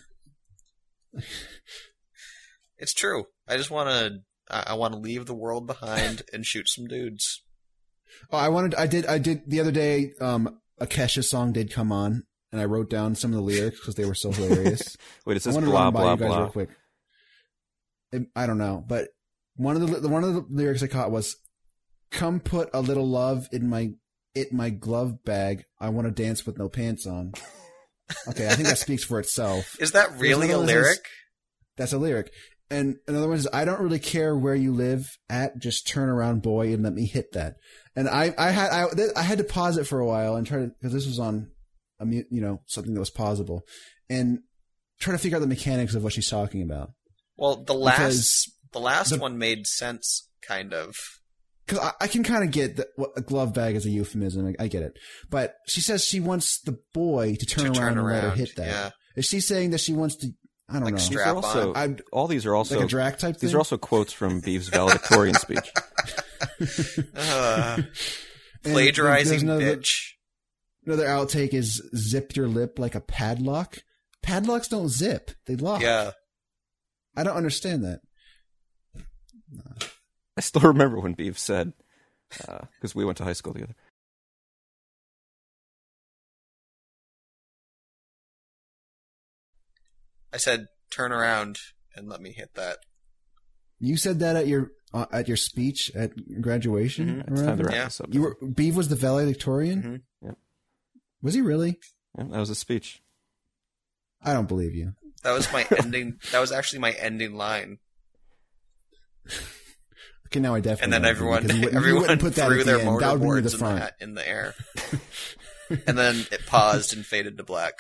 [SPEAKER 2] It's true. I just want to. I, I want to leave the world behind and shoot some dudes.
[SPEAKER 1] Oh, I wanted. I did. I did the other day. Um, a Kesha song did come on, and I wrote down some of the lyrics because they were so hilarious.
[SPEAKER 3] Wait,
[SPEAKER 1] I
[SPEAKER 3] it says
[SPEAKER 1] wanted to
[SPEAKER 3] blah
[SPEAKER 1] run by
[SPEAKER 3] blah
[SPEAKER 1] you guys
[SPEAKER 3] blah.
[SPEAKER 1] real quick. It- I don't know, but One of the, the one of the lyrics I caught was, "Come put a little love in my it my glove bag. I want to dance with no pants on." Okay, I think that speaks for itself.
[SPEAKER 2] Is that really a
[SPEAKER 1] another one that
[SPEAKER 2] lyric?
[SPEAKER 1] That's a lyric. And another one is, I don't really care where you live at, just turn around, boy, and let me hit that. And I, I had, I, th- I had to pause it for a while and try to, cause this was on a mu you know, something that was pausable and try to figure out the mechanics of what she's talking about.
[SPEAKER 2] Well, the last
[SPEAKER 1] Because
[SPEAKER 2] the last
[SPEAKER 1] the-
[SPEAKER 2] one made sense, kind of.
[SPEAKER 1] Cause I, I can kind of get that what a glove bag is a euphemism. I, I get it. But she says she wants the boy to turn around
[SPEAKER 2] to turn
[SPEAKER 1] and
[SPEAKER 2] around,
[SPEAKER 1] let her hit that.
[SPEAKER 2] yeah,
[SPEAKER 1] Is she saying that she wants to, I don't
[SPEAKER 2] like
[SPEAKER 1] know.
[SPEAKER 2] strap on.
[SPEAKER 3] also-
[SPEAKER 1] I'm
[SPEAKER 3] All these are also
[SPEAKER 1] like a drag type
[SPEAKER 3] these
[SPEAKER 1] thing?
[SPEAKER 3] are also quotes from Beeve's valedictorian speech.
[SPEAKER 2] Ugh.
[SPEAKER 1] And
[SPEAKER 2] Uh, plagiarizing
[SPEAKER 1] there's another-
[SPEAKER 2] bitch.
[SPEAKER 1] Another outtake is zip your lip like a padlock. Padlocks don't zip; they lock.
[SPEAKER 2] Yeah,
[SPEAKER 1] I don't understand that.
[SPEAKER 3] I still remember when Beeve said, because we went to high school together.
[SPEAKER 2] I said turn around and let me hit that.
[SPEAKER 1] You said that at your uh, at your speech at graduation.
[SPEAKER 3] Mm-hmm. It's time to wrap
[SPEAKER 2] Yeah.
[SPEAKER 3] this up.
[SPEAKER 1] You were Beeve was the valedictorian.
[SPEAKER 2] Mhm.
[SPEAKER 3] Yep.
[SPEAKER 1] Was he really?
[SPEAKER 3] Yeah, that was a speech.
[SPEAKER 1] I don't believe you.
[SPEAKER 2] That was my ending. That was actually my ending line.
[SPEAKER 1] Okay, now I definitely.
[SPEAKER 2] And then
[SPEAKER 1] don't believe you, 'cause you wouldn't-
[SPEAKER 2] everyone,
[SPEAKER 1] you
[SPEAKER 2] everyone
[SPEAKER 1] wouldn't put
[SPEAKER 2] put
[SPEAKER 1] that at
[SPEAKER 2] threw
[SPEAKER 1] the
[SPEAKER 2] their
[SPEAKER 1] end. That would be near the
[SPEAKER 2] mortarboards in
[SPEAKER 1] front.
[SPEAKER 2] the, in the air. and then it paused and faded to black.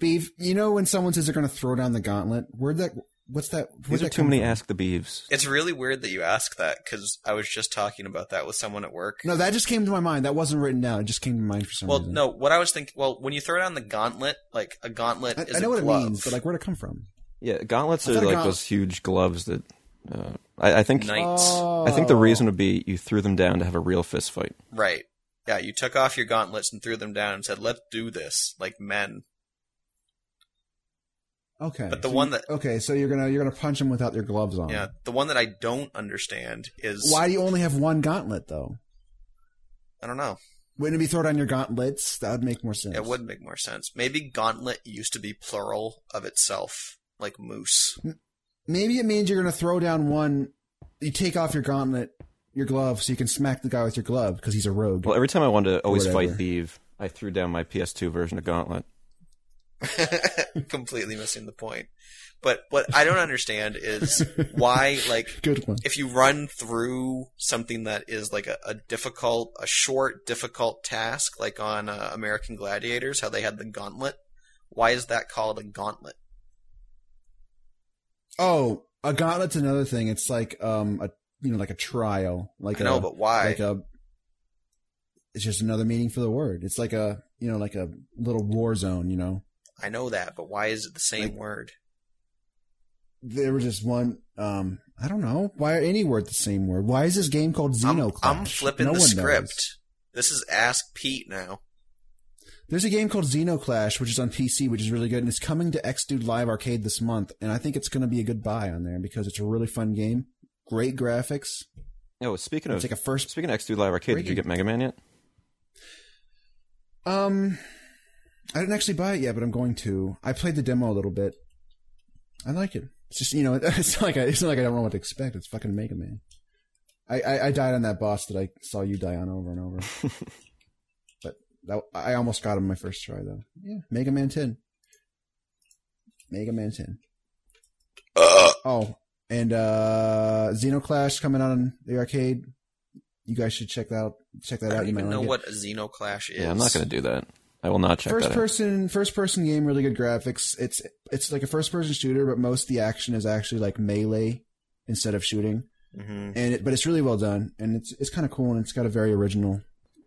[SPEAKER 1] Beeve, you know when someone says they're going to throw down the gauntlet, where'd that? What's that? Where'd
[SPEAKER 3] These are
[SPEAKER 1] that
[SPEAKER 3] too
[SPEAKER 1] come
[SPEAKER 3] many
[SPEAKER 1] from?
[SPEAKER 3] Ask the Beeves.
[SPEAKER 2] It's really weird that you ask that because I was just talking about that with someone at work.
[SPEAKER 1] No, that just came to my mind. That wasn't written down. It just came to mind for some
[SPEAKER 2] well,
[SPEAKER 1] reason.
[SPEAKER 2] no, what I was thinking. Well, when you throw down the gauntlet, like a gauntlet
[SPEAKER 1] I,
[SPEAKER 2] is
[SPEAKER 1] I
[SPEAKER 2] a
[SPEAKER 1] know what
[SPEAKER 2] glove.
[SPEAKER 1] it means, but like, where'd it come from?
[SPEAKER 3] Yeah, gauntlets
[SPEAKER 1] I
[SPEAKER 3] are
[SPEAKER 1] thought
[SPEAKER 3] like
[SPEAKER 1] gaunt-
[SPEAKER 3] those huge gloves that uh, I, I think.
[SPEAKER 2] Knights.
[SPEAKER 3] I
[SPEAKER 1] Oh.
[SPEAKER 3] think the reason would be you threw them down to have a real fist fight.
[SPEAKER 2] right? Yeah, you took off your gauntlets and threw them down and said, "Let's do this, like men."
[SPEAKER 1] Oh, Okay.
[SPEAKER 2] But the
[SPEAKER 1] so
[SPEAKER 2] one
[SPEAKER 1] you-
[SPEAKER 2] that-
[SPEAKER 1] Okay, so you're gonna you're gonna punch them without their gloves on.
[SPEAKER 2] Yeah, the one that I don't understand is
[SPEAKER 1] Why do you only have one gauntlet though?
[SPEAKER 2] I don't know.
[SPEAKER 1] Wouldn't it be throw down your gauntlets? That would make more sense.
[SPEAKER 2] It would make more sense. Maybe gauntlet used to be plural of itself, like moose.
[SPEAKER 1] Maybe it means you're gonna throw down one. You take off your gauntlet, your glove, so you can smack the guy with your glove because he's a rogue.
[SPEAKER 3] Well, every time I wanted to always
[SPEAKER 1] Whatever.
[SPEAKER 3] fight Beeve, I threw down my PS2 version of Gauntlet.
[SPEAKER 2] Completely missing the point. But what I don't understand is why, like,
[SPEAKER 1] Good one.
[SPEAKER 2] if you run through something that is like a, a difficult, a short, difficult task, like on uh, American Gladiators, how they had the gauntlet, why is that called a gauntlet?
[SPEAKER 1] Oh, a gauntlet's another thing. It's like um a you know like a trial, like
[SPEAKER 2] I know,
[SPEAKER 1] a,
[SPEAKER 2] but why?
[SPEAKER 1] like a. It's just another meaning for the word. It's like a you know like a little war zone. You know.
[SPEAKER 2] I know that, but why is it the same
[SPEAKER 1] Like-
[SPEAKER 2] word?
[SPEAKER 1] there was just one um I don't know. Why are any word the same word? Why is this game called
[SPEAKER 2] I'm,
[SPEAKER 1] Xenoclash?
[SPEAKER 2] I'm flipping
[SPEAKER 1] No
[SPEAKER 2] the
[SPEAKER 1] one
[SPEAKER 2] script.
[SPEAKER 1] knows.
[SPEAKER 2] This is Ask Pete now.
[SPEAKER 1] There's a game called Xenoclash, which is on PC, which is really good, and it's coming to Xdude Live Arcade this month, and I think it's going to be a good buy on there because it's a really fun game, great graphics.
[SPEAKER 3] Oh, speaking
[SPEAKER 1] It's
[SPEAKER 3] of
[SPEAKER 1] like a first.
[SPEAKER 3] speaking of X2 Live Arcade, did you
[SPEAKER 1] Freaking-
[SPEAKER 3] get Mega Man yet?
[SPEAKER 1] Um, I didn't actually buy it yet, but I'm going to. I played the demo a little bit. I like it. It's just you know, it's not like I, it's not like I don't know what to expect. It's fucking Mega Man. I, I I died on that boss that I saw you die on over and over. but that, I almost got him my first try though. Yeah, Mega Man Ten. Mega Man Ten. Oh, and uh Xenoclash coming out on the arcade. You guys should check that out. Check that
[SPEAKER 2] I
[SPEAKER 1] out.
[SPEAKER 2] don't
[SPEAKER 1] You might
[SPEAKER 2] even know
[SPEAKER 1] like it.
[SPEAKER 2] what a Xenoclash is.
[SPEAKER 3] Yeah, I'm not going to do that. I will not check
[SPEAKER 1] first
[SPEAKER 3] that. out.
[SPEAKER 1] person first person game really good graphics it's it's like a first person shooter but most of the action is actually like melee instead of shooting
[SPEAKER 2] hmm
[SPEAKER 1] and it, but it's really well done and it's it's kind of cool and it's got a very original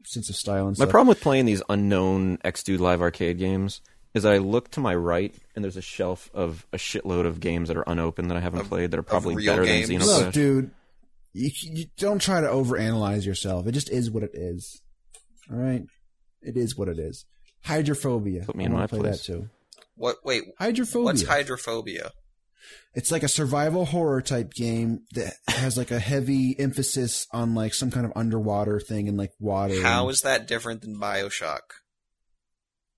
[SPEAKER 1] sense of style and
[SPEAKER 3] My
[SPEAKER 1] stuff
[SPEAKER 3] problem with playing these unknown Xdude Live Arcade games is I look to my right and there's a shelf of a shitload of games that are unopened that I haven't
[SPEAKER 2] Of-
[SPEAKER 3] played that are probably
[SPEAKER 2] real
[SPEAKER 3] better than
[SPEAKER 2] games.
[SPEAKER 1] look
[SPEAKER 3] Xenoblade.
[SPEAKER 1] dude you, you don't try to overanalyze yourself it just is what it is all right it is what it is hydrophobia
[SPEAKER 3] Put me
[SPEAKER 1] I
[SPEAKER 3] in
[SPEAKER 1] wanna
[SPEAKER 3] my
[SPEAKER 1] play
[SPEAKER 3] place.
[SPEAKER 1] that too
[SPEAKER 2] What? Wait,
[SPEAKER 1] hydrophobia
[SPEAKER 2] what's hydrophobia?
[SPEAKER 1] It's like a survival horror type game that has like a heavy emphasis on like some kind of underwater thing and like water.
[SPEAKER 2] How is that different than Bioshock?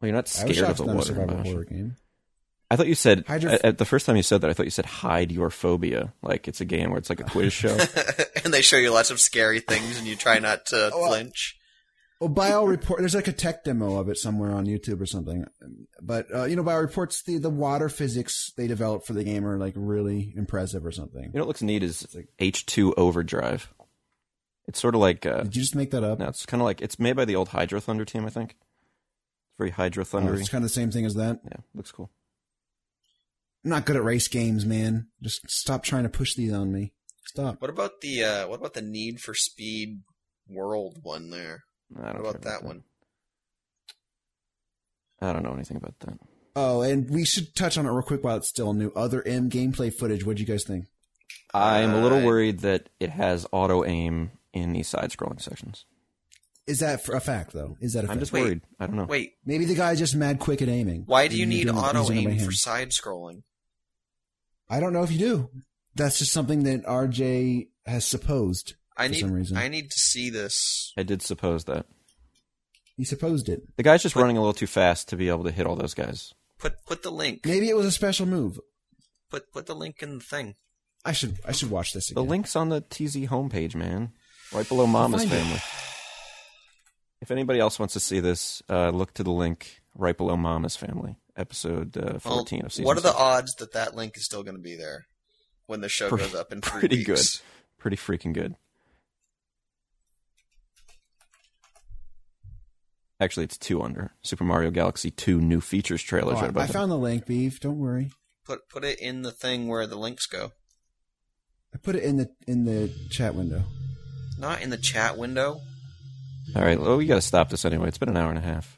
[SPEAKER 3] Well, you're not
[SPEAKER 1] I was
[SPEAKER 3] scared
[SPEAKER 1] shocked it's
[SPEAKER 3] of the
[SPEAKER 1] not a
[SPEAKER 3] water.
[SPEAKER 1] survival
[SPEAKER 3] Bosh.
[SPEAKER 1] horror game?
[SPEAKER 3] I thought you said
[SPEAKER 1] Hydro-
[SPEAKER 3] at, at the first time you said that. I thought you said hide your phobia, like it's a game where it's like a quiz show.
[SPEAKER 2] and they show you lots of scary things, and you try not to
[SPEAKER 1] Oh, well.
[SPEAKER 2] flinch.
[SPEAKER 1] Well, Oh, Bio Report, there's like a tech demo of it somewhere on YouTube or something. But, uh, you know, Bio Reports, the, the water physics they developed for the game are like really impressive or something.
[SPEAKER 3] You know what looks neat is H two Overdrive. It's sort of like uh,
[SPEAKER 1] Did you just make that up?
[SPEAKER 3] no, it's kind of like it's made by the old Hydro Thunder team, I think. It's very Hydro
[SPEAKER 1] Oh,
[SPEAKER 3] Thundery.
[SPEAKER 1] it's kind of the same thing as that.
[SPEAKER 3] yeah, looks cool.
[SPEAKER 1] I'm not good at race games, man. Just stop trying to push these on me. Stop.
[SPEAKER 2] What about the uh, what about the Need for Speed World one there?
[SPEAKER 3] I don't
[SPEAKER 2] What
[SPEAKER 3] care
[SPEAKER 2] about that one?
[SPEAKER 3] I don't know anything about that.
[SPEAKER 1] Oh, and we should touch on it real quick while it's still new. Other M gameplay footage. What'd you guys think?
[SPEAKER 3] I'm a little
[SPEAKER 2] I-
[SPEAKER 3] worried that it has auto aim in the side scrolling sections.
[SPEAKER 1] Is that a fact, though? Is that a fact?
[SPEAKER 3] I'm just
[SPEAKER 2] Wait.
[SPEAKER 3] worried. I don't know.
[SPEAKER 2] Wait,
[SPEAKER 1] Maybe the guy's just mad quick at aiming.
[SPEAKER 2] why do you
[SPEAKER 1] He's
[SPEAKER 2] need
[SPEAKER 1] doing- he's
[SPEAKER 2] auto
[SPEAKER 1] doing it by
[SPEAKER 2] aim
[SPEAKER 1] hand.
[SPEAKER 2] for side scrolling?
[SPEAKER 1] I don't know if you do. That's just something that RJ has supposed.
[SPEAKER 2] I
[SPEAKER 1] For
[SPEAKER 2] need
[SPEAKER 1] some reason.
[SPEAKER 2] I need to see this.
[SPEAKER 3] I did suppose that
[SPEAKER 1] He supposed it.
[SPEAKER 3] the guy's just running a little too fast to be able to hit all those guys.
[SPEAKER 2] Put put the link.
[SPEAKER 1] Maybe it was a special move.
[SPEAKER 2] Put put the link in the thing.
[SPEAKER 1] I should I should watch this
[SPEAKER 3] The
[SPEAKER 1] again.
[SPEAKER 3] link's on the TZ homepage, man. Right below Mama's
[SPEAKER 1] find it.
[SPEAKER 3] Family. If anybody else wants to see this, uh, look to the link right below Mama's Family, episode uh,
[SPEAKER 2] Well,
[SPEAKER 3] 14 of season
[SPEAKER 2] what are the
[SPEAKER 3] six.
[SPEAKER 2] odds that that link is still going to be there when the show
[SPEAKER 3] Pretty-
[SPEAKER 2] goes up in three
[SPEAKER 3] pretty good.
[SPEAKER 2] weeks?
[SPEAKER 3] Pretty freaking good. Actually, it's two under Super Mario Galaxy 2 new features trailer.
[SPEAKER 1] Oh,
[SPEAKER 3] right
[SPEAKER 1] I,
[SPEAKER 3] above
[SPEAKER 1] I
[SPEAKER 3] it.
[SPEAKER 1] found the link, Beef. Don't worry.
[SPEAKER 2] Put put it in the thing where the links go,
[SPEAKER 1] I put it in the in the chat window.
[SPEAKER 2] not in the chat window.
[SPEAKER 3] All right, well, we got to stop this anyway. It's been an hour and a half.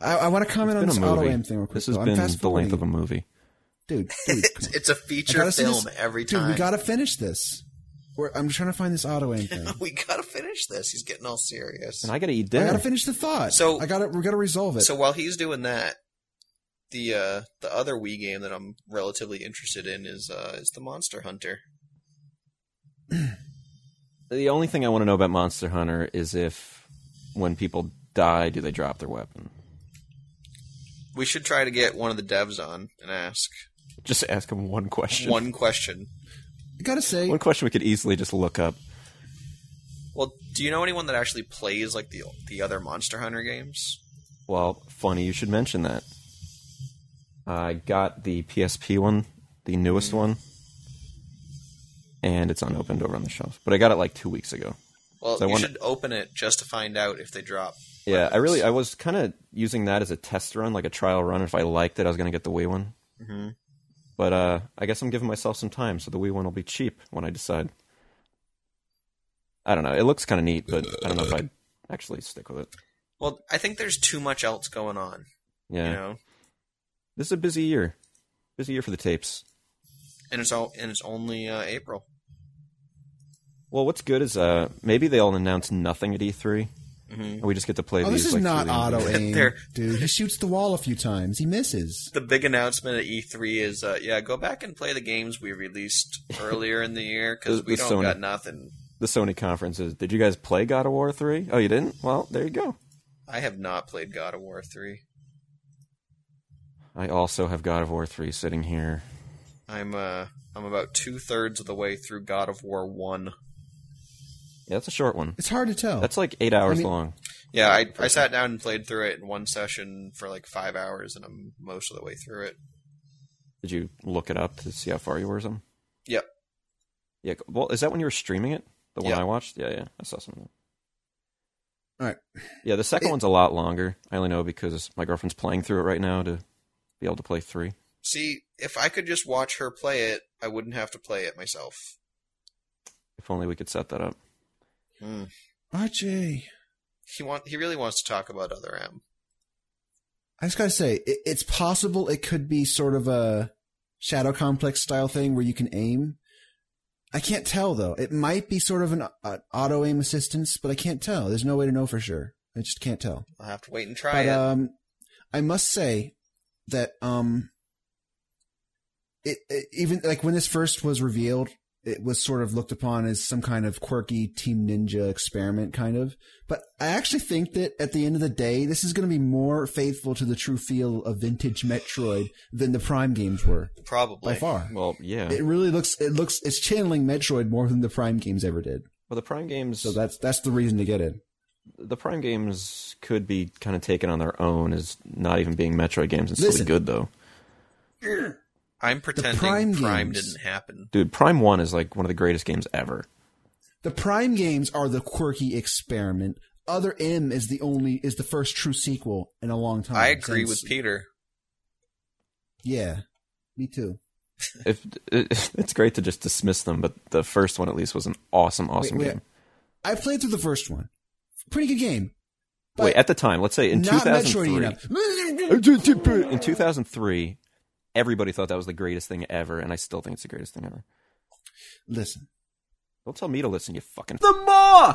[SPEAKER 1] I, I want to comment
[SPEAKER 3] It's
[SPEAKER 1] on
[SPEAKER 3] been
[SPEAKER 1] this
[SPEAKER 3] a
[SPEAKER 1] auto
[SPEAKER 3] movie.
[SPEAKER 1] aim thing real quick.
[SPEAKER 3] this has
[SPEAKER 1] though. I'm
[SPEAKER 3] been
[SPEAKER 1] fast
[SPEAKER 3] the length of a
[SPEAKER 1] forwarding.
[SPEAKER 3] movie.
[SPEAKER 1] dude. Dude, come on.
[SPEAKER 2] It's a
[SPEAKER 1] I
[SPEAKER 2] feature
[SPEAKER 1] gotta see
[SPEAKER 2] film
[SPEAKER 1] this-
[SPEAKER 2] every
[SPEAKER 1] dude,
[SPEAKER 2] time.
[SPEAKER 1] we gotta finish this. We're, I'm trying to find this auto aim thing.
[SPEAKER 2] we gotta finish this. He's getting all serious.
[SPEAKER 3] And I got to eat
[SPEAKER 1] I
[SPEAKER 3] dinner.
[SPEAKER 1] gotta finish the thought.
[SPEAKER 2] So-
[SPEAKER 1] I gotta we gotta resolve it.
[SPEAKER 2] So while he's doing that, the uh, the other Wii game that I'm relatively interested in is uh, is the Monster Hunter.
[SPEAKER 3] the only thing I want to know about Monster Hunter is if, when people die, do they drop their weapon?
[SPEAKER 2] We should try to get one of the devs on and ask
[SPEAKER 3] Just ask them one question.
[SPEAKER 2] one question.
[SPEAKER 1] I gotta say,
[SPEAKER 3] One question we could easily just look up.
[SPEAKER 2] Well, do you know anyone that actually plays like the the other Monster Hunter games?
[SPEAKER 3] Well, funny you should mention that. I got the PSP one, the newest one, and it's unopened over on the shelf. But I got it like two weeks ago.
[SPEAKER 2] Well,
[SPEAKER 3] So I
[SPEAKER 2] you
[SPEAKER 3] wonder-
[SPEAKER 2] should open it just to find out if they drop.
[SPEAKER 3] Yeah, I really I was kind of using that as a test run, like a trial run. If I liked it, I was going to get the Wii one. But uh, I guess I'm giving myself some time, so the Wii one will be cheap when I decide. I don't know. It looks kind of neat, but I don't know if I'd actually stick with it.
[SPEAKER 2] Well, I think there's too much else going on.
[SPEAKER 3] Yeah,
[SPEAKER 2] You know,
[SPEAKER 3] this is a busy year. Busy year for the tapes.
[SPEAKER 2] and it's all and it's only uh, April.
[SPEAKER 3] Well, what's good is uh, maybe they'll announce nothing at E3,
[SPEAKER 2] Mhm.
[SPEAKER 3] and we just get to play
[SPEAKER 1] oh,
[SPEAKER 3] these.
[SPEAKER 1] this is
[SPEAKER 3] like,
[SPEAKER 1] not
[SPEAKER 3] through the end of
[SPEAKER 1] auto
[SPEAKER 3] the-
[SPEAKER 1] aim,
[SPEAKER 2] They're-
[SPEAKER 1] dude. He shoots the wall a few times. He misses.
[SPEAKER 2] The big announcement at E3 is, uh, yeah, go back and play the games we released earlier in the year because
[SPEAKER 3] The-
[SPEAKER 2] we
[SPEAKER 3] the
[SPEAKER 2] don't
[SPEAKER 3] Sony.
[SPEAKER 2] got nothing.
[SPEAKER 3] The Sony conference is. Did you guys play God of War three? Oh, you didn't. Well, there you go.
[SPEAKER 2] I have not played God of War three.
[SPEAKER 3] I also have God of War three sitting here.
[SPEAKER 2] I'm uh, I'm about two thirds of the way through God of War one.
[SPEAKER 3] Yeah, that's a short one.
[SPEAKER 1] It's hard to tell.
[SPEAKER 3] That's like eight hours
[SPEAKER 1] I mean-
[SPEAKER 3] long.
[SPEAKER 2] Yeah, I I sat down and played through it in one session for like five hours, and I'm most of the way through it.
[SPEAKER 3] Did you look it up to see how far you were? or Something?
[SPEAKER 2] Yep.
[SPEAKER 3] Yeah. c- Well, is that when you were streaming it? The one
[SPEAKER 2] Yeah.
[SPEAKER 3] I watched. Yeah, yeah. I saw something.
[SPEAKER 1] All right.
[SPEAKER 3] Yeah, the second one's a lot longer. I only know because my girlfriend's playing through it right now to be able to play three.
[SPEAKER 2] See, if I could just watch her play it, I wouldn't have to play it myself.
[SPEAKER 3] If only we could set that up.
[SPEAKER 2] Hmm.
[SPEAKER 1] RJ.
[SPEAKER 2] He want he really wants to talk about other M.
[SPEAKER 1] I just gotta say, it, it's possible it could be sort of a shadow complex style thing where you can aim. I can't tell though. It might be sort of an, uh auto aim assistance, but I can't tell. There's no way to know for sure. I just can't tell.
[SPEAKER 2] I'll have to wait and try
[SPEAKER 1] but
[SPEAKER 2] it.
[SPEAKER 1] um, I must say that um, it, it even like when this first was revealed, it was sort of looked upon as some kind of quirky Team Ninja experiment, kind of. But I actually think that at the end of the day, this is going to be more faithful to the true feel of vintage Metroid than the Prime games were
[SPEAKER 2] Probably.
[SPEAKER 1] by far.
[SPEAKER 3] Well, yeah.
[SPEAKER 1] It really looks, it looks, it's channeling Metroid more than the Prime games ever did.
[SPEAKER 3] well, the Prime games,
[SPEAKER 1] So that's that's the reason to get it.
[SPEAKER 3] the Prime games could be kind of taken on their own as not even being Metroid games and still
[SPEAKER 1] Listen.
[SPEAKER 3] be good though.
[SPEAKER 2] I'm pretending Prime,
[SPEAKER 1] Prime games.
[SPEAKER 2] didn't happen.
[SPEAKER 3] Dude, Prime One is like one of the greatest games ever.
[SPEAKER 1] The Prime games are the quirky experiment. Other M is the only is the first true sequel in a long time.
[SPEAKER 2] I agree with
[SPEAKER 1] Since-
[SPEAKER 2] Peter.
[SPEAKER 1] Yeah, me too.
[SPEAKER 3] If it, it's great to just dismiss them, but the first one at least was an awesome, awesome
[SPEAKER 1] wait.
[SPEAKER 3] game.
[SPEAKER 1] I played through the first one. Pretty good game. But
[SPEAKER 3] Wait, at the time, let's say in
[SPEAKER 1] not
[SPEAKER 3] 2003,
[SPEAKER 1] Metroid enough.
[SPEAKER 3] in 2003, everybody thought that was the greatest thing ever, and I still think it's the greatest thing ever.
[SPEAKER 1] Listen,
[SPEAKER 3] Don't tell me to listen, you fucking.
[SPEAKER 1] the Maw.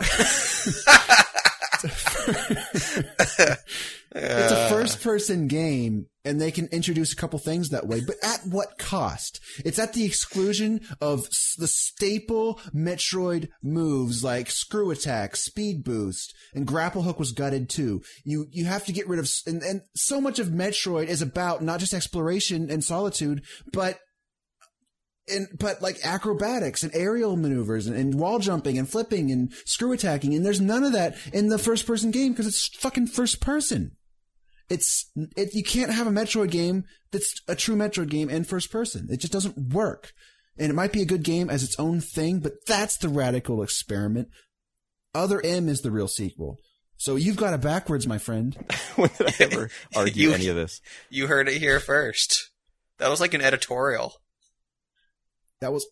[SPEAKER 1] it's a first person game and they can introduce a couple things that way but at what cost it's at the exclusion of s- the staple metroid moves like screw attack speed boost and grapple hook was gutted too you you have to get rid of s- and, and so much of metroid is about not just exploration and solitude but and but like acrobatics and aerial maneuvers and, and wall jumping and flipping and screw attacking and there's none of that in the first person game because it's fucking first person it's it, you can't have a Metroid game that's a true Metroid game in first person. It just doesn't work. And it might be a good game as its own thing, but that's the radical experiment. Other M is the real sequel. So you've got it backwards, my friend.
[SPEAKER 3] when did I ever argue
[SPEAKER 2] You-
[SPEAKER 3] any of this?
[SPEAKER 2] You heard it here first. That was like an editorial.
[SPEAKER 1] That was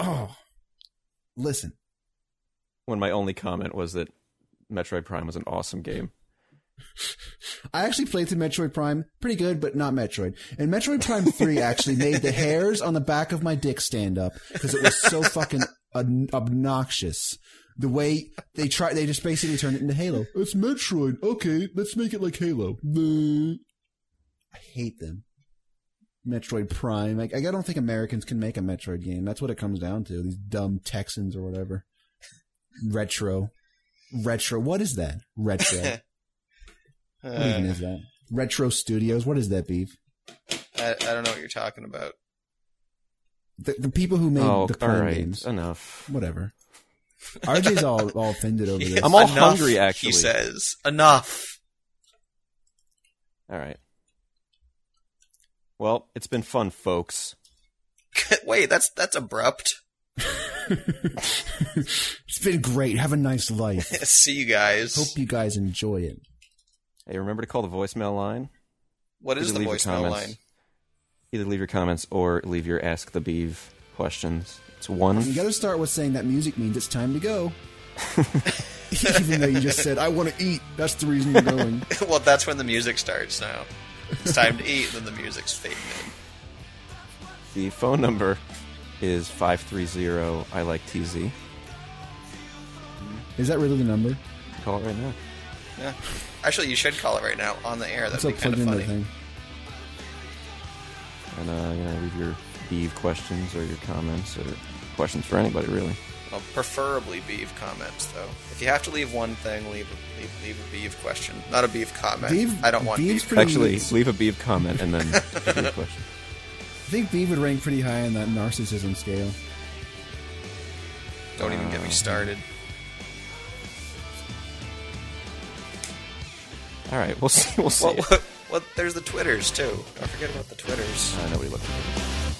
[SPEAKER 1] oh, listen,
[SPEAKER 3] When my only comment was that Metroid Prime was an awesome game.
[SPEAKER 1] I actually played through Metroid Prime, pretty good, but not Metroid. And Metroid Prime 3 actually made the hairs on the back of my dick stand up because it was so fucking ob- obnoxious. The way they try, they just basically turned it into Halo. It's Metroid. Okay, let's make it like Halo. Bleh. I hate them. Metroid Prime. Like, I don't think Americans can make a Metroid game. That's what it comes down to. These dumb Texans or whatever. Retro. Retro. What is that? Retro. What even
[SPEAKER 2] Uh,
[SPEAKER 1] is that? Retro Studios. What is that beef?
[SPEAKER 2] I, I don't know what you're talking about.
[SPEAKER 1] The, the people who made
[SPEAKER 3] oh,
[SPEAKER 1] the
[SPEAKER 3] all
[SPEAKER 1] Prime
[SPEAKER 3] right,
[SPEAKER 1] games.
[SPEAKER 3] enough.
[SPEAKER 1] Whatever. RJ's all, all offended over this.
[SPEAKER 3] I'm all
[SPEAKER 2] Enough,
[SPEAKER 3] hungry, actually.
[SPEAKER 2] He says, enough.
[SPEAKER 3] All right. Well, it's been fun, folks.
[SPEAKER 2] Wait, that's that's abrupt.
[SPEAKER 1] it's been great. Have a nice life.
[SPEAKER 2] See you guys.
[SPEAKER 1] Hope you guys enjoy it.
[SPEAKER 3] Hey, remember to call the voicemail line.
[SPEAKER 2] what is
[SPEAKER 3] Either
[SPEAKER 2] the
[SPEAKER 3] leave your
[SPEAKER 2] voicemail
[SPEAKER 3] comments-
[SPEAKER 2] line?
[SPEAKER 3] Either leave your comments or leave your Ask the Beeve questions. It's one.
[SPEAKER 1] You gotta start with saying that music means it's time to go. Even though you just said, I want to eat. That's the reason you're going.
[SPEAKER 2] well, that's when the music starts now. It's time to eat, and then the music's fading in.
[SPEAKER 3] The phone number is 530 I like TZ.
[SPEAKER 1] Is that really the number?
[SPEAKER 3] Call it right now.
[SPEAKER 2] Yeah. Actually, you should call it right now on the air. That'd
[SPEAKER 1] Let's all
[SPEAKER 2] be kind
[SPEAKER 1] plug
[SPEAKER 2] of
[SPEAKER 1] in
[SPEAKER 2] funny.
[SPEAKER 1] that thing.
[SPEAKER 3] And uh, you know, leave your Beeve questions or your comments or questions for anybody, really.
[SPEAKER 2] Well, preferably beef comments, though. If you have to leave one thing, leave a, leave, leave a beef question, not a beef comment.
[SPEAKER 1] Beef-
[SPEAKER 2] I don't want
[SPEAKER 1] beef's
[SPEAKER 2] beef.
[SPEAKER 1] pretty-
[SPEAKER 3] Actually, leave a Beeve comment and then Beeve question.
[SPEAKER 1] I think B would rank pretty high on that narcissism scale.
[SPEAKER 2] Don't even get me started.
[SPEAKER 3] All right, we'll see. We'll see.
[SPEAKER 2] Well, what, what, there's the Twitters too. Don't forget about the Twitters.
[SPEAKER 3] Uh, nobody looked at it.